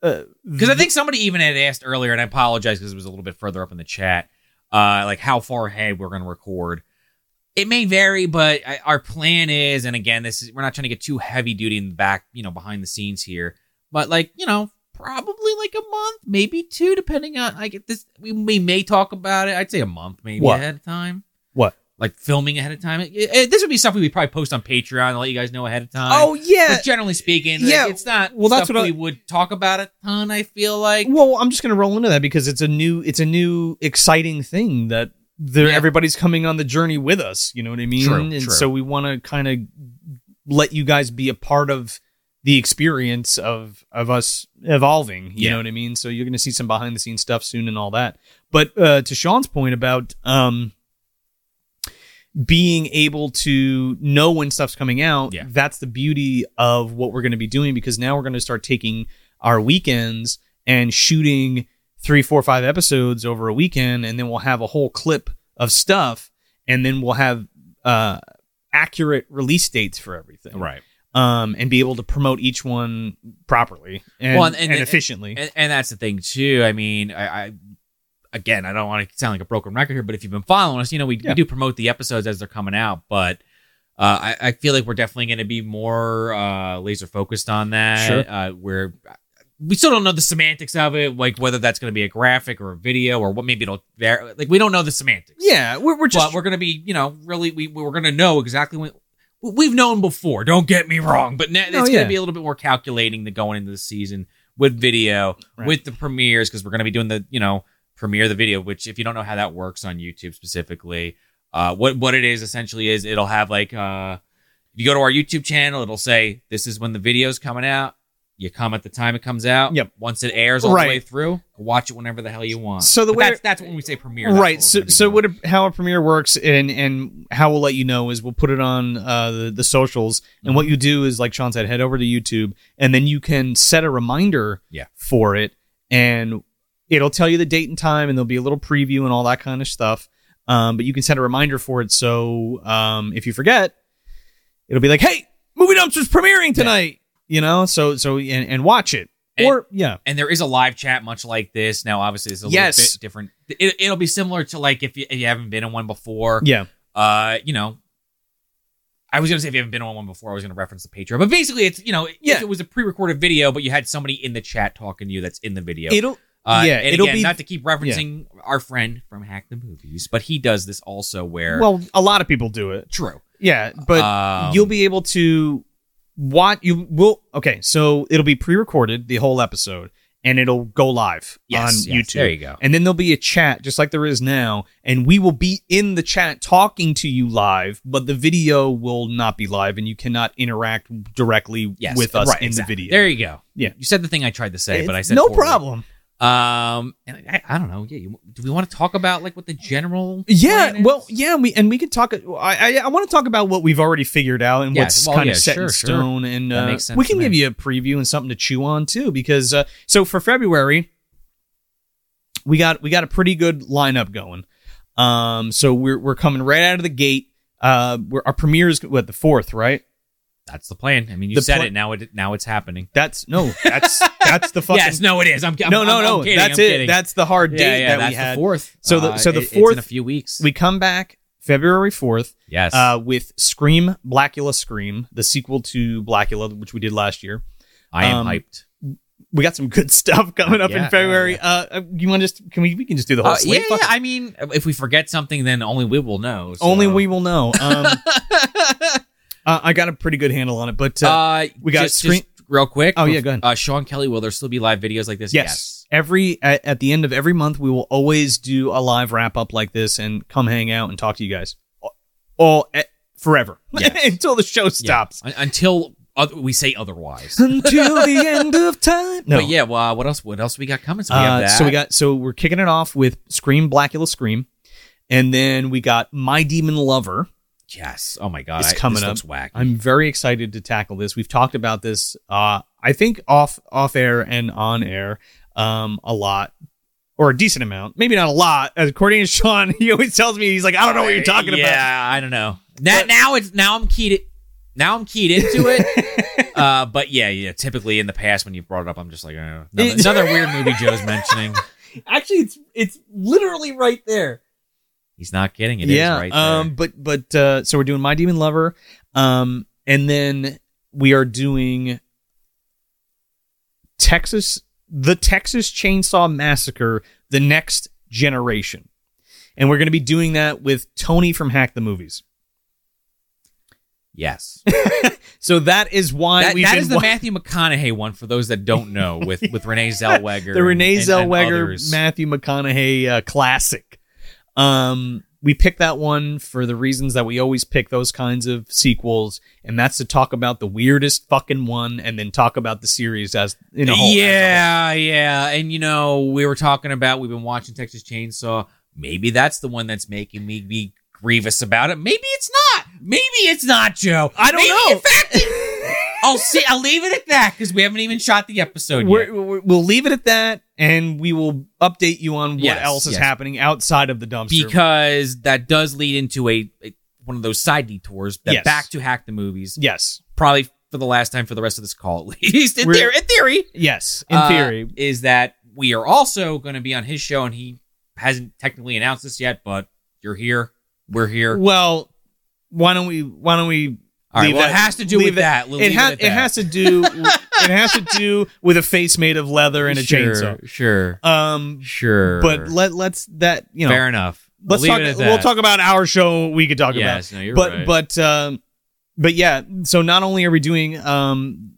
A: uh,
B: Because I think somebody even had asked earlier, and I apologize because it was a little bit further up in the chat, uh, like how far ahead we're going to record. It may vary, but I, our plan is, and again, this is we're not trying to get too heavy duty in the back, you know, behind the scenes here, but like you know, probably like a month, maybe two, depending on like if this. We, we may talk about it. I'd say a month, maybe
A: What?
B: ahead of time.
A: What?
B: Like filming ahead of time. It- it- this would be something we probably post on Patreon and let you guys know ahead of time.
A: yeah. <laughs>
B: But generally speaking,
A: Yeah,
B: yeah, it's not.
A: well,
B: Well,
A: that's
B: that's
A: what I-
B: we would talk about a ton. I feel like.
A: Well, I'm just going to roll into that because it's a new it's a new exciting thing that there
B: Yeah.
A: everybody's coming on the journey with us, you know what I mean?
B: True,
A: and
B: true.
A: so we want to kind of let you guys be a part of the experience of of us evolving, you
B: Yeah.
A: know what I mean? So you're going to see some behind the scenes stuff soon and all that. But uh to Sean's point about um being able to know when stuff's coming out,
B: Yeah.
A: that's the beauty of what we're going to be doing because now we're going to start taking our weekends and shooting three, four, five episodes over a weekend, and then we'll have a whole clip of stuff, and then we'll have uh, accurate release dates for everything,
B: Right.
A: Um, and be able to promote each one properly and,
B: Well, and-
A: and,
B: and-
A: efficiently.
B: And, and that's the thing too. I mean, I, I again, I don't want to sound like a broken record here, but if you've been following us, you know we,
A: Yeah.
B: we do promote the episodes as they're coming out, but. Uh, I, I feel like we're definitely going to be more uh, laser focused on that.
A: Sure.
B: Uh, where we still don't know the semantics of it, like whether that's going to be a graphic or a video or what. Maybe it'll vary. Like we don't know the semantics.
A: yeah, we're, we're just
B: but we're going to be, you know, really we we're going to know exactly when. We've known before. Don't get me wrong, but now it's
A: No,
B: going
A: Oh, yeah.
B: to be a little bit more calculating the going into the season with video,
A: Right.
B: with the premieres, because we're going to be doing the, you know, premiere the video. Which, if you don't know how that works on YouTube specifically, uh, what what it is essentially is it'll have like, uh, if you go to our YouTube channel, it'll say this is when the video's coming out. You come at the time it comes out.
A: Yep.
B: Once it airs all
A: Right.
B: the way through, watch it whenever the hell you want.
A: So the
B: But
A: way-
B: that's, that's when we say premiere, that's
A: right
B: we're
A: so
B: gonna be
A: so
B: doing.
A: what a, how a premiere works and and how we'll let you know is we'll put it on uh the, the socials and
B: Mm-hmm.
A: what you do is like sean said head over to youtube and then you can set a reminder
B: Yeah.
A: for it and it'll tell you the date and time and there'll be a little preview and all that kind of stuff um but you can set a reminder for it so um if you forget it'll be like hey movie dumpster's premiering tonight you know so so and, and watch it
B: And-
A: or yeah
B: and there is a live chat much like this. Now, obviously, it's a
A: Yes.
B: little bit different. It, it'll be similar to like if you, if you haven't been in one before.
A: yeah
B: Uh, you know, I was gonna say if you haven't been on one before, I was gonna reference the Patreon, but basically, it's you know,
A: Yeah.
B: if it was a pre-recorded video, but you had somebody in the chat talking to you that's in the video.
A: it'll
B: uh,
A: yeah,
B: and
A: it'll
B: again,
A: be-
B: not to keep referencing our friend from Hack the Movies, but he does this also where
A: well a lot of people do it
B: true,
A: yeah but
B: Um,
A: you'll be able to watch you will okay so it'll be pre-recorded the whole episode and it'll go live
B: yes,
A: on
B: yes,
A: youtube
B: There you go.
A: and then there'll be a chat just like there is now and we will be in the chat talking to you live but the video will not be live and you cannot interact directly
B: Yes,
A: with us
B: right,
A: in
B: exactly.
A: the video
B: There you go.
A: Yeah.
B: you said the thing I tried to say, but I
A: It's
B: said
A: no
B: poorly.
A: problem
B: Um, and I, I don't know. Yeah, you, do we want to talk about like what the general?
A: yeah
B: plan is?
A: well yeah we and we can talk i i, I want to talk about what we've already figured out and
B: Yeah,
A: what's
B: well,
A: kind
B: yeah,
A: of set in
B: sure, sure.
A: stone and
B: That
A: uh,
B: makes sense
A: we
B: to
A: can
B: me.
A: give you a preview and something to chew on too because uh, so for february we got we got a pretty good lineup going um so we're we're coming right out of the gate uh we're, our premiere is what the fourth right
B: that's the plan. I mean, you
A: The
B: said
A: pla-
B: it. Now it now it's happening.
A: that's no
B: <laughs>
A: that's that's the fucking
B: yes, no, it is. I'm, I'm
A: no no
B: I'm-
A: no
B: I'm kidding,
A: that's
B: I'm
A: it
B: Kidding.
A: that's the hard
B: yeah,
A: date
B: yeah,
A: that
B: that's
A: we
B: the
A: had
B: fourth.
A: So the-
B: Uh,
A: so the
B: it- it's in a
A: fourth-
B: few weeks.
A: we come back february 4th
B: yes,
A: uh, with Scream, Blackula Scream, the sequel to Blackula, which we did last year.
B: I am
A: um,
B: hyped.
A: We got some good <laughs> stuff coming up
B: Yeah,
A: in February. Uh, you want to just can we we can just do the whole
B: Uh, yeah,
A: slate?
B: yeah,
A: Fuck it.
B: I mean, if we forget something, then only we will know. so.
A: Only we will
B: <laughs>
A: know. Um, uh, I got a pretty good handle on it, but uh,
B: uh,
A: we got
B: just,
A: screen-
B: just real quick.
A: Oh, yeah, go ahead.
B: Uh, Sean Kelly, will there still be live videos like this?
A: yes, every at, at the end of every month we will always do a live wrap up like this and come hang out and talk to you guys all eh, forever <laughs>
B: Yes.
A: until the show
B: Yeah.
A: stops.
B: Un- until oth- we say
A: <laughs>
B: otherwise.
A: Until the end of time. No,
B: But yeah, well, uh, what else? What else we got coming? So we, have
A: Uh,
B: that.
A: so we got so we're kicking it off with Scream Blackula Scream, and then we got My Demon Lover.
B: Yes. Oh my god,
A: It's
B: I-
A: coming
B: this
A: up.
B: Looks whack.
A: I'm very excited to tackle this. We've talked about this, uh, I think off off air and on air, um, a lot. Or a decent amount, maybe not a lot. As According to Sean, <laughs> he always tells me he's like, "I don't know what you're talking
B: yeah,
A: about."
B: I don't know. Now, now it's now I'm keyed. It, now I'm keyed into
A: <laughs>
B: it. uh, but yeah, yeah. Typically in the past when you brought it up, I'm just like uh, another,
A: It's-
B: another weird movie Joe's mentioning.
A: <laughs> Actually, it's it's literally right there.
B: He's not getting it.
A: yeah.
B: It is right
A: um. But but uh. So we're doing My Demon Lover. Um. And then we are doing Texas, the Texas Chainsaw Massacre, the next generation, and we're going to be doing that with Tony from Hack the Movies.
B: there.
A: <laughs>
B: Yes.
A: So that is why
B: That,
A: we've
B: that
A: been
B: is the
A: wa-
B: Matthew McConaughey one for those that don't know with
A: <laughs>
B: with Renee Zellweger.
A: the Renee
B: and- and
A: Zellweger,
B: others.
A: Matthew McConaughey uh, classic. Um, we picked that one for the reasons that we always pick those kinds of sequels, and that's to talk about the weirdest fucking one, and then talk about the series as in a whole.
B: yeah, yeah. And you know, we were talking about we've been watching Texas Chainsaw. Maybe that's the one that's making me be grievous about it. Maybe it's not. Maybe it's not, Joe.
A: I don't
B: Maybe
A: know.
B: In fact,
A: <laughs>
B: it- I'll see. I'll leave it at that because we haven't even shot the episode
A: We're,
B: yet.
A: we're- we'll leave it at that, and we will update you on what
B: Yes,
A: else is
B: yes.
A: happening outside of the dumpster.
B: Because that does lead into a, a- one of those side detours that
A: Yes.
B: back to hack the movies.
A: yes,
B: Probably for the last time for the rest of this call at least. In,
A: We're-
B: theory, in theory,
A: yes, in
B: uh,
A: theory,
B: is that we are also going to be on his show, and he hasn't technically announced this yet, but you're here. We're here.
A: Well, why don't we? Why don't we?
B: All right.
A: leave
B: Well, it
A: that-
B: has to do
A: leave
B: with that. We'll
A: it,
B: leave
A: ha-
B: at
A: it
B: that.
A: has to do. it has to do with a face made of leather and a
B: sure, Sure.
A: chainsaw. Um,
B: Sure.
A: but let let's that you know.
B: fair enough.
A: Let's
B: We'll
A: talk.
B: leave it at
A: We'll
B: that.
A: talk about our show. We could talk about.
B: Yes, no, you're
A: but
B: right.
A: but um but yeah so not only are we doing um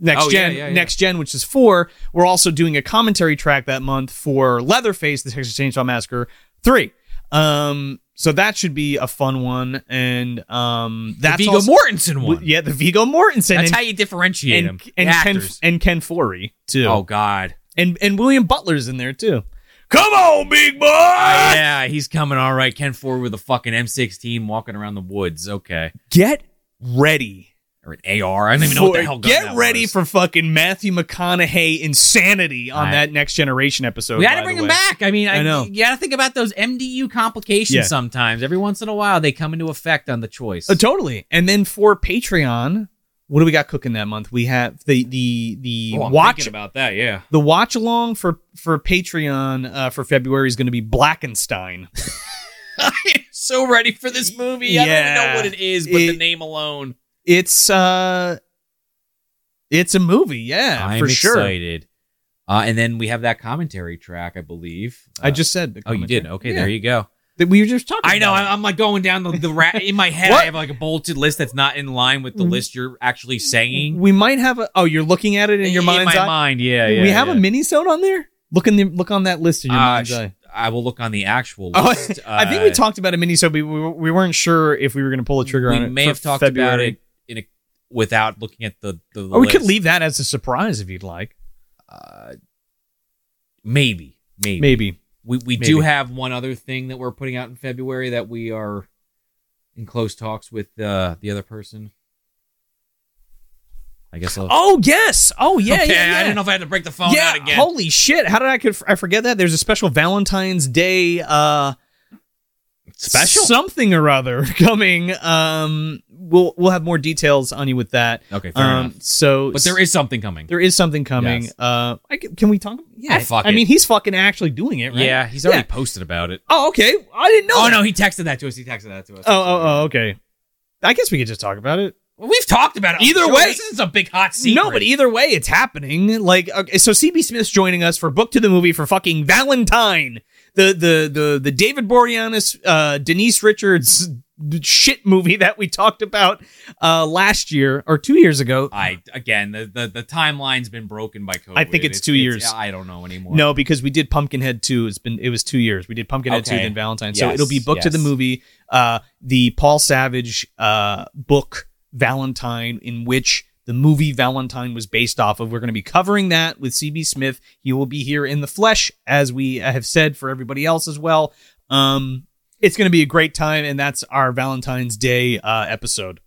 A: next
B: Oh, yeah,
A: gen
B: yeah, yeah.
A: next gen which is four we're also doing a commentary track that month for leatherface the texas chainsaw massacre three um so that should be a fun one and um that's
B: the Viggo
A: also-
B: Mortensen one.
A: yeah the vigo mortensen
B: That's
A: and,
B: how you differentiate
A: and,
B: him.
A: and
B: The
A: ken
B: actors.
A: and ken forey too
B: Oh God.
A: and and william butler's in there too come on big boy Ah!
B: yeah, he's coming all right. Ken Ford with a fucking M16 walking around the woods. Okay.
A: get ready
B: Or an AR. I don't even know what
A: for-
B: the hell. gun
A: Get
B: that
A: ready
B: was.
A: for fucking Matthew McConaughey insanity on
B: I-
A: that Next Generation episode.
B: We got
A: Oh, by
B: to
A: the
B: bring them
A: way.
B: back. I mean, I,
A: I know.
B: You got to think about those MDU complications
A: Yeah.
B: sometimes. Every once in a while, they come into effect on the choice.
A: Uh, totally. And then for Patreon, what do we got cooking that month? We have the the the
B: Oh, I'm
A: watch
B: thinking about
A: <laughs>
B: that. Yeah.
A: the watch along for for Patreon uh, for February is going to be Blackenstein.
B: so ready for this movie. I don't even
A: Yeah.
B: know what it is, but the
A: It-
B: name alone.
A: It's uh, it's a movie, yeah,
B: I'm
A: for sure.
B: excited. Uh, and then we have that commentary track, I believe.
A: I
B: Uh,
A: just said. The
B: Oh, you did.
A: commentary.
B: Okay,
A: Yeah.
B: there you go.
A: That we were just talking.
B: I know.
A: about it.
B: I- I'm like going down the, the rat in my head. I
A: What?
B: have like a bolted list that's not in line with the
A: Mm.
B: list you're actually saying.
A: we might have a. Oh, you're looking at it in your mind's
B: my
A: eye.
B: mind, yeah, yeah.
A: we have
B: yeah.
A: a mini zone on there. Look in the look on that list in your
B: Uh,
A: mind's
B: sh-
A: eye.
B: I will look on the actual
A: Oh, <laughs>
B: list.
A: I think
B: Uh,
A: we talked about a mini so we, we we weren't sure if we were going to pull the trigger
B: we
A: on it.
B: may
A: for
B: have talked about
A: February.
B: it in a without looking at the the.
A: Or we could
B: list.
A: leave that as a surprise if you'd like.
B: Uh, maybe, maybe,
A: Maybe.
B: We we do
A: Maybe.
B: have one other thing that we're putting out in February that we are in close talks with uh, the other person. I guess. I'll,
A: Oh yes. Oh yeah.
B: Okay,
A: yeah, yeah.
B: I didn't know if I had to break the phone
A: yeah.
B: out again.
A: Holy shit! How did I could I forget that? There's a special Valentine's Day uh something or other <laughs> coming. Um, we'll we'll have more details on you with that.
B: Okay, fair
A: Um,
B: enough.
A: so
B: But there is something coming.
A: there is something coming.
B: Yes.
A: Uh, I can, can we talk? Yeah.
B: Ah, fuck
A: I
B: it.
A: mean, he's fucking actually doing it, right?
B: Yeah, he's already posted about it.
A: Oh, okay. I didn't know.
B: oh
A: that.
B: no, he texted that to us. He texted that to us.
A: Oh, oh, oh, okay. I guess we could just talk about it.
B: Well, we've talked about it. on
A: Either
B: the show.
A: way-
B: this is a big hot secret.
A: No, but either way, it's happening. Like, okay, so CB Smith's joining us for Book to the Movie for fucking Valentine, the the the the David Boreanaz, uh, Denise Richards <laughs> shit movie that we talked about uh last year or two years ago.
B: I again the, the the timeline's been broken by COVID.
A: I think it's two years.
B: I don't know anymore.
A: No, because we did Pumpkinhead two. It's been it was two years. We did Pumpkinhead two,
B: Okay.
A: then Valentine. so
B: Yes,
A: it'll be book to the
B: yes.
A: movie. Uh, the Paul Savage uh book Valentine, in which the movie Valentine was based off of. We're going to be covering that with CB Smith. He will be here in the flesh, as we have said for everybody else as well. Um, it's going to be a great time, and that's our Valentine's Day uh episode.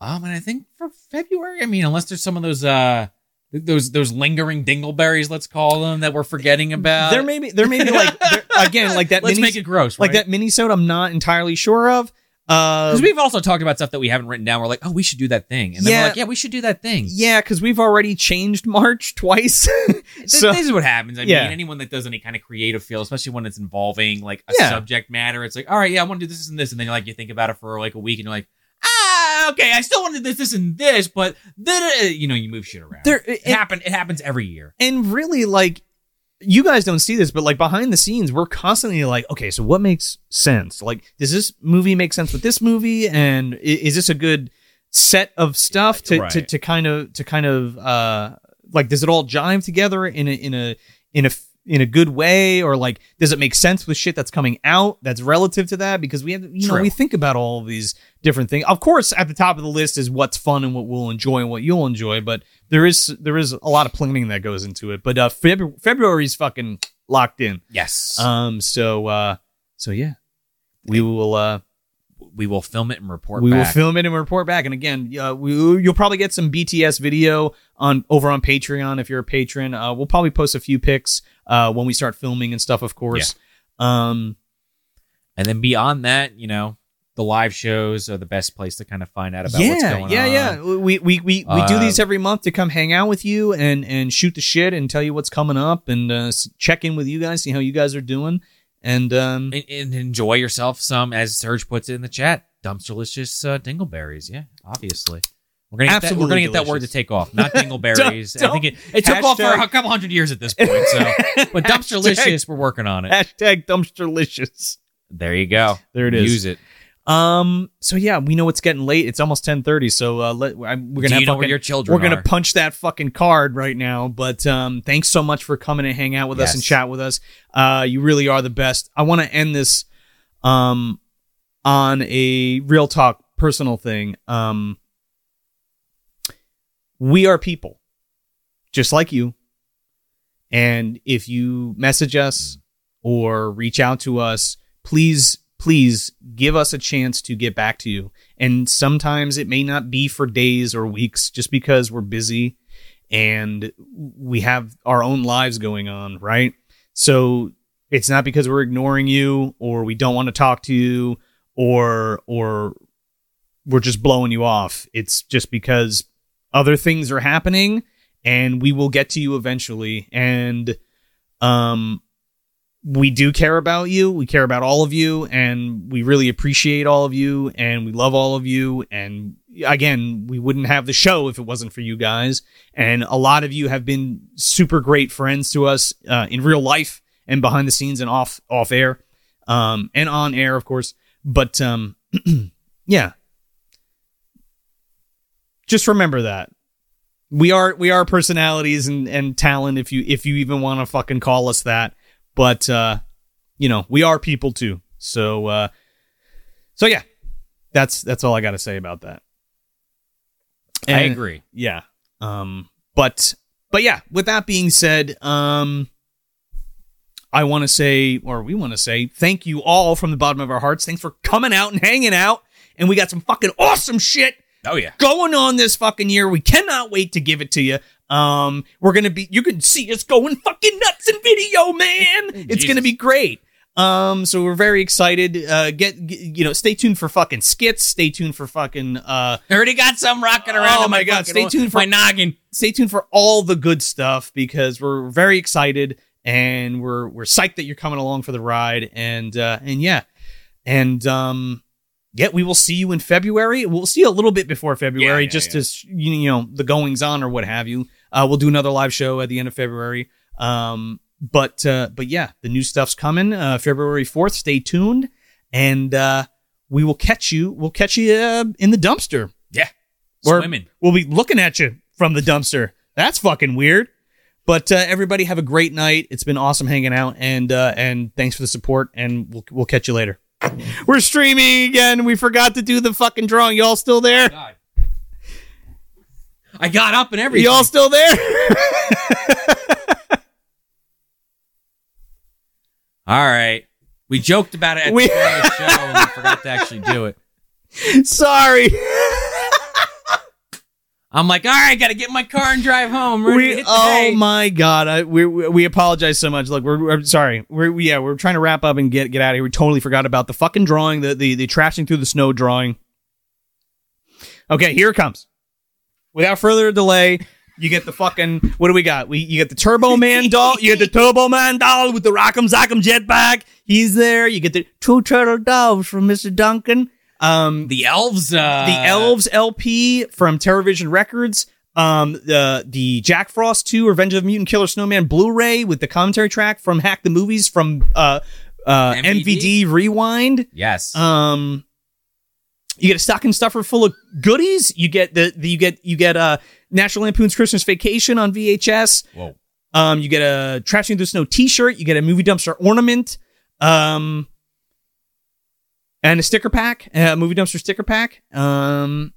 B: Um, and I think for February, I mean, unless there's some of those uh th- those those lingering dingleberries, let's call them, that we're forgetting about.
A: there may be there may be like there- again like that
B: Uh, <laughs> let's
A: mini,
B: make it gross,
A: like that minisode. I'm not entirely sure of. Uh,
B: Because we've also talked about stuff that we haven't written down. We're like, oh, we should do that thing, and then
A: Yeah.
B: we're like, yeah, we should do that thing.
A: Yeah, because we've already changed March twice. <laughs>
B: This,
A: so
B: this is what happens. I
A: Yeah.
B: mean, anyone that does any kind of creative field, especially when it's involving like a
A: Yeah.
B: subject matter, it's like, all right, yeah, I want to do this and this, and then you're like, you think about it for like a week, and you're like, ah, okay, I still want to do this, this, and this, but then you know, you move shit around.
A: there
B: it
A: and,
B: happen. It happens every year.
A: and really like you guys don't see this, but like behind the scenes, we're constantly like, okay, so what makes sense? Like, does this movie make sense with this movie? And i- is this a good set of stuff to to,
B: Right.
A: to kind of to kind of uh like does it all jive together in a in a in a f- in a good way or like does it make sense with shit that's coming out that's relative to that because we have you know
B: True.
A: we think about all of these different things of course at the top of the list is what's fun and what we'll enjoy and what you'll enjoy but there is there is a lot of planning that goes into it but uh Feb- february's fucking locked in
B: Yes.
A: um uh, so uh so yeah we will uh
B: We will film it and report
A: we will
B: back.
A: film it and report back and again uh, we, you'll probably get some bts video on over on patreon if you're a patron uh, we'll probably post a few pics uh, when we start filming and stuff of course um
B: and then beyond that, you know, the live shows are the best place to kind of find out about
A: yeah,
B: what's going
A: yeah,
B: on.
A: yeah. We we we, we do
B: Um,
A: these every month to come hang out with you and and shoot the shit and tell you what's coming up and uh, s- check in with you guys, see how you guys are doing, and um,
B: And, and enjoy yourself some, as Serge puts it in the chat, dumpsterlicious uh, dingleberries. Yeah, obviously. We're gonna get that, we're
A: Absolutely
B: gonna get that word to
A: delicious.
B: take
A: <laughs>
B: off, not dingleberries. I
A: Dump-
B: think it, it took off for
A: hashtag-
B: a couple hundred years at this point.
A: <laughs>
B: So, but dumpsterlicious, we're working on it.
A: hashtag dumpsterlicious.
B: There you go.
A: There it is.
B: Use it.
A: Um, so yeah, we know it's getting late. It's almost ten thirty. So uh, let I, we're
B: Do
A: gonna
B: you
A: have
B: know
A: fucking-
B: where your children
A: we're gonna
B: are?
A: punch that fucking card right now. But um, thanks so much for coming and hang out with us
B: Yes.
A: and chat with us. Uh, you really are the best. I want to end this um on a real talk personal thing. Um, we are people, just like you. And if you message us or reach out to us, please, please give us a chance to get back to you. And sometimes it may not be for days or weeks just because we're busy and we have our own lives going on, right? So it's not because we're ignoring you or we don't want to talk to you or or we're just blowing you off. It's just because other things are happening and we will get to you eventually and um we do care about you. We care about all of you and we really appreciate all of you and we love all of you and again, we wouldn't have the show if it wasn't for you guys. And a lot of you have been super great friends to us uh, in real life and behind the scenes and off off air um and on air of course. But um <clears throat> yeah. Just remember that we are we are personalities and and talent if you if you even want to fucking call us that but uh you know we are people too so uh so yeah that's that's all i got to say about that
B: I
A: And-
B: agree.
A: yeah um but but yeah with that being said um i want to say or we want to say thank you all from the bottom of our hearts thanks for coming out and hanging out and we got some fucking awesome shit
B: Oh yeah.
A: going on this fucking year. We cannot wait to give it to you. Um, we're gonna be you can see us going fucking nuts in video, man. it's
B: Jesus.
A: gonna be great. Um, so we're very excited. Uh, get, get you know, stay tuned for fucking skits. Stay tuned for fucking uh,
B: I already got some rocking
A: Oh
B: around. in
A: my God, stay
B: fucking-
A: tuned for-
B: my noggin.
A: stay tuned for all the good stuff because we're very excited and we're we're psyched that you're coming along for the ride and uh, and yeah and um yeah we will see you in February we'll see you a little bit before February
B: Yeah, yeah,
A: just
B: yeah.
A: as you you know the goings on or what have you uh, we'll do another live show at the end of February um but uh, but yeah the new stuff's coming uh, February fourth stay tuned and uh, we will catch you we'll catch you uh, in the dumpster We're-
B: Swimming.
A: we'll be looking at you from the dumpster. That's fucking weird. But uh, everybody have a great night. It's been awesome hanging out, and uh, and thanks for the support. And we'll we'll catch you later. We're streaming again. We forgot to do the fucking drawing. Y'all still there?
B: God. I got up and everything.
A: Y'all still there? <laughs>
B: All right. We joked about it at
A: We-
B: the beginning of the show and we forgot to actually do it.
A: Sorry.
B: I'm like, all right, got to get in my car and drive home. Ready to
A: We,
B: hit the
A: oh
B: hay.
A: my god. I, we we we apologize so much. Look, we're, we're sorry. We're we- yeah. We're trying to wrap up and get get out of here. We totally forgot about the fucking drawing. The the the trashing through the snow drawing. Okay, here it comes. Without further delay, you get the fucking what do we got? We you get the Turbo
B: <laughs>
A: Man doll. You get the Turbo Man doll with the Rock'em Sock'em jetpack. He's there. You get the two turtle doves from Mister Duncan. Um,
B: The elves. Uh,
A: the Elves LP from TerraVision Records. Um, the the Jack Frost 2 Revenge of the Mutant Killer Snowman Blu-ray with the commentary track from Hack the Movies from uh, uh,
B: MVD?
A: MVD Rewind.
B: Yes.
A: Um, you get a stocking stuffer full of goodies. You get the, the you get you get uh National Lampoon's Christmas Vacation on VHS.
B: Whoa.
A: Um, you get a Trashing Through the Snow T-shirt. You get a movie dumpster ornament. Um, and a sticker pack, a movie dumpster sticker pack. Um,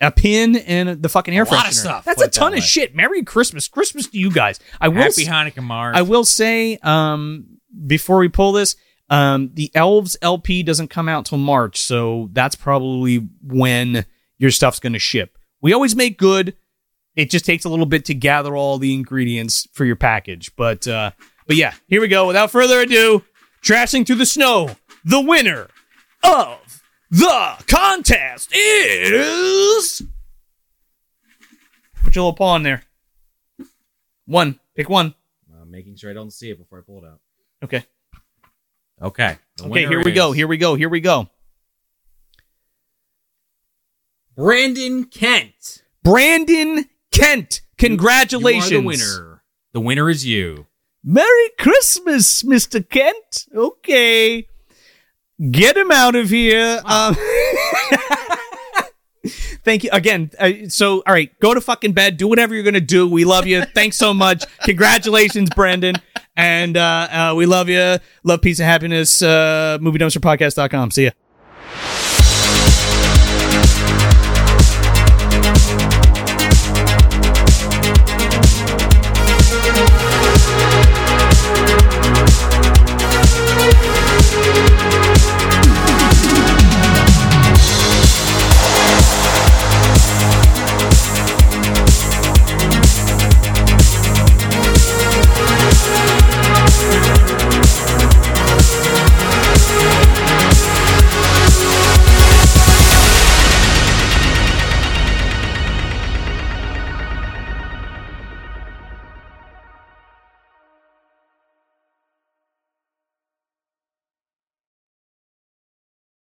A: a pin and the fucking air
B: A lot of
A: freshener.
B: stuff,
A: That's a
B: put it that
A: ton
B: way.
A: of shit. Merry Christmas, Christmas to you guys. I will.
B: Happy
A: s-
B: Hanukkah, Marv.
A: I will say, um, before we pull this, Um, the Elves LP doesn't come out till March, so that's probably when your stuff's going to ship. We always make good. It just takes a little bit to gather all the ingredients for your package, but uh, but yeah, here we go. Without further ado, trashing through the snow. The winner of the contest is. Put your little paw in there. One. Pick one.
B: I'm Uh, making sure I don't see it before I pull it out.
A: Okay.
B: Okay. The
A: Okay,
B: winner
A: here we go.
B: is
A: Here we go. Here we go.
B: Brandon Kent.
A: Brandon Kent. Congratulations.
B: You are the winner. The winner is you.
A: Merry Christmas, Mr. Kent. Okay. Get him out of here. Um, <laughs> thank you again. Uh, so, all right, go to fucking bed. Do whatever you're going to do. We love
B: <laughs>
A: you. Thanks so much. Congratulations, Brandon. And uh, uh, we love you. Love, peace, and happiness. Uh, MovieDumpsterPodcast.com. See ya.